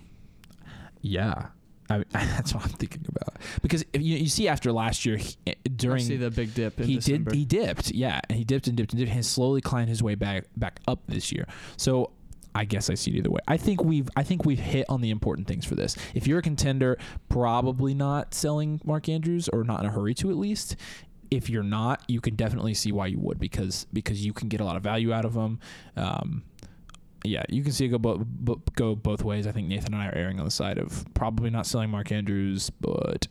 S1: yeah. I mean, that's what I'm thinking about because if you, you see after last year he, eh, during
S2: I see the big dip. In
S1: he
S2: December.
S1: did he dipped yeah and he dipped and dipped and dipped and slowly climbed his way back back up this year so I guess I see it either way. I think we've I think we've hit on the important things for this. If you're a contender, probably not selling Mark Andrews or not in a hurry to at least. If you're not, you can definitely see why you would because because you can get a lot of value out of them. Um, yeah, you can see it go bo- bo- go both ways. I think Nathan and I are erring on the side of probably not selling Mark Andrews, but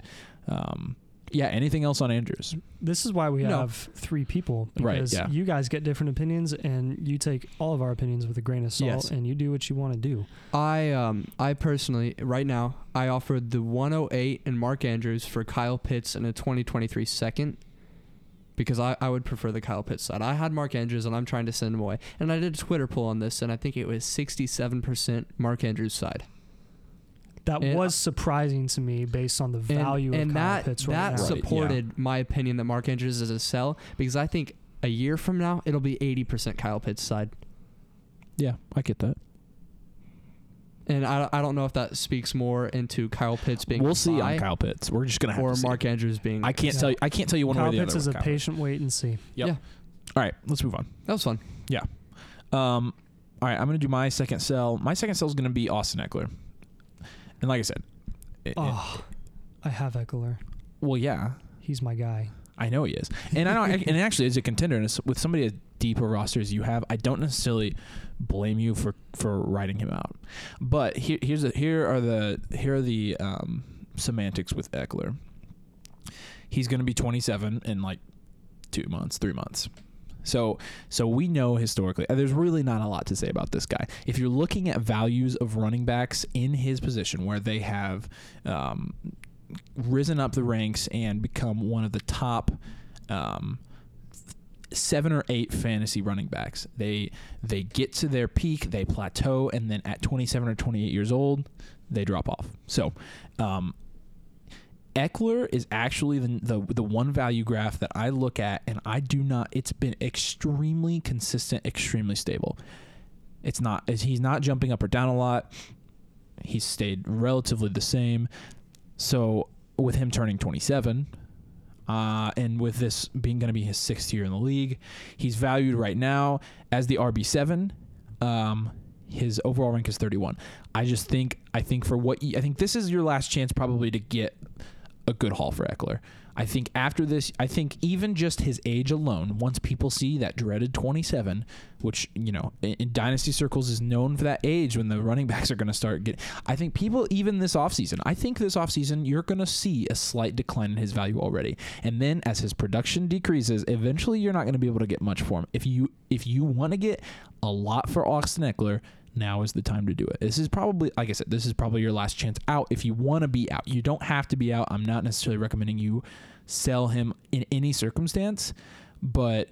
S1: um, yeah, anything else on Andrews?
S3: This is why we
S2: No.
S3: have three people
S1: Right,
S3: because
S1: yeah.
S3: you guys get different opinions and you take all of our opinions with a grain of salt
S2: Yes.
S3: and you do what you want to do.
S2: I um I personally right now I offered the 108 and Mark Andrews for Kyle Pitts and a 2023 second because I, I would prefer the Kyle Pitts side. I had Mark Andrews and I'm trying to send him away. And I did a Twitter poll on this and I think it was 67% Mark Andrews side.
S3: That
S2: And-
S3: was surprising to me based on the
S2: And-
S3: value
S2: and,
S3: of Kyle
S2: that
S3: Pitts
S2: that
S3: right now.
S1: Right, yeah.
S2: supported my opinion that Mark Andrews is a sell because I think a year from now it'll be 80% Kyle Pitts side.
S1: Yeah, I get that.
S2: And I, I don't know if that speaks more into Kyle Pitts being
S1: we'll
S2: a
S1: see
S2: buy
S1: on Kyle Pitts. We're just gonna have
S2: or
S1: to see.
S2: Mark Andrews being
S1: I can't
S3: Yeah.
S1: tell you. I can't tell you one
S3: Kyle
S1: way or the
S3: Pitts
S1: other.
S3: is
S1: with
S3: a
S1: Kyle Pitts.
S3: patient wait and see.
S1: Yep. All right, let's move on.
S2: That was fun.
S1: Um, all right, I'm gonna do my second sell. My second sell is gonna be Austin Eckler, and like I said, it- it-
S3: Oh, I have Eckler.
S1: well, yeah,
S3: He's my guy.
S1: I know he is, and I know, and actually, as a contender, and as- with somebody as deep a roster as you have, I don't necessarily blame you for for writing him out. But here, here's the, here are the here are the um, semantics with Eckler. He's going to be 27 in like two months, three months. So, so we know historically, uh, there's really not a lot to say about this guy. If you're looking at values of running backs in his position, where they have um, risen up the ranks and become one of the top um, seven or eight fantasy running backs. They they get to their peak, they plateau, and then at 27 or 28 years old, they drop off. So, um, Eckler is actually the, the the one value graph that I look at, and I do not. It's been extremely consistent, extremely stable. It's not. it's- He's not jumping up or down a lot. He's stayed relatively the same. So with him turning 27, uh, and with this being going to be his sixth year in the league, he's valued right now as the RB seven. Um, his overall rank is 31. I just think I think for what you, I think this is your last chance probably to get a good haul for Eckler. I think after this, I think even just his age alone, once people see that dreaded 27, which, you know, in, in dynasty circles is known for that age when the running backs are going to start getting. I think people, even this offseason, I think this offseason, you're going to see a slight decline in his value already. And then as his production decreases, eventually you're not going to be able to get much for him. If you, if you want to get a lot for Austin Eckler, now is the time to do it. This is probably, like I said, this is probably your last chance out if you want to be out. You don't have to be out. I'm not necessarily recommending you sell him in any circumstance, but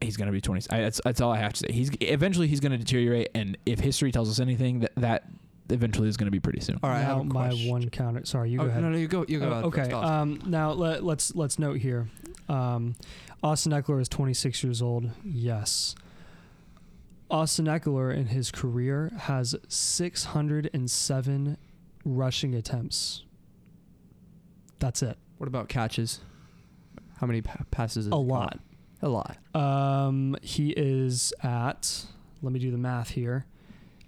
S1: he's going to be 20. I, that's, that's all I have to say. He's eventually he's going to deteriorate, and if history tells us anything, that that eventually is going to be pretty soon.
S2: All right, I
S3: now
S2: have a
S3: my
S2: question.
S3: one counter. Sorry, you
S2: Oh,
S3: go ahead.
S2: No, no, you go. You go.
S3: Oh,
S2: out
S3: okay.
S2: first, Austin.
S3: Um, now let, let's let's note here. Um, Austin Eckler is 26 years old. Yes. Austin Eckler in his career has 607 rushing attempts. That's it.
S2: what about catches? How many pa- passes? Is
S3: A lot.
S2: A lot.
S3: Um, he is at. Let me do the math here.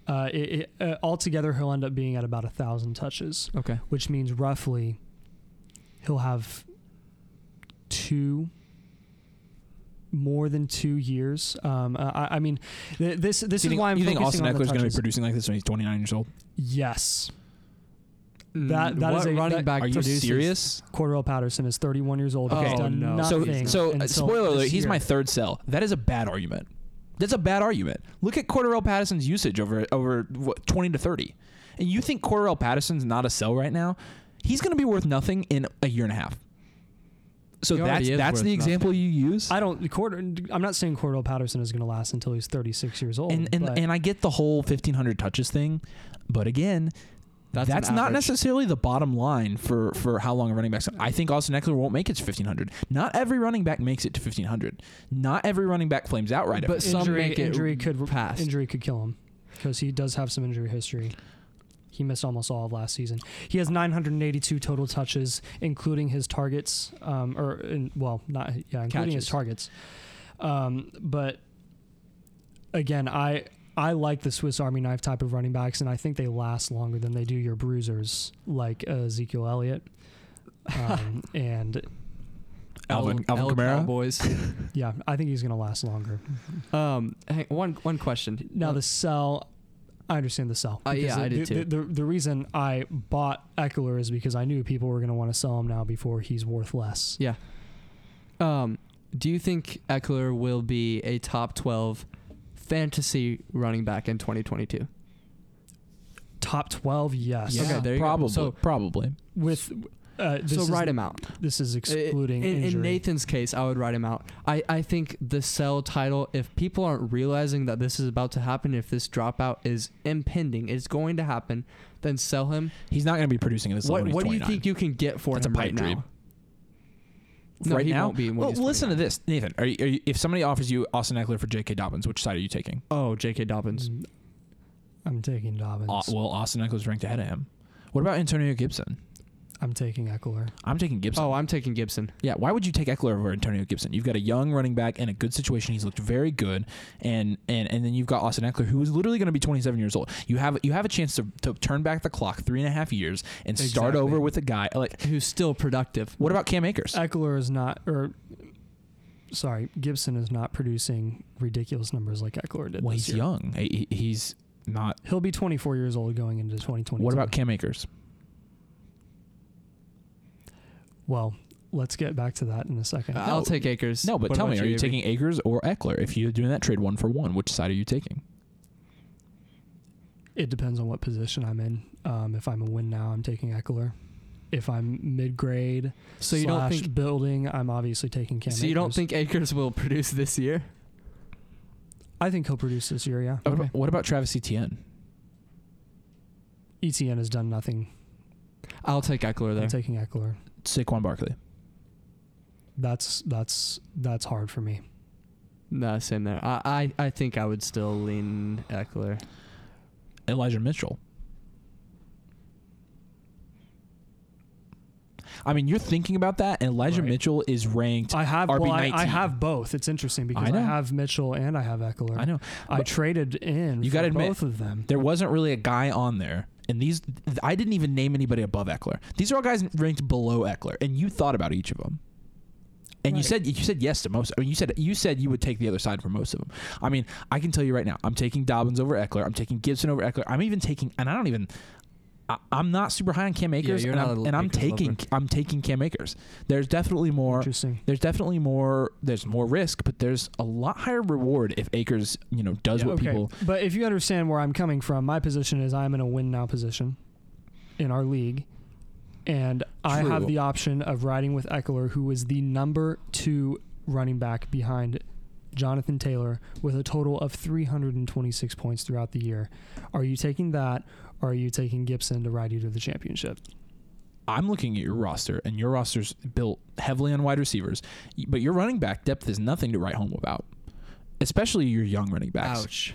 S3: Uh, it, it, uh, altogether, he'll end up being at about a thousand touches.
S2: Okay.
S3: which means roughly he'll have two more than two years. Um, I, I mean, th- this this
S1: you
S3: is
S1: think,
S3: why I'm
S1: you think
S3: focusing
S1: Austin
S3: on the
S1: Eckler is going to be
S3: touches.
S1: producing like this when he's 29 years old?
S3: Yes, That-
S2: Mm,
S3: that
S2: what
S3: is a-
S2: running
S3: that-
S2: back
S1: Are you
S2: produces-
S1: serious?
S3: Cordell Patterson is 31 years old.
S2: Okay.
S3: He's done
S2: Oh, no.
S1: So,
S3: nothing.
S1: so uh,
S3: until
S1: spoiler alert,
S3: this
S1: he's
S3: year.
S1: my third sell. That is a bad argument. That's a bad argument. Look at Cordarrelle Patterson's usage over over what, 20 to 30. And you think Cordarrelle Patterson's not a sell right now? He's going to be worth nothing in a year and a half. So
S2: He
S1: that's
S2: already is
S1: that's the
S2: worth
S1: example you use.
S3: I don't. Cord, I'm not saying Cordell Patterson is going to last until he's 36 years old.
S1: and and,
S3: but-
S1: and I get the whole 1500 touches thing, but again,
S2: That's
S1: that's,
S2: an
S1: not
S2: average.
S1: necessarily the bottom line for for how long a running back's. I think Austin Eckler won't make it to 1500. Not every running back makes it to 1500. Not every running back flames out right
S2: But
S1: away.
S2: some
S3: injury,
S2: make it
S3: injury could
S2: past.
S3: injury could kill him because he does have some injury history. He missed almost all of last season. He has 982 total touches, including his targets, um, or in, well, not yeah, including his
S2: Catches.
S3: targets. Um, but again, I I like the Swiss Army knife type of running backs, and I think they last longer than they do your bruisers like uh, Ezekiel Elliott. Um, and
S1: Alvin-
S2: L-
S1: Alvin
S2: L
S1: Kamara?
S2: Cowboys.
S3: yeah, I think he's going to last longer.
S2: um, hang, one one question.
S3: Now the sell, I understand the sell.
S2: Uh, yeah,
S3: because
S2: I
S3: the,
S2: did
S3: the,
S2: too.
S3: The, the reason I bought Eckler is because I knew people were going to want to sell him now before he's worth less.
S2: Yeah. Um, do you think Eckler will be a top 12 fantasy running back in 2022?
S3: Top twelve, yes.
S2: Yeah. Okay, there you go.
S1: probably,
S2: So-
S1: probably.
S3: With uh, this
S2: so
S3: is,
S2: write him out. Uh,
S3: This is excluding
S2: in,
S3: injury.
S2: in Nathan's case, I would write him out. I, I think the sell title, if people aren't realizing that this is about to happen, if this dropout is impending, it's going to happen, then sell him.
S1: He's not going to be producing at this
S2: what
S1: level. when he's
S2: what do you
S1: 29.
S2: think you can get for
S1: That's a
S2: him
S1: pipe
S2: right
S1: dream.
S2: now? No,
S1: right
S2: he
S1: now?
S2: won't be when
S1: well,
S2: he's
S1: listen to
S2: 29.
S1: this, Nathan. Are you, are you, if somebody offers you Austin Eckler for J.K. Dobbins, which side are you taking?
S2: Oh, J.K. Dobbins.
S3: Mm. I'm taking Dobbins.
S1: Uh, well, Austin Eckler's ranked ahead of him. What about Antonio Gibson?
S3: I'm taking Eckler.
S1: I'm taking Gibson.
S2: Oh, I'm taking Gibson.
S1: Yeah, why would you take Eckler over Antonio Gibson? You've got a young running back in a good situation. He's looked very good, and and and then you've got Austin Eckler, who is literally going to be 27 years old. You have you have a chance to, to turn back the clock three and a half years and start
S2: Exactly.
S1: over with a guy like.
S2: Who's still productive?
S1: What about Cam Akers?
S3: Eckler is not, or sorry, Gibson is not producing ridiculous numbers like Eckler did.
S1: well,
S3: this
S1: he's
S3: year.
S1: young. He- he- he's not.
S3: He'll be 24 years old going into 2020.
S1: What about Cam Akers?
S3: Well, let's get back to that in a second.
S2: I'll
S1: No.
S2: take Akers.
S1: No, but
S2: What
S1: tell
S2: about
S1: me, are you
S2: Avery?
S1: taking Akers or Eckler? If you're doing that trade one for one, which side are you taking?
S3: It depends on what position I'm in. Um, if I'm a win now, I'm taking Eckler. If I'm mid grade
S2: So you don't
S3: slash
S2: think?
S3: building, I'm obviously taking Cam.
S2: So you don't
S3: Akers.
S2: think Akers will produce this year?
S3: I think he'll produce this year. Yeah,
S1: What
S2: Okay.
S1: about, what about Travis Etienne?
S3: ETN E has done nothing.
S2: I'll take Eckler
S3: I'm
S2: there.
S3: taking Eckler.
S1: Saquon Barkley.
S3: That's that's that's hard for me.
S2: no, same there. I, I I think I would still lean Eckler.
S1: Elijah Mitchell. I mean, you're thinking about that, and Elijah
S3: Right.
S1: Mitchell is ranked.
S3: I have well, I, I
S1: RB19.
S3: have both. It's interesting because I,
S1: know.
S3: have Mitchell and I have Eckler.
S1: I know
S3: I
S1: but
S3: traded in.
S1: You
S3: for
S1: gotta admit-
S3: both of them.
S1: there wasn't really a guy on there and these I didn't even name anybody above Eckler. These are all guys ranked below Eckler, and you thought about each of them. And you
S3: Right.
S1: said you said yes to most. I mean, you said you said you would take the other side for most of them. I mean, I can tell you right now, I'm taking Dobbins over Eckler. I'm taking Gibson over Eckler. I'm even taking, and I don't even. I, I'm not super high on Cam Akers,
S2: you're
S1: and,
S2: not
S1: I'm,
S2: a
S1: and I'm
S2: Akers
S1: taking
S2: lover.
S1: I'm taking Cam Akers. There's definitely more.
S3: Interesting.
S1: There's definitely more. There's more risk, but there's a lot higher reward if Akers, you know, does
S2: Yeah.
S1: what people.
S3: But if you understand where I'm coming from, my position is I'm in a win now position in our league. And I
S1: True.
S3: have the option of riding with Eckler, who is the number two running back behind Jonathan Taylor with a total of 326 points throughout the year. Are you taking that or are you taking Gibson to ride you to the championship?
S1: I'm looking at your roster, and your roster's built heavily on wide receivers, but your running back depth is nothing to write home about, especially your young running backs.
S2: Ouch.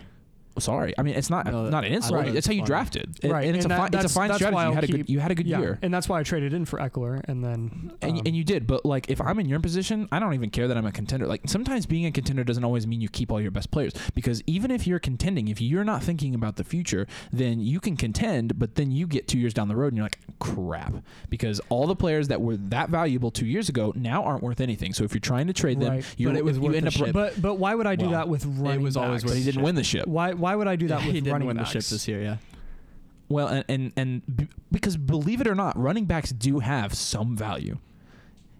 S1: Sorry, I mean it's not
S2: No,
S1: not an
S2: I
S1: insult.
S2: love it.
S1: That's how you
S2: Fine.
S1: drafted, And-
S3: Right,
S1: And it's
S3: and
S1: a
S3: that-
S1: fine, it's a
S3: that's-
S1: fine
S3: that's why
S1: strategy. You
S3: I'll
S1: had a good
S3: keep-
S1: you had a good year,
S3: And that's why I traded in for Eckler. And then.
S1: and,
S3: um,
S1: and you did. But like, if I'm in your position, I don't even care that I'm a contender. Like sometimes being a contender doesn't always mean you keep all your best players because even if you're contending, if you're not thinking about the future, then you can contend. But then you get two years down the road and you're like, crap, because all the players that were that valuable two years ago now aren't worth anything. So if you're trying to trade them,
S3: Right.
S1: you
S2: But it was
S1: you
S2: worth
S1: end
S2: the
S1: up.
S2: ship.
S3: But but why would I do
S1: Well,
S3: that with running?
S2: was always
S3: backs?
S1: But he didn't win the ship.
S3: Why why would I do that
S2: he
S3: with
S2: didn't
S3: running
S2: win
S3: backs?
S2: the ship this year. Yeah.
S1: Well, and and, and b- because believe it or not, running backs do have some value,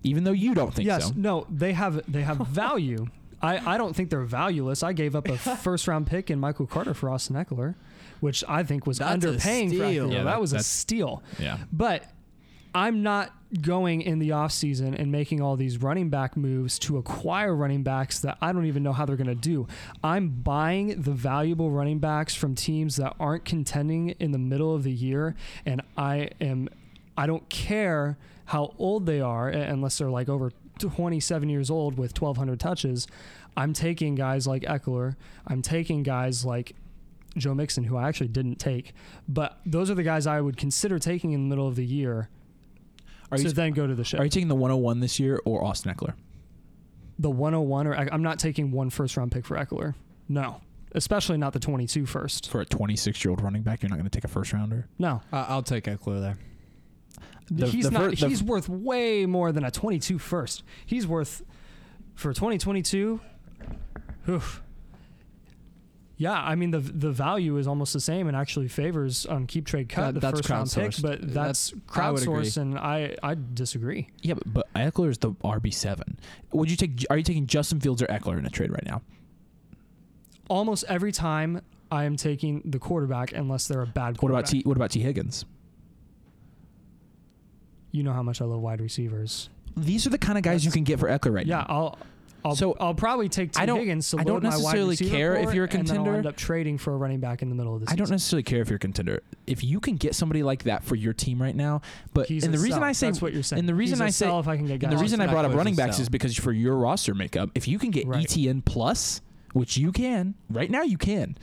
S1: even though you don't think
S3: yes,
S1: so.
S3: no, they have they have value. I, I don't think they're valueless. I gave up a first round pick in Michael Carter for Austin Eckler, which I think was
S2: That's a
S3: underpaying for
S2: steal.
S3: Eckler.
S1: Yeah, that-
S3: that was a
S1: that's-
S3: steal.
S1: Yeah.
S3: But I'm not going in the offseason and making all these running back moves to acquire running backs that I don't even know how they're going to do. I'm buying the valuable running backs from teams that aren't contending in the middle of the year and I am I don't care how old they are uh, unless they're like over 27 years old with 1200 touches. I'm taking guys like Eckler. I'm taking guys like Joe Mixon, who I actually didn't take, but those are the guys I would consider taking in the middle of the year
S1: Are
S3: to
S1: you
S3: then go to the ship.
S1: are you taking the 101 this year or Austin Eckler?
S3: the 101, or I'm not taking one first round pick for Eckler. No, especially not the 22 first.
S1: for a 26 year old running back, you're not going to take a first rounder.
S3: No,
S2: I I'll take Eckler there.
S1: The-
S3: he's
S1: the
S3: not.
S1: fir- the-
S3: he's worth way more than a 22 first. He's worth for 2022. Oof. Yeah, I mean the the value is almost the same and actually favors on keep trade
S2: That-
S3: cut the
S2: that's
S3: first round pick,
S2: crowdsourced.
S3: but
S2: That's-
S3: that's,
S2: I would agree.
S3: crowdsourced and I I disagree.
S1: Yeah, but, but Eckler is the RB seven. Would you take? Are you taking Justin Fields or Eckler in a trade right now?
S3: almost every time I am taking the quarterback unless they're a bad
S1: What
S3: quarterback.
S1: about T? What about T Higgins?
S3: You know how much I love wide receivers.
S1: These are the kind of guys you can get for Eckler right
S3: yeah,
S1: now.
S3: I'll. I'll,
S1: So,
S3: I'll probably take T
S1: I don't-
S3: Higgins. To
S1: I don't
S3: load my wide
S1: necessarily
S3: receiver
S1: care if
S3: core,
S1: you're a
S3: and then I'll end
S1: contender.
S3: up trading for a running back in the middle of
S1: I
S3: the season.
S1: don't necessarily care if you're a contender. If you can get somebody like that for your team right now, but
S3: He's
S1: and
S3: a
S1: the reason
S3: sell.
S1: I say
S3: that's what you're saying.
S1: and the reason
S3: He's a
S1: I say
S3: sell if I can get
S1: and the
S3: guys.
S1: reason I
S2: Austin
S1: brought up
S2: Eckler's
S1: running
S2: a
S1: backs
S2: sell.
S1: is because for your roster makeup, if you can get
S3: Right.
S1: ETN plus, which you can right now, you can.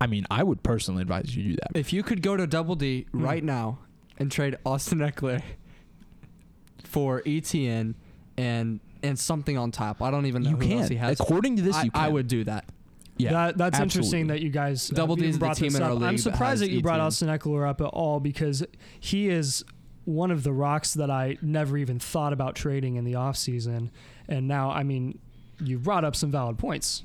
S1: I mean, I would personally advise you do that.
S2: If you could go to Double D
S3: Hmm.
S2: right now and trade Austin Eckler for ETN and and something on top, I don't even know
S1: you
S2: who else
S1: can.
S2: he has.
S1: According to this,
S2: I,
S1: you can.
S2: I would do that.
S1: Yeah,
S3: that, that's
S1: absolutely.
S3: interesting that you guys uh,
S2: Double
S3: even
S2: D's the
S3: brought
S2: team
S3: this
S2: in our
S3: up.
S2: league
S3: I'm
S2: that has
S3: surprised that you brought
S2: ETN.
S3: Austin Eckler up at all because he is one of the rocks that I never even thought about trading in the offseason. And now, I mean, you brought up some valid points.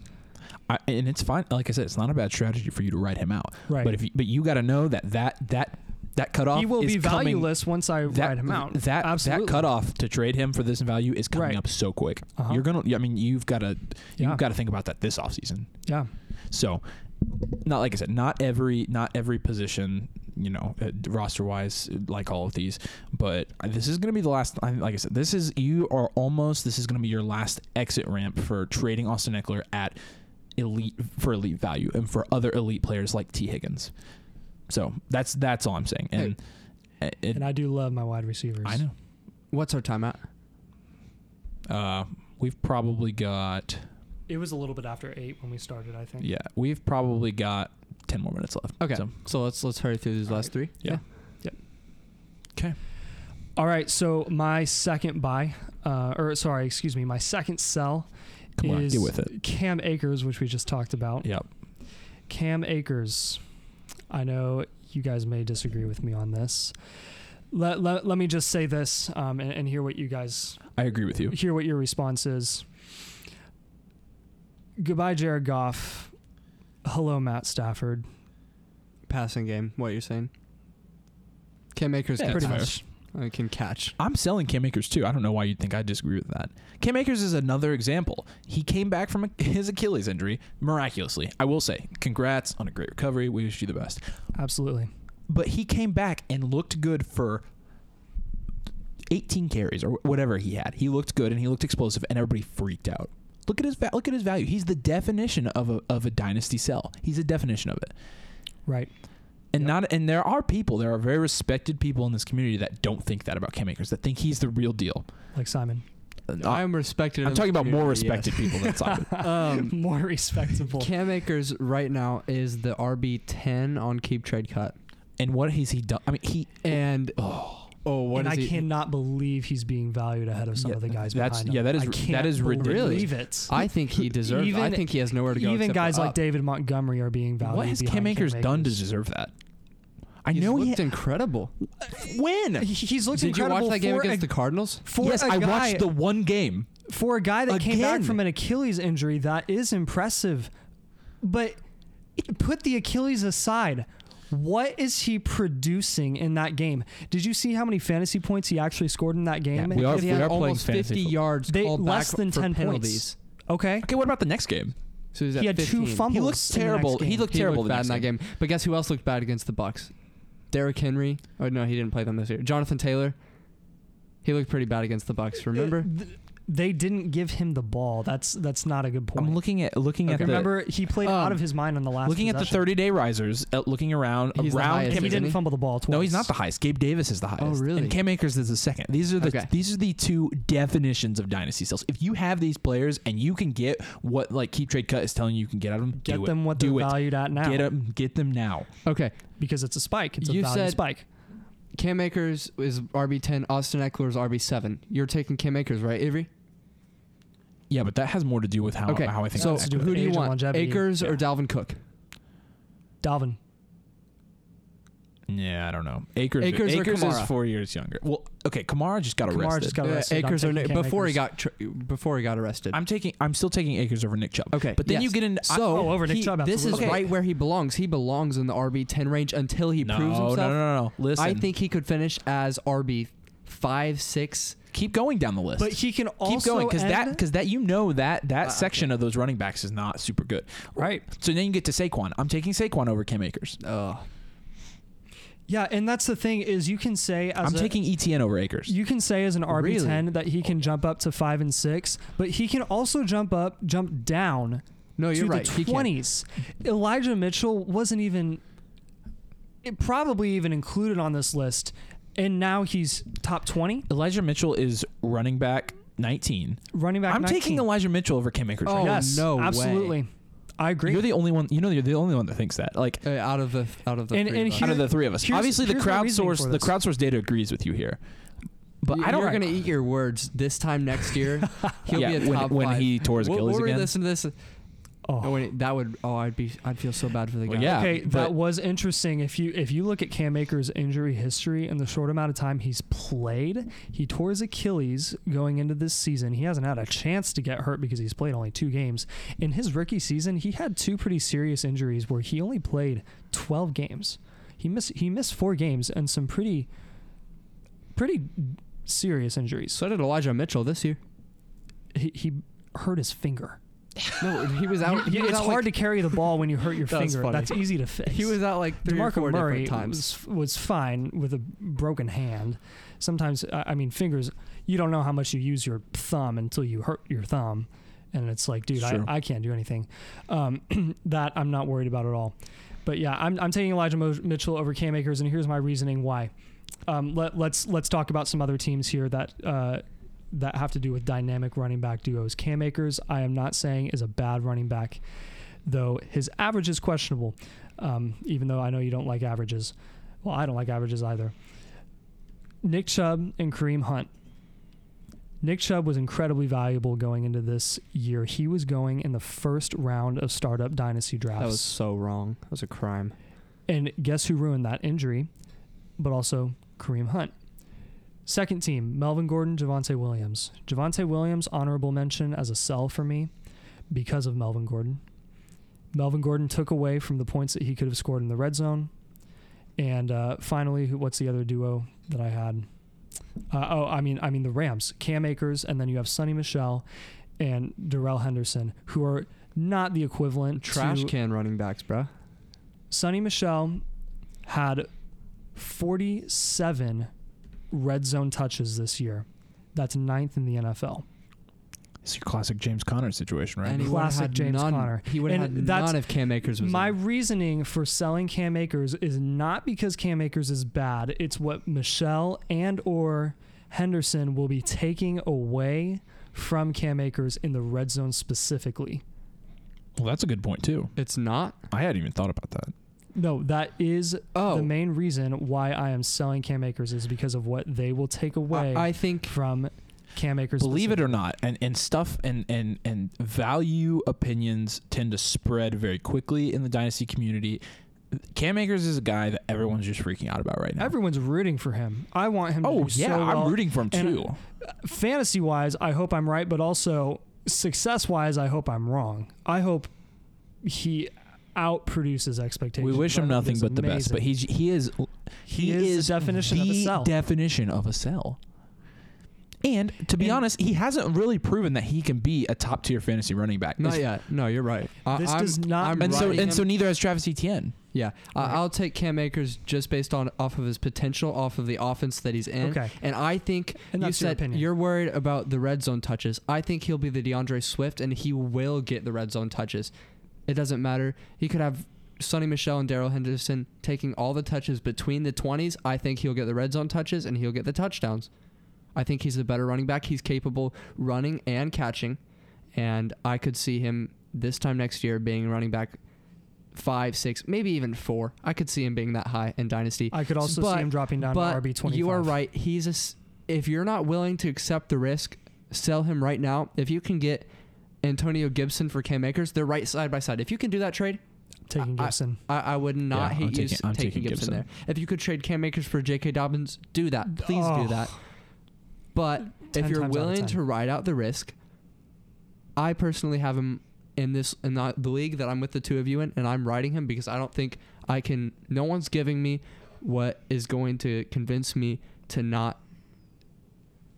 S1: I, and it's fine. Like I said, it's not a bad strategy for you to write him out.
S3: Right.
S1: But if you, but you got to know that that that that cutoff
S3: he will
S1: is
S3: be
S1: coming-
S3: valueless once I
S1: That,
S3: ride him out.
S1: that
S3: Absolutely.
S1: that cutoff to trade him for this value is coming
S3: Right.
S1: up so quick.
S3: Uh-huh.
S1: You're gonna. I mean, you've got to. You've
S3: Yeah.
S1: got to think about that this offseason.
S3: Yeah.
S1: So, not like I said, not every not every position, you know, uh, roster wise, like all of these. But this is going to be the last. I- Like I said, this is you are almost. This is going to be your last exit ramp for trading Austin Eckler at elite for elite value and for other elite players like T Higgins. So that's that's all I'm saying. And uh, it,
S3: And I do love my wide receivers.
S1: I know.
S2: What's our timeout?
S1: Uh, we've probably got
S3: It was a little bit after eight when we started, I think.
S1: yeah, we've probably got ten more minutes left.
S2: Okay, so,
S1: So,
S2: let's let's hurry through these
S3: All
S2: last three.
S3: right.
S1: yeah. Okay.
S3: All right. So my second buy, uh, or sorry, excuse me, my second sell
S1: Come on,
S3: is
S1: get with it.
S3: Cam Akers, which we just talked about.
S1: Yep.
S3: Cam Akers. I know you guys may disagree with me on this. Let, let, let me just say this um, and, and hear what you guys
S1: I agree with you.
S3: hear what your response is. Goodbye, Jared Goff. Hello, Matt Stafford.
S2: Passing game. What you're saying? Cam Akers
S1: Yeah,
S2: can
S1: it's
S3: Pretty
S1: fair.
S2: catch.
S3: much.
S2: I can catch.
S1: I'm selling Cam Akers too. I don't know why you'd think I disagree with that. Cam Akers is another example. He came back from his Achilles injury miraculously. I will say, congrats on a great recovery. We wish you the best.
S3: Absolutely.
S1: But he came back and looked good for 18 carries or whatever he had. He looked good and he looked explosive, and everybody freaked out. Look at his va- look at his value. He's the definition of a of a dynasty sell. He's a definition of it.
S3: Right.
S1: And
S2: Yep.
S1: not and there are people, there are very respected people in this community that don't think that about Cam Akers. That think he's the real deal.
S3: Like Simon.
S1: I-
S2: I'm respected. in
S1: I'm
S2: the
S1: talking about more
S2: community, yes.
S1: respected people than Simon.
S2: Um,
S3: More respectable.
S2: Cam Akers right now is the RB ten on keep trade cut,
S1: and what has he done? I mean, he.
S2: and
S1: Oh,
S2: oh, what
S3: and
S2: is
S3: I
S2: he?
S3: cannot believe he's being valued ahead of some
S1: Yeah,
S3: of the guys
S1: that's-
S3: behind him.
S1: yeah, that is-
S3: I
S1: that
S3: can't
S1: is ridiculous.
S3: Believe it.
S2: I think he deserves. I
S3: Even-
S2: think he has nowhere to go.
S3: Even
S2: except for
S3: guys like
S2: up.
S3: David Montgomery are being valued.
S1: what has
S3: behind
S1: Cam Akers done to
S3: Akers.
S1: deserve that? I
S2: He's
S1: know he.
S2: looked incredible.
S1: when?
S3: He- He's looked
S2: Did you
S3: incredible
S2: watch that game
S3: for
S2: against
S3: a,
S2: the Cardinals?
S3: for
S1: yes,
S3: a
S1: I
S3: guy,
S1: watched the one game.
S3: for a guy that came back
S1: Again.
S3: from an Achilles injury. That is impressive, but put the Achilles aside. What is he producing in that game? Did you see how many fantasy points he actually scored in that game?
S1: Yeah, we are-
S3: If-
S2: he had
S1: playing
S2: almost
S1: fantasy
S2: 50
S1: football.
S2: yards
S3: They-
S2: called
S3: less
S2: back
S3: than
S2: for
S3: 10 points.
S2: penalties.
S3: okay.
S1: Okay, what about the next game?
S2: So he's
S3: He
S2: at
S3: had
S2: 15.
S3: two fumbles.
S1: He looks
S3: in the next
S1: terrible. He
S3: game.
S1: looked
S2: He
S1: terrible
S2: looked bad in
S1: the
S2: that
S1: next
S2: game. But guess who else looked bad against the Bucks? Derrick Henry. Oh no, he didn't play them this year. Jonathan Taylor. He looked pretty bad against the Bucks. Remember?
S3: Th- They didn't give him the ball. That's that's not a good point.
S1: I'm looking at looking
S2: Okay.
S1: at the
S3: Remember, he played
S2: Um,
S3: out of his mind on the last.
S1: looking at the
S3: possession.
S1: 30 day risers, uh, looking around
S2: He's the
S1: around
S2: highest,
S1: Cam
S3: He
S2: isn't
S1: Akers.
S3: didn't fumble the ball twice.
S1: No, he's not the highest. Gabe Davis is the highest.
S2: Oh, really?
S1: And Cam Akers is the second. These are the
S2: Okay.
S1: these are the two definitions of dynasty sales. If you have these players and you can get what like keep trade cut is telling you you can get out of them,
S3: Get
S1: do
S3: them
S1: it.
S3: what they're
S1: do it.
S3: valued at now.
S1: Get them get them now.
S2: Okay.
S3: because it's a spike. It's a
S2: You
S3: value
S2: said-
S3: spike.
S2: Cam Akers is RB ten. Austin Eckler is RB seven. You're taking Cam Akers, right, Avery?
S1: Yeah, but that has more to do with how
S2: okay.
S1: how I think
S2: so
S1: about
S3: has to do
S2: who
S3: with
S2: do you
S3: age and
S2: want,
S3: longevity.
S2: Akers
S1: Yeah.
S2: or Dalvin Cook?
S3: Dalvin.
S1: Yeah, I don't know. Acres,
S2: Akers
S1: Acres,
S2: or
S1: is
S2: Kamara?
S1: four years younger. Well, okay, Kamara just got
S3: Kamara
S1: arrested.
S3: just got
S2: Uh,
S3: arrested.
S2: Akers
S3: I'm
S2: or
S3: taking Cam
S2: before he
S3: Akers.
S2: got tr- before he got arrested.
S1: I'm taking. I'm still taking Acres over Nick Chubb.
S2: Okay,
S1: but then
S2: yes.
S1: you get into I-
S2: so
S3: Oh, over Nick
S2: he-
S3: Chubb,
S2: This is
S1: absolutely.
S2: right where he belongs. He belongs in the RB ten range until he
S1: no,
S2: proves himself.
S1: No, no, no, no. Listen,
S2: I think he could finish as RB five, six.
S1: keep going down the list.
S3: But he can also
S1: keep going because that
S3: end- Ah,
S1: because that you know that that
S2: Uh,
S1: section of those running backs is not super good.
S3: right. Uh,
S1: So then you get to Saquon. I'm taking Saquon over Cam Akers.
S2: Oh,
S3: Yeah, and that's the thing is you can say as
S1: I'm
S3: a-
S1: taking ETN over Akers.
S3: You can say as an RB10 that he can jump up to 5 and 6, but he can also jump up, jump down
S2: no,
S3: to
S2: Oh, you're right.
S3: the
S2: He can.
S3: 20s. Elijah Mitchell wasn't even it probably even included on this list and now he's top 20
S1: Elijah Mitchell is running back 19.
S3: running back
S1: I'm
S3: 19.
S1: taking Elijah Mitchell over Cam Akers.
S2: Oh,
S1: right now.
S3: Yes,
S2: no way.
S3: absolutely. I agree.
S1: You're the only one. You know, you're the only one that thinks that. Like
S2: Uh, out of the out of the
S3: And-
S2: three
S3: and
S2: of us.
S1: out
S3: here-
S1: of the three of us,
S3: here's-
S1: obviously the
S3: here's my reasoning
S1: crowdsource
S3: for
S1: the
S3: this.
S1: crowdsource data agrees with you here. But
S2: You-
S1: I don't.
S2: You're gonna eat your words this time next year. He'll
S1: yeah,
S2: be a
S1: when,
S2: top
S1: when
S2: five.
S1: he tore his
S2: We'll-
S1: Achilles
S2: we'll
S1: again.
S2: Listen to this.
S3: Oh.
S2: Oh, wait, that would. Oh, I'd be. I'd feel so bad for the guy.
S1: Well, yeah.
S3: okay,
S1: but-
S3: that was interesting. If you if you look at Cam Akers' injury history and the short amount of time he's played, he tore his Achilles going into this season. He hasn't had a chance to get hurt because he's played only two games. In his rookie season, he had two pretty serious injuries where he only played twelve games. He missed he missed four games and some pretty pretty serious injuries.
S2: So did Elijah Mitchell this year.
S3: He, he hurt his finger.
S2: No, he was out.
S3: You-
S2: he
S3: you-
S2: was
S3: it's
S2: out
S3: hard
S2: like,
S3: to carry the ball when you hurt your
S2: That was
S3: finger.
S2: funny.
S3: That's easy to fix.
S2: He was out like three or
S3: DeMarco
S2: four
S3: Murray
S2: different times.
S3: was was fine with a broken hand. Sometimes I I mean fingers you don't know how much you use your thumb until you hurt your thumb and it's like dude
S1: It's true.
S3: I, I can't do anything. Um, that I'm not worried about at all. But yeah, I'm I'm taking Elijah Mo- Mitchell over Cam Akers and here's my reasoning why. Um, let, let's let's talk about some other teams here that uh, that have to do with dynamic running back duos. Cam Akers, I am not saying is a bad running back, though his average is questionable. Um, even though I know you don't like averages, well, I don't like averages either. Nick Chubb and Kareem Hunt. Nick Chubb was incredibly valuable going into this year. He was going in the first round of startup dynasty drafts.
S2: That was so wrong. That was a crime.
S3: And guess who ruined that injury? But also Kareem Hunt. Second team, Melvin Gordon, Javante Williams. Javante Williams, honorable mention as a sell for me because of Melvin Gordon. Melvin Gordon took away from the points that he could have scored in the red zone. And uh, finally, who- what's the other duo that I had? Uh, oh, I mean, I mean the Rams, Cam Akers, and then you have Sonny Michelle and Darrell Henderson, who are not the equivalent
S2: Trash
S3: to
S2: can running backs, bruh.
S3: Sonny Michelle had 47 red zone touches this year. That's ninth in the NFL.
S1: It's your classic James Conner situation, right?
S2: And he would've
S3: Classic
S2: had
S3: James
S2: none-
S3: Conner.
S2: He would have
S3: And
S2: had
S3: that's-
S2: none if Cam Akers was
S3: My
S2: in.
S3: reasoning for selling Cam Akers is not because Cam Akers is bad. It's what Michelle and or Henderson will be taking away from Cam Akers in the red zone specifically.
S1: well, that's a good point too.
S3: Uh,
S2: It's not.
S1: I hadn't even thought about that.
S3: No, that is
S2: Oh.
S3: the main reason why I am selling Cam Akers is because of what they will take away
S2: I, I think
S3: from Cam Akers.
S1: Believe it or not, and, and stuff and, and and value opinions tend to spread very quickly in the dynasty community. Cam Akers is a guy that everyone's just freaking out about right now.
S3: Everyone's rooting for him. I want him.
S1: oh
S3: to do
S1: yeah,
S3: so well.
S1: I'm rooting for him
S3: And, uh,
S1: too.
S3: Fantasy wise, I hope I'm right, but also success wise, I hope I'm wrong. I hope he outproduces expectations.
S1: We wish
S3: I
S1: him
S3: think
S1: nothing
S3: it's
S1: but the best, but
S3: amazing.
S1: he's he is he,
S3: is the definition of a
S1: the
S3: cell.
S1: Definition of a cell. And to be
S3: And-
S1: honest, he hasn't really proven that he can be a top tier fantasy running back.
S2: not
S1: It's-
S2: yet. No, you're right. I,
S3: This
S2: I'm-
S3: does not
S2: I'm
S1: And so
S2: riding
S1: and
S2: him.
S1: so neither has Travis Etienne.
S2: Yeah,
S3: Right.
S2: I I'll take Cam Akers just based on off of his potential, off of the offense that he's in.
S3: Okay.
S2: And I think
S3: And
S2: you
S3: that's your
S2: said
S3: opinion.
S2: you're worried about the red zone touches. I think he'll be the DeAndre Swift, and he will get the red zone touches. It doesn't matter. He could have Sonny Michelle and Daryl Henderson taking all the touches between the 20s. I think he'll get the red zone touches, and he'll get the touchdowns. I think he's a better running back. He's capable running and catching, and I could see him this time next year being a running back five, six, maybe even four. I could see him being that high in dynasty.
S3: I could also
S2: But-
S3: see him dropping down to
S2: but
S3: RB twenty.
S2: You are right. He's a. s- If you're not willing to accept the risk, sell him right now. If you can get Antonio Gibson for Cam Akers, they're right side by side. If you can do that trade,
S3: taking
S2: I-
S3: Gibson.
S2: I, I would not
S1: Yeah,
S2: hate
S1: I'm
S2: you
S1: taking-
S2: s-
S1: I'm
S2: taking,
S1: taking Gibson.
S2: Gibson, there. If you could trade Cam Akers for J.K. Dobbins, do that. Please
S3: Oh.
S2: do that. But if
S3: Ten times
S2: you're
S3: out of
S2: willing to
S3: ten.
S2: ride out the risk, I personally have him in this in the, the league that I'm with the two of you in, and I'm riding him because I don't think I can. No one's giving me what is going to convince me to not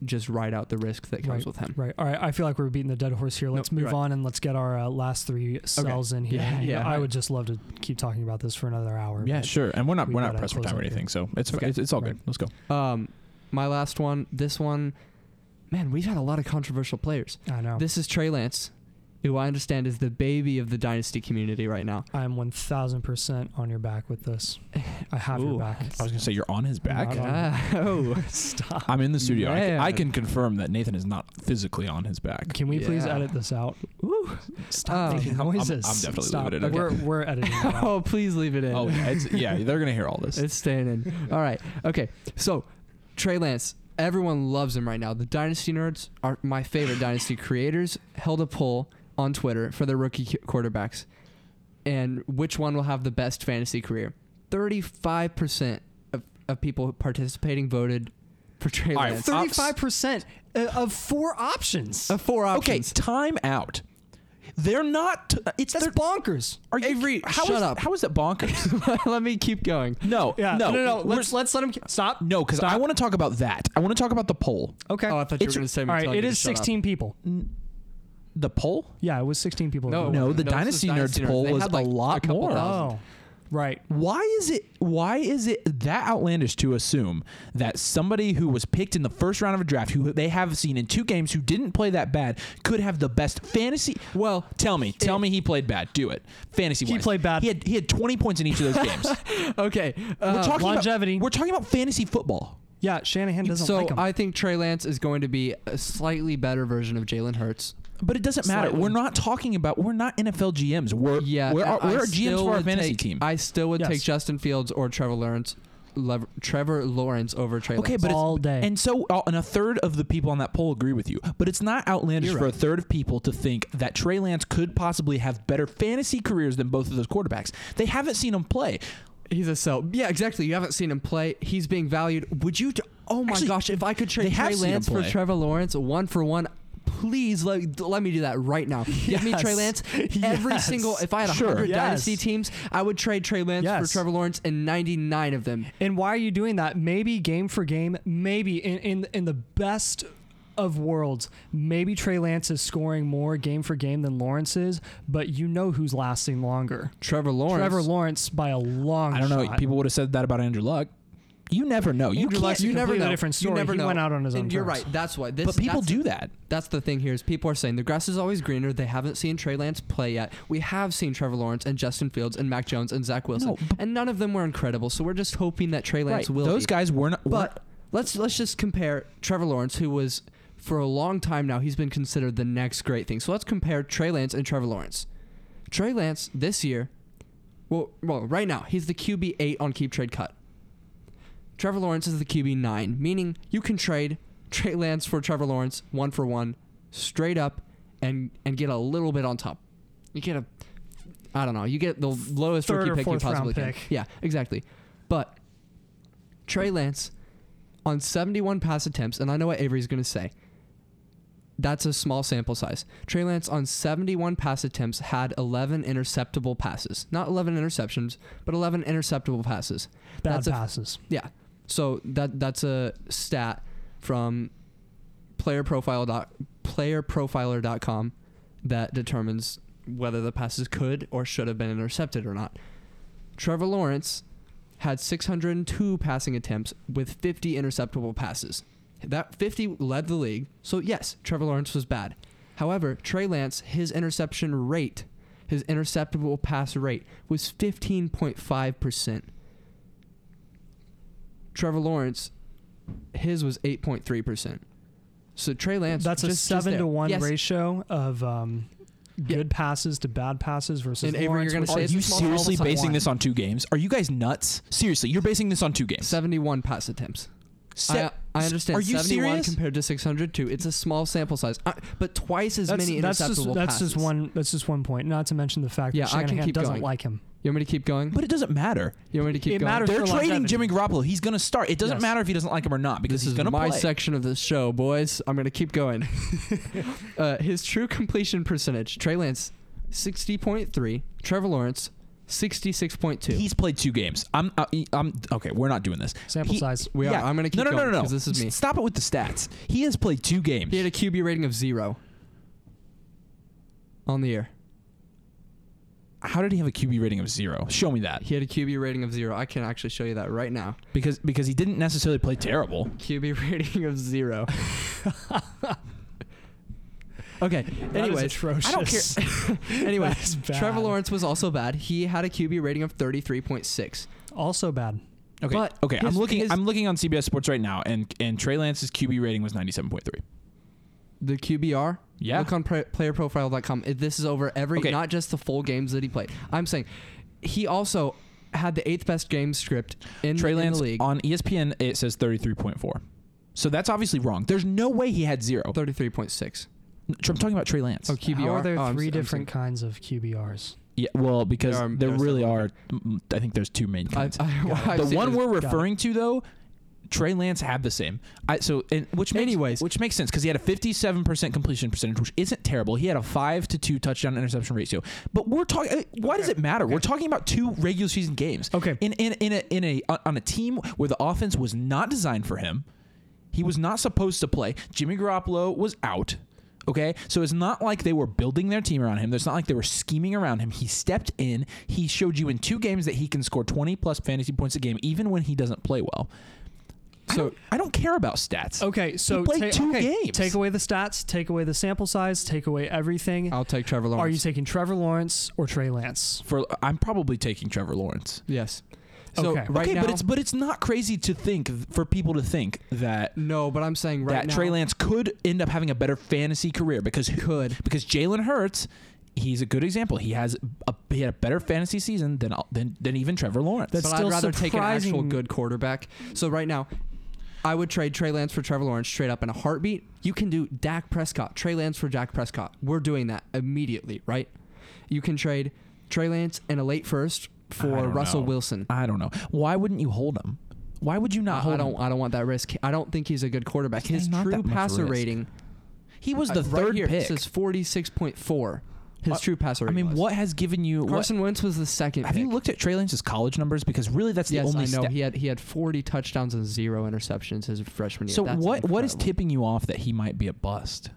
S2: just ride out the risk that comes
S3: Right,
S2: with him.
S3: Right. All right. I feel like we're beating the dead horse here.
S2: No,
S3: Let's
S2: you're
S3: move
S2: right.
S3: on and let's get our uh, last three cells in here.
S2: Yeah,
S3: You know,
S2: yeah.
S3: I would just love to keep talking about this for another hour.
S1: Yeah,
S3: but-
S1: sure. And we're not
S3: we
S1: we're
S3: gotta
S1: not pressed for
S3: close
S1: time or
S3: up here.
S1: anything, so it's
S2: Okay.
S1: it's, it's all
S3: Right.
S1: good. Let's go.
S2: Um, my last one. This one, man, we've had a lot of controversial players.
S3: I
S1: Oh.
S3: know.
S2: This is Trey Lance, who I understand is the baby of the dynasty community right now.
S3: I am one thousand percent on your back with this. I have your
S2: Ooh.
S3: back.
S1: I was gonna say you're on his back.
S3: Not on-
S2: Oh,
S3: Stop.
S1: I'm in the studio. I, can- I
S2: Man.
S1: can confirm that Nathan is not physically on his back.
S3: Can we please
S2: Yeah.
S3: edit this out?
S2: Um,
S3: Stop making
S1: I'm- I'm-
S3: noises.
S1: I'm definitely
S3: Stop.
S1: leaving it in.
S3: We're, we're editing it out.
S2: oh, please leave it in.
S1: Oh, yeah, it's, yeah, they're gonna hear all this.
S2: It's staying in. All right. Okay. So, Trey Lance. Everyone loves him right now. The Dynasty nerds are my favorite Dynasty creators. Held a poll on Twitter for their rookie qu- quarterbacks, and which one will have the best fantasy career? Thirty-five percent of, of people participating voted for Trey
S1: All right, Uh,
S2: Lance.
S1: ops-
S3: Thirty-five percent uh, of four options.
S2: Of four
S1: okay,
S2: options.
S1: time out. They're not. it's
S3: That's
S1: their,
S3: bonkers.
S1: Are you,
S2: Avery,
S1: how
S2: shut
S1: is-
S2: up.
S1: How is that bonkers?
S2: Let me keep going.
S1: no,
S3: Yeah.
S1: no,
S3: no, no.
S1: We're-
S3: Let's let's let him stop.
S1: no, because I want to talk about that. I want to talk about the poll.
S3: Okay.
S2: Oh, I thought you were
S1: It's-
S2: going to say.
S3: All
S2: me
S3: right.
S2: telling you
S3: It
S2: to
S3: is
S2: shut up.
S3: sixteen people.
S1: The poll?
S3: Yeah, it was sixteen people.
S2: No,
S3: that voted.
S1: No, the
S2: no, this
S1: Dynasty,
S2: was Dynasty
S1: Nerds
S2: Nerds.
S1: poll
S2: They
S1: was
S2: had,
S1: a
S2: like, a
S1: lot
S2: couple
S1: more.
S2: thousand.
S3: Oh, right.
S1: why is it why is it that outlandish to assume that somebody who was picked in the first round of a draft who they have seen in two games who didn't play that bad could have the best fantasy well tell me tell me he played bad do it fantasy
S3: He played bad.
S1: he had he had 20 points in each of those games
S2: Uh, Okay.
S1: we're
S2: uh,
S1: talking
S3: longevity.
S1: about, we're talking about fantasy football
S3: Yeah, Shanahan doesn't
S2: so
S3: like him.
S2: I think Trey Lance is going to be a slightly better version of Jalen Hurts.
S1: but it doesn't matter
S2: Slightly.
S1: we're not talking about we're not NFL GMs we're
S2: Yeah,
S1: we're,
S2: I- I
S1: we're GMs
S2: still
S1: for our
S2: would
S1: fantasy
S2: take-
S1: team
S2: I still would
S3: Yes.
S2: take Justin Fields or Trevor Lawrence, Lev- Trevor Lawrence over Trey.
S1: Okay,
S2: Lance.
S1: but it's-
S3: all day.
S1: And so, uh, and a third of the people on that poll agree with you. But it's not outlandish for a third of people to think that Trey Lance could possibly have better fantasy careers than both of those quarterbacks. They haven't seen him play.
S2: He's a sell. Yeah, exactly. You haven't seen him play. He's being valued. Would you? T- oh my
S1: Actually,
S2: gosh! If I could
S1: they
S2: trade
S1: have
S2: Trey
S1: seen him
S2: Lance for
S1: play.
S2: Trevor Lawrence, one for one, please let, let me do that right now. Give me Trey
S3: Yes.
S2: Lance every
S3: Yes.
S2: single. If I had
S1: Sure.
S2: hundred
S3: Yes.
S2: dynasty teams, I would trade Trey Lance
S3: Yes.
S2: for Trevor Lawrence in ninety nine of them.
S3: And why are you doing that? Maybe game for game, maybe in in, in the best of worlds, maybe Trey Lance is scoring more game for game than Lawrence is, but you know who's lasting longer.
S2: Trevor Lawrence.
S3: Trevor Lawrence by a long
S1: I don't know.
S3: shot.
S1: People would have said that about Andrew Luck. You never know. You
S2: Andrew
S1: can't.
S2: Luck's a
S1: you never
S3: completely
S1: know.
S3: different
S2: You
S3: story.
S2: never
S3: he
S2: know.
S3: went out on his own.
S2: And you're
S3: terms.
S2: right. That's why. This,
S1: But people
S2: that's-
S1: do that.
S2: That's the thing here is people are saying the grass is always greener. They haven't seen Trey Lance play yet. We have seen Trevor Lawrence and Justin Fields and Mac Jones and Zach Wilson,
S1: No, but-
S2: and none of them were incredible. So we're just hoping that Trey Lance
S1: Right.
S2: will.
S1: Those
S2: be.
S1: guys were not. were-
S2: But let's let's just compare Trevor Lawrence, who was for a long time now, he's been considered the next great thing. So let's compare Trey Lance and Trevor Lawrence. Trey Lance this year, well, well, right now he's the QB eight on keep trade cut. Trevor Lawrence is the QB nine, meaning you can trade Trey Lance for Trevor Lawrence one for one, straight up, and and get a little bit on top. You get a, I don't know, you get the lowest
S3: Third
S2: rookie
S3: or
S2: pick
S3: fourth
S2: you
S3: round
S2: possibly
S3: pick.
S2: can. Yeah, exactly. But Trey Lance on 71 pass attempts, and I know what Avery's going to say. That's a small sample size. Trey Lance on 71 pass attempts had 11 interceptable passes. Not 11 interceptions, but 11 interceptable passes.
S3: Bad
S2: That's a-
S3: passes.
S2: Yeah. So that that's a stat from player profile dot playerprofiler.com that determines whether the passes could or should have been intercepted or not. Trevor Lawrence had 602 passing attempts with 50 interceptable passes. That 50 led the league. So yes, Trevor Lawrence was bad. However, Trey Lance, his interception rate, his interceptable pass rate was 15.5%. Trevor Lawrence, his was 8.3%. So Trey Lance
S3: That's a
S2: just- just
S3: seven
S2: there.
S3: to one
S2: Yes,
S3: ratio of um,
S2: Yeah.
S3: good passes to bad passes versus.
S2: And Avery, you're
S3: Lawrence,
S2: gonna
S3: which
S2: say
S1: Are
S2: it's a
S3: is
S1: you
S2: small
S1: seriously
S2: sample size.
S1: basing
S2: One.
S1: this on two games? Are you guys nuts? Seriously, you're basing this on two games.
S2: 71 pass attempts.
S1: Se-
S2: I, I understand.
S1: Are you
S2: 71
S1: serious?
S2: compared to 602. It's a small sample size, I, but twice as
S3: that's,
S2: many interceptable
S3: that's just, that's
S2: passes.
S3: just one. That's just one point. Not to mention the fact
S2: Yeah,
S3: that
S2: I can
S3: Shanahan
S2: keep
S3: doesn't
S2: going.
S3: like him.
S2: You want me to keep going?
S1: but it doesn't matter.
S2: You want me to keep
S3: It
S2: going?
S3: matters
S1: They're
S3: for
S1: trading Jimmy
S3: longevity.
S1: Garoppolo. He's going to start. It doesn't
S3: Yes.
S1: matter if he doesn't like him or not because
S2: this
S1: he's
S2: is
S1: going to
S2: my
S1: play.
S2: section of the show, boys. I'm gonna keep going. uh, his true completion percentage: Trey Lance, 60.3. Trevor Lawrence, 66.2.
S1: He's played two games. I'm. Uh, I'm okay. We're not doing this.
S3: Sample
S1: He-
S3: size.
S2: we are. I'm gonna keep
S1: no, no,
S2: going
S1: no, no, no.
S2: 'cause this is me.
S1: S- Stop it with the stats. He has played two games.
S2: he had a QB rating of zero on the year.
S1: How did he have a QB rating of zero? Show me that.
S2: He had a QB rating of zero. I can actually show you that right now.
S1: Because because he didn't necessarily play terrible.
S2: QB rating of zero. okay.
S3: That is
S2: Anyways,
S3: atrocious.
S2: I don't care. anyway,
S3: That is bad.
S2: Trevor Lawrence was also bad. He had a QB rating of 33.6.
S3: Also bad.
S1: Okay.
S2: But
S1: okay. I'm
S2: his-
S1: looking.
S2: his-
S1: I'm looking on CBS Sports right now, and and Trey Lance's QB rating was 97.3.
S2: The QBR.
S1: Yeah.
S2: Look on pra- playerprofile.com. It- This is over every,
S1: Okay.
S2: not just the full games that he played. I'm saying he also had the eighth best game script in,
S1: Trey
S2: in the
S1: Lance
S2: league.
S1: on E ESPN it says 33.4. So that's obviously wrong. There's no way he had zero.
S2: 33.6.
S1: I'm talking about Trey Lance.
S2: Oh, QBR.
S3: How are there
S2: Oh, I'm-
S3: three
S2: I'm
S3: different
S2: sorry.
S3: kinds of QBRs?
S1: Yeah, well, because
S2: There are-
S1: there,
S2: there are
S1: really
S2: several
S1: are. mm, I think there's two main
S2: I,
S1: kinds.
S2: I,
S3: Got it.
S2: I've
S1: the
S2: seen
S1: one
S2: this.
S1: we're
S3: Got it.
S1: referring to, though, Trey Lance had the same. I so and which makes,
S2: Anyways.
S1: which makes sense because he had a 57 percent completion percentage, which isn't terrible. He had a five to two touchdown interception ratio. But we're talking. Why does it
S2: Okay.
S1: matter? We're talking about two regular season games.
S3: Okay.
S1: In in in a, in a on a team where the offense was not designed for him, he was not supposed to play. Jimmy Garoppolo was out. Okay, so it's not like they were building their team around him. It's not like they were scheming around him. He stepped in. He showed you in two games that he can score 20 plus fantasy points a game, even when he doesn't play well. So I
S2: So-
S1: don't, I don't care about stats.
S3: Okay, so
S1: played
S3: ta-
S1: two
S3: okay,
S1: games.
S3: Take away the stats. Take away the sample size. Take away everything.
S2: I'll take Trevor Lawrence.
S3: Are you taking Trevor Lawrence or Trey Lance?
S1: For I'm probably taking Trevor Lawrence.
S2: Yes. So
S3: Okay.
S2: right
S1: okay,
S2: now,
S1: but it's but it's not crazy to think for people to think that
S2: no. But I'm saying right
S1: that
S2: now,
S1: Trey Lance could end up having a better fantasy career because who-
S2: could.
S1: because Jalen Hurts, he's a good example. He has a he had a better fantasy season than than, than even Trevor Lawrence.
S3: That's-
S2: but I'd
S3: still
S2: rather take an actual
S3: surprising.
S2: good quarterback. So right now, I would trade Trey Lance for Trevor Lawrence straight up in a heartbeat. You can do Dak Prescott, Trey Lance for Dak Prescott. We're doing that immediately, right? You can trade Trey Lance and a late first
S1: I
S2: for
S1: don't
S2: Russell
S1: know.
S2: Wilson.
S1: I don't know. Why wouldn't you hold him? Why would you not
S2: I, I
S1: hold
S2: don't.
S1: him?
S2: I don't want that risk. I don't think he's a good quarterback.
S1: He's
S2: His
S1: not
S2: true
S1: that much
S2: passer
S1: risk.
S2: rating
S1: He was
S2: uh,
S1: the
S2: right
S1: third
S2: here,
S1: pick.
S2: It says forty six point four. His
S1: Uh,
S2: true passer
S1: I
S2: rating.
S1: mean,
S2: was.
S1: what has given you? what-
S2: Carson Wentz was the second.
S1: have you
S2: pick.
S1: looked at Trey Lance's college numbers? Because really, that's the
S2: yes,
S1: only.
S2: I know
S1: stat-
S2: he had he had forty touchdowns and zero interceptions his freshman year.
S1: so
S2: That's
S1: what? What is
S2: incredible.
S1: tipping you off that he might be a bust?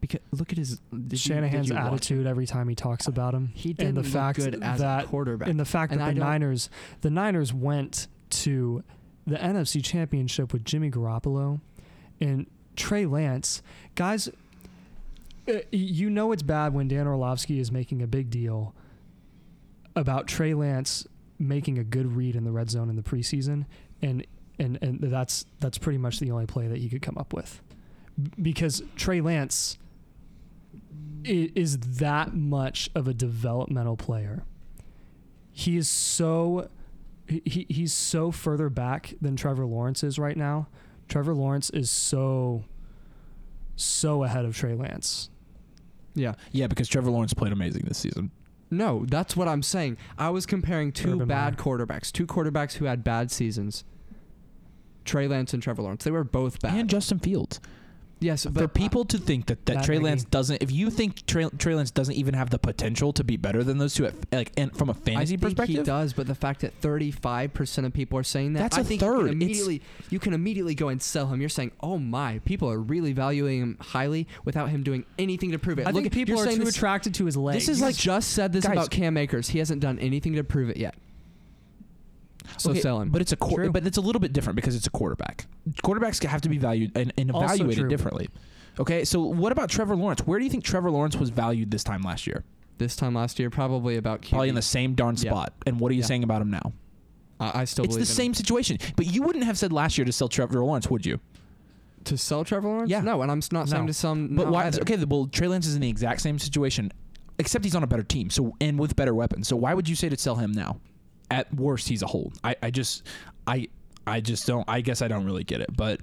S2: Because look at his did you- did
S3: Shanahan's
S2: you watch
S3: attitude every time he talks about him,
S2: He
S3: and
S2: didn't
S3: the
S2: look
S3: fact
S2: good as a
S3: that
S2: quarterback.
S3: and the fact
S2: And
S3: that
S2: I
S3: the
S2: don't-
S3: Niners, the Niners went to the NFC Championship with Jimmy Garoppolo and Trey Lance, guys. uh, You know it's bad when Dan Orlovsky is making a big deal about Trey Lance making a good read in the red zone in the preseason, and and and that's that's pretty much the only play that he could come up with, B- because Trey Lance i- is that much of a developmental player. He is so he- he he's so further back than Trevor Lawrence is right now. Trevor Lawrence is so so ahead of Trey Lance.
S2: Yeah.
S1: Yeah, because Trevor Lawrence played amazing this season.
S2: No, that's what I'm saying. I was comparing two
S3: Urban
S2: bad quarterbacks, two quarterbacks who had bad seasons. Trey Lance and Trevor Lawrence. They were both bad.
S1: And Justin Fields.
S2: yes, but
S1: For people to think that, that
S3: Matt
S1: Trey
S3: Nagy.
S1: Lance doesn't, if you think Trey, Trey Lance doesn't even have the potential to be better than those two, at, like and from a
S2: I
S1: fantasy
S2: think
S1: perspective,
S2: he does, but the fact that 35% of people are saying that,
S1: That's
S2: I
S1: a
S2: think
S1: third.
S2: You
S1: It's-
S2: can, immediately, you can immediately go and sell him. You're saying, oh my, people are really valuing him highly without him doing anything to prove it.
S3: I
S2: Look
S3: think
S2: at,
S3: people
S2: you're
S3: are
S2: saying
S3: too
S2: this,
S3: attracted to his legs.
S2: This is like just said this
S1: Guys-
S2: about Cam Akers. He hasn't done anything to prove it yet. So
S1: Okay,
S2: sell him.
S1: But it's a quar-
S3: True.
S1: but it's a little bit different because it's a quarterback. Quarterbacks have to be valued and, and
S3: Also
S1: evaluated
S3: true.
S1: differently. Okay, so what about Trevor Lawrence? Where do you think Trevor Lawrence was valued this time last year?
S2: this time last year, probably about QB.
S1: Probably in the same darn
S2: Yeah.
S1: spot. And what are you
S2: Yeah.
S1: saying about him now?
S2: I, I still
S1: It's
S2: believe
S1: the
S2: in him.
S1: same situation. But you wouldn't have said last year to sell Trevor Lawrence, would you?
S2: to sell Trevor Lawrence.
S1: Yeah.
S2: no, and I'm s- not saying
S3: No.
S2: to some.
S1: But
S2: no
S1: why?
S2: either.
S1: Okay, well, Trey Lance is in the exact same situation, except he's on a better team. So and with better weapons. So why would you say to sell him now? At worst, he's a hold. I, I just, I, I just don't. I guess I don't really get it. But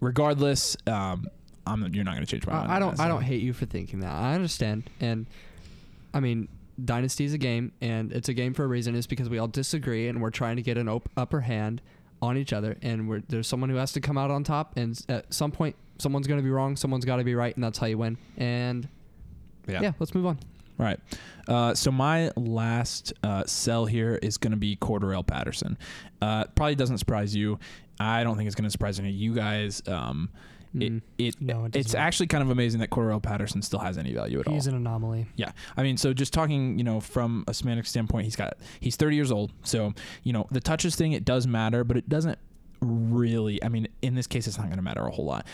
S1: regardless, um, I'm you're not going to change my mind.
S2: I, I
S1: on
S2: don't.
S1: that,
S2: I
S1: so.
S2: don't hate you for thinking that. I understand, and I mean, dynasty is a game, and it's a game for a reason. It's because we all disagree, and we're trying to get an op- upper hand on each other, and we're, there's someone who has to come out on top, and s- at some point, someone's going to be wrong, someone's got to be right, and that's how you win. And yeah, let's move on.
S1: All right. Uh, so my last uh, sell here is going to be Cordarrelle Patterson. Uh, probably doesn't surprise you. I don't think it's going to surprise any of you guys. Um,
S2: Mm.
S1: It it,
S3: Hmm. No, it
S1: it's
S3: doesn't.
S1: actually kind of amazing that Cordarrelle Patterson still has any value at all.
S3: he's an anomaly.
S1: Yeah, I mean, so just talking, you know, from a semantic standpoint, he's got he's 30 years old, so you know the touches thing it does matter, but it doesn't really. I mean, in this case, it's not going to matter a whole lot.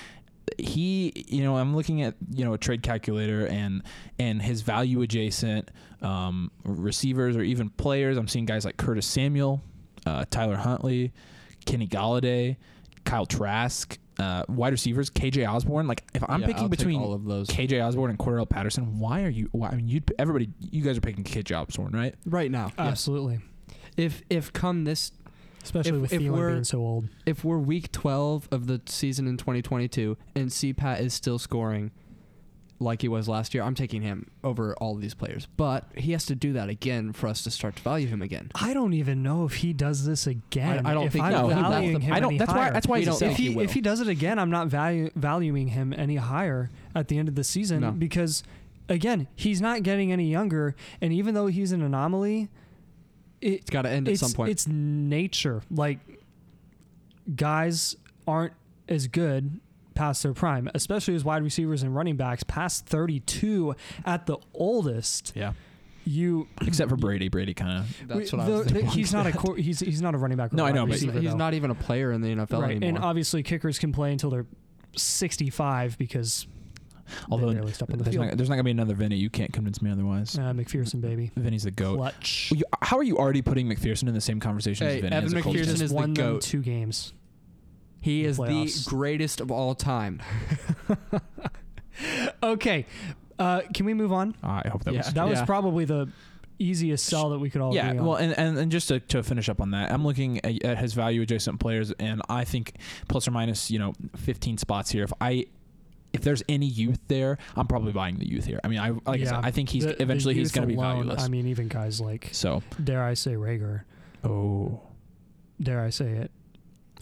S1: He, you know, I'm looking at you know a trade calculator and and his value adjacent um, receivers or even players. I'm seeing guys like Curtis Samuel, uh, Tyler Huntley, Kenny Galladay, Kyle Trask. Uh, wide receivers, KJ Osborne. Like, if I'm
S2: Yeah,
S1: picking
S2: I'll take
S1: between
S2: all of those.
S1: KJ Osborne and Cordell Patterson. Why are you? Why, I mean, you everybody, you guys are picking KJ Osborne, right?
S2: Right now,
S3: Absolutely,
S2: Uh, if if come this
S3: especially
S2: If-
S3: with
S2: if
S3: Thielen
S2: we're-
S3: being so old.
S2: if we're week 12 of the season in 2022 and CPAT is still scoring like he was last year, I'm taking him over all of these players. But he has to do that again for us to start to value him again.
S3: I don't even know if he does this again.
S2: I- I don't
S3: if
S2: think-
S3: I'm
S2: no, he won't.
S3: valuing him
S1: I don't.
S3: any
S1: That's why.
S3: higher.
S1: That's why
S2: We
S1: he's a
S2: don't
S1: sell.
S2: think
S3: if he, if he does it again, I'm not valu- valuing him any higher at the end of the season
S2: No.
S3: because, again, he's not getting any younger. And even though he's an anomaly, it,
S2: It's got to end at
S3: it's,
S2: some point.
S3: it's nature. Like guys aren't as good past their prime, especially as wide receivers and running backs past 32 at the oldest.
S1: yeah,
S3: You
S1: except for Brady. Brady kind of.
S2: That's
S3: we-
S2: what
S3: the-
S2: I was
S3: the-
S2: thinking.
S3: He's not a cor- he's he's not a running back. or
S1: No, I
S3: wide
S1: know, but-
S2: He's,
S3: receiver,
S2: he's
S3: though.
S2: not even a player in the NFL
S3: right.
S2: anymore.
S3: And obviously, kickers can play until they're 65 because
S1: Although
S3: barely step on the
S1: there's
S3: field.
S1: not, there's not gonna be another Vinny. You can't convince me otherwise.
S3: uh, McPherson baby
S1: Vinny's the goat.
S3: clutch.
S1: Well, you- How are you already putting McPherson in the same conversation as
S2: Hey,
S1: Vinny?
S2: Evan
S1: as a Colts
S2: McPherson
S1: fan?
S2: is
S3: Just
S2: the
S3: won them
S2: goat.
S3: two games.
S2: he is
S3: Playoffs.
S2: the greatest of all time.
S3: Okay, uh, can we move on?
S1: Ah, I hope that
S2: Yeah.
S1: was.
S3: That was
S2: Yeah.
S3: probably the easiest sell that we could all
S1: yeah,
S3: agree on.
S1: well, and, and, and just to, to finish up on that, I'm looking at, at his value adjacent players, and I think plus or minus, you know, 15 spots here. If I if there's any youth there, I'm probably buying the youth here. I mean, I like I,
S3: Yeah,
S1: said, I think he's
S3: The- the
S1: eventually he's
S3: youth
S1: going to be
S3: alone,
S1: valueless.
S3: I mean, even guys like
S1: so,
S3: dare I say Rager,
S1: oh,
S3: dare I say it?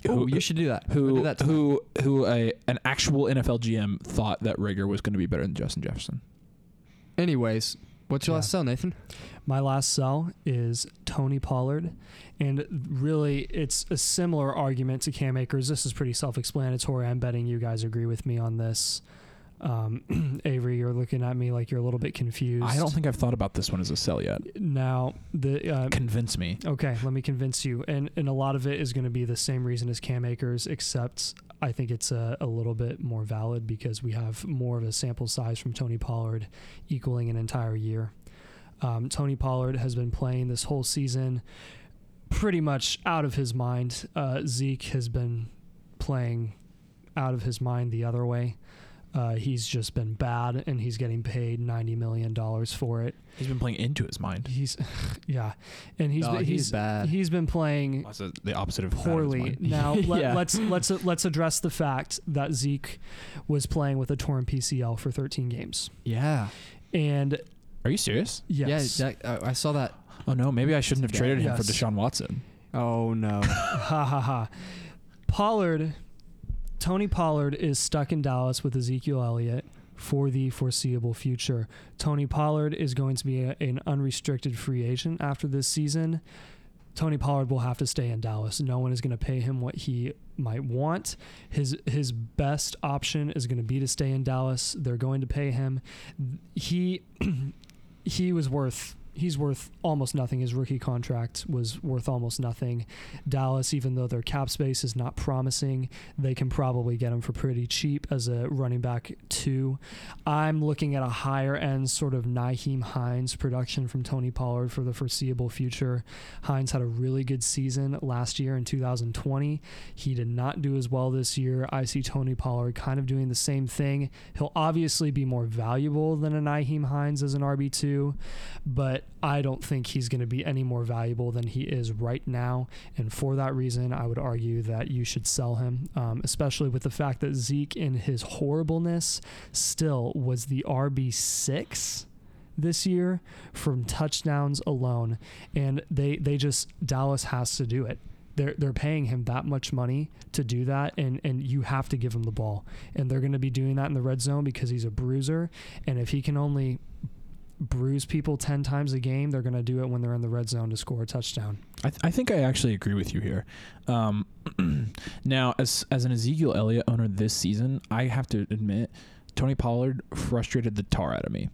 S2: Oh,
S1: Who-
S2: you should do that. I'll
S1: who
S2: do that tonight.
S1: who who a an actual NFL GM thought that Rager was going to be better than Justin Jefferson?
S2: Anyways, what's your
S3: Yeah.
S2: last sell, Nathan?
S3: My last sell is Tony Pollard, and really, it's a similar argument to Cam Akers. This is pretty self-explanatory. I'm betting you guys agree with me on this. Um, Avery, you're looking at me like you're a little bit confused.
S1: I don't think I've thought about this one as a sell yet.
S3: now the uh,
S1: Convince me.
S3: Okay, let me convince you. And and a lot of it is going to be the same reason as Cam Akers, except I think it's a, a little bit more valid because we have more of a sample size from Tony Pollard equaling an entire year. Um, Tony Pollard has been playing this whole season pretty much out of his mind. Uh, Zeke has been playing out of his mind the other way. Uh, he's just been bad, and he's getting paid ninety million dollars for it.
S1: He's been playing into his mind.
S3: He's, yeah, and he's
S2: Dog,
S3: he's,
S2: Oh, he's bad.
S3: He's been playing
S1: That's the opposite of bad of his
S3: poorly.
S1: mind.
S3: Now let,
S2: Yeah.
S3: let's let's let's address the fact that Zeke was playing with a torn PCL for 13 games,
S2: Yeah.
S3: and
S1: Are you serious?
S3: yes,
S2: Yeah, that, I I saw that.
S1: Oh no, maybe I shouldn't have traded him for
S3: Yes.
S1: Deshaun Watson.
S2: Oh, no.
S3: ha ha ha. Pollard, Tony Pollard is stuck in Dallas with Ezekiel Elliott for the foreseeable future. Tony Pollard is going to be a, an unrestricted free agent after this season. Tony Pollard will have to stay in Dallas. No one is going to pay him what he might want. His his best option is going to be to stay in Dallas. They're going to pay him. He he was worth he's worth almost nothing. His rookie contract was worth almost nothing. Dallas, even though their cap space is not promising, they can probably get him for pretty cheap as a running back two. I'm looking at a higher end sort of Naheem Hines production from Tony Pollard for the foreseeable future. Hines had a really good season last year in 2020. He did not do as well this year. I see Tony Pollard kind of doing the same thing. He'll obviously be more valuable than a Naheem Hines as an RB2, but I don't think he's going to be any more valuable than he is right now. And for that reason, I would argue that you should sell him, um, especially with the fact that Zeke, in his horribleness, still was the RB6 this year from touchdowns alone. And they, they just, Dallas has to do it. They're, they're paying him that much money to do that, and, and you have to give him the ball. And they're going to be doing that in the red zone because he's a bruiser. And if he can only bruise people 10 times a game, they're going to do it when they're in the red zone to score a touchdown.
S1: I, th- I think I actually agree with you here. Um, now, as as an Ezekiel Elliott owner this season, I have to admit, Tony Pollard frustrated the tar out of me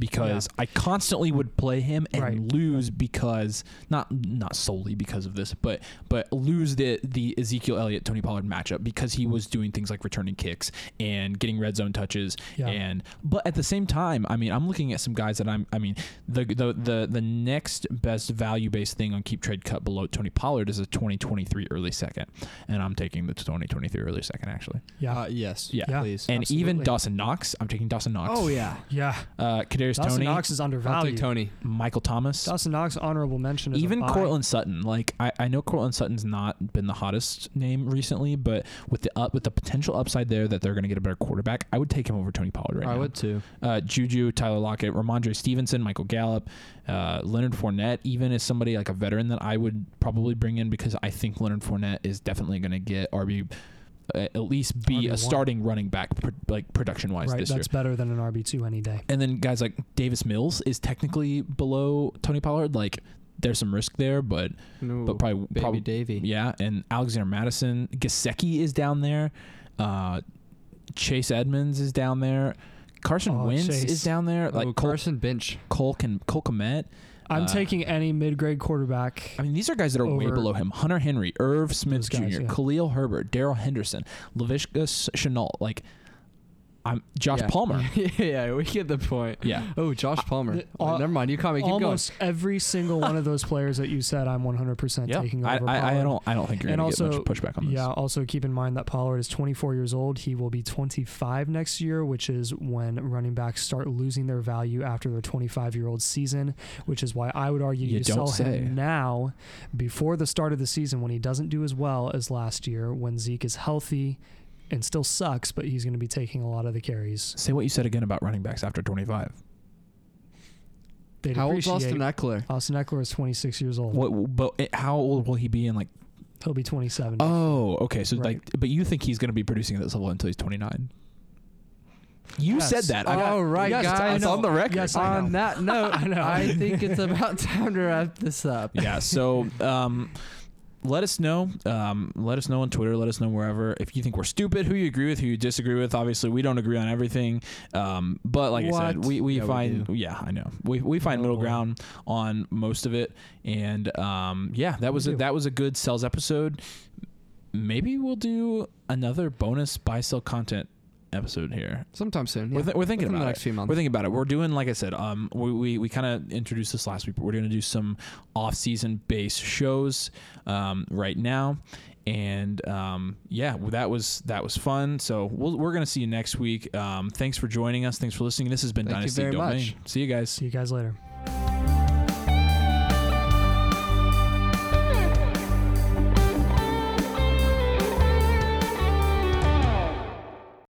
S1: because I constantly would play him and
S3: Right.
S1: lose because not not solely because of this, but but lose the the Ezekiel Elliott Tony Pollard matchup because he was doing things like returning kicks and getting red zone touches
S3: Yeah.
S1: and but at the same time, I mean, I'm looking at some guys that I'm. I mean, the the the, the next best value based thing on keep trade cut below Tony Pollard is a 2023 early second, and I'm taking the 2023 early second actually.
S3: Yeah.
S2: Uh, yes.
S1: Yeah.
S3: Yeah.
S2: Please.
S1: And even
S3: absolutely.
S1: Dawson Knox, I'm taking Dawson Knox.
S2: oh, yeah.
S3: yeah.
S1: uh, Kadarius
S3: Dawson
S1: Tony,
S3: Knox is
S2: I'll
S3: undervalued.
S2: take Tony.
S1: Michael Thomas,
S3: Dawson Knox, honorable mention. Is
S1: even
S3: a buy.
S1: Cortland Sutton. Like I, I know Cortland Sutton's not been the hottest name recently, but with the up with the potential upside there that they're going to get a better quarterback, I would take him over Tony Pollard right
S2: I
S1: now.
S2: would too.
S1: uh, Juju, Tyler Lockett, Ramondre Stevenson, Michael Gallup, uh, Leonard Fournette, even as somebody like a veteran that I would probably bring in because I think Leonard Fournette is definitely going to get RB, uh, at least be a
S3: RB1.
S1: starting running back, pr- like production wise
S3: Right.
S1: this
S3: That's
S1: year. Uh,
S3: better than an RB two any day.
S1: And then guys like Davis Mills is technically below Tony Pollard. Like there's some risk there, but but probably
S2: Baby
S1: probably
S2: Davy.
S1: yeah. And Alexander Madison, Gasecki is down there. Uh, Chase Edmonds is down there. Carson
S3: Oh,
S1: Wentz
S3: Chase.
S1: is down there. Like
S2: oh,
S1: Cole
S2: Carson Bench.
S1: Cole can Cole Komet.
S3: I'm
S1: Uh,
S3: taking any mid grade quarterback.
S1: I mean, these are guys that are way
S3: Over-
S1: below him. Hunter Henry, Irv Smith
S3: Those guys,
S1: Jr.,
S3: yeah.
S1: Khalil Herbert, Daryl Henderson, Lavishka Chenault, like I'm Josh
S2: Yeah.
S1: Palmer.
S2: yeah, yeah, we get the point.
S1: Yeah. Uh,
S2: Oh, Josh Palmer.
S3: the-
S2: Oh,
S3: al-
S2: never mind. You caught me. Keep
S3: Almost every single one of those players that you said, I'm 100 percent
S1: Yeah.
S3: taking
S1: I,
S3: over.
S1: I, I
S3: Pollard.
S1: don't I don't think you're
S3: And
S1: gonna
S3: also-
S1: get much pushback on this.
S3: Yeah. Also, keep in mind that Pollard is 24 years old. He will be 25 next year, which is when running backs start losing their value after their 25 year old season. Which is why I would argue
S1: You
S3: you,
S1: don't
S3: sell
S1: say.
S3: him now, before the start of the season, when he doesn't do as well as last year, when Zeke is healthy. and still sucks, but he's going to be taking a lot of the carries.
S1: Say what you said again about running backs after 25.
S3: They'd
S2: How old's
S3: appreciate
S2: Austin Eckler?
S3: Austin Eckler is 26 years old.
S1: What? But it- how old will he be in like?
S3: He'll be 27.
S1: Oh, okay. So
S3: Right.
S1: like, but you think he's going to be producing at this level until he's 29? You
S3: Yes.
S1: said that.
S2: All right,
S1: Yes, it's-
S2: guys.
S1: it's on the record.
S3: Yes, I
S2: On
S3: know.
S2: that note,
S3: I
S2: I,
S3: know.
S2: think it's about time to wrap this up.
S1: yeah so um let us know um, let us know on twitter let us know wherever if you think we're stupid who you agree with who you disagree with obviously we don't agree on everything um, but like i said
S2: What?
S1: we, we
S2: Yeah, we
S1: find yeah i know we, we find
S3: Oh,
S1: middle
S3: boy.
S1: ground on most of it and um, yeah that was
S3: We
S1: a,
S3: do.
S1: that was a good sales episode maybe we'll do another bonus buy sell content episode here
S2: Sometime soon.
S1: we're,
S2: yeah.
S1: th- we're thinking
S2: Within
S1: about it.
S2: the next few months.
S1: We're thinking about it. We're doing, like I said, um, we we, we kind of introduced this last week, but we're going to do some off-season based shows um, right now, and um, yeah, well, that was that was fun. So we'll, we're going to see you next week. Um, thanks for joining us. Thanks for listening. This has been
S2: Thank you
S1: Dynasty
S2: very
S1: Domain.
S2: much.
S1: See you guys.
S3: See you guys later.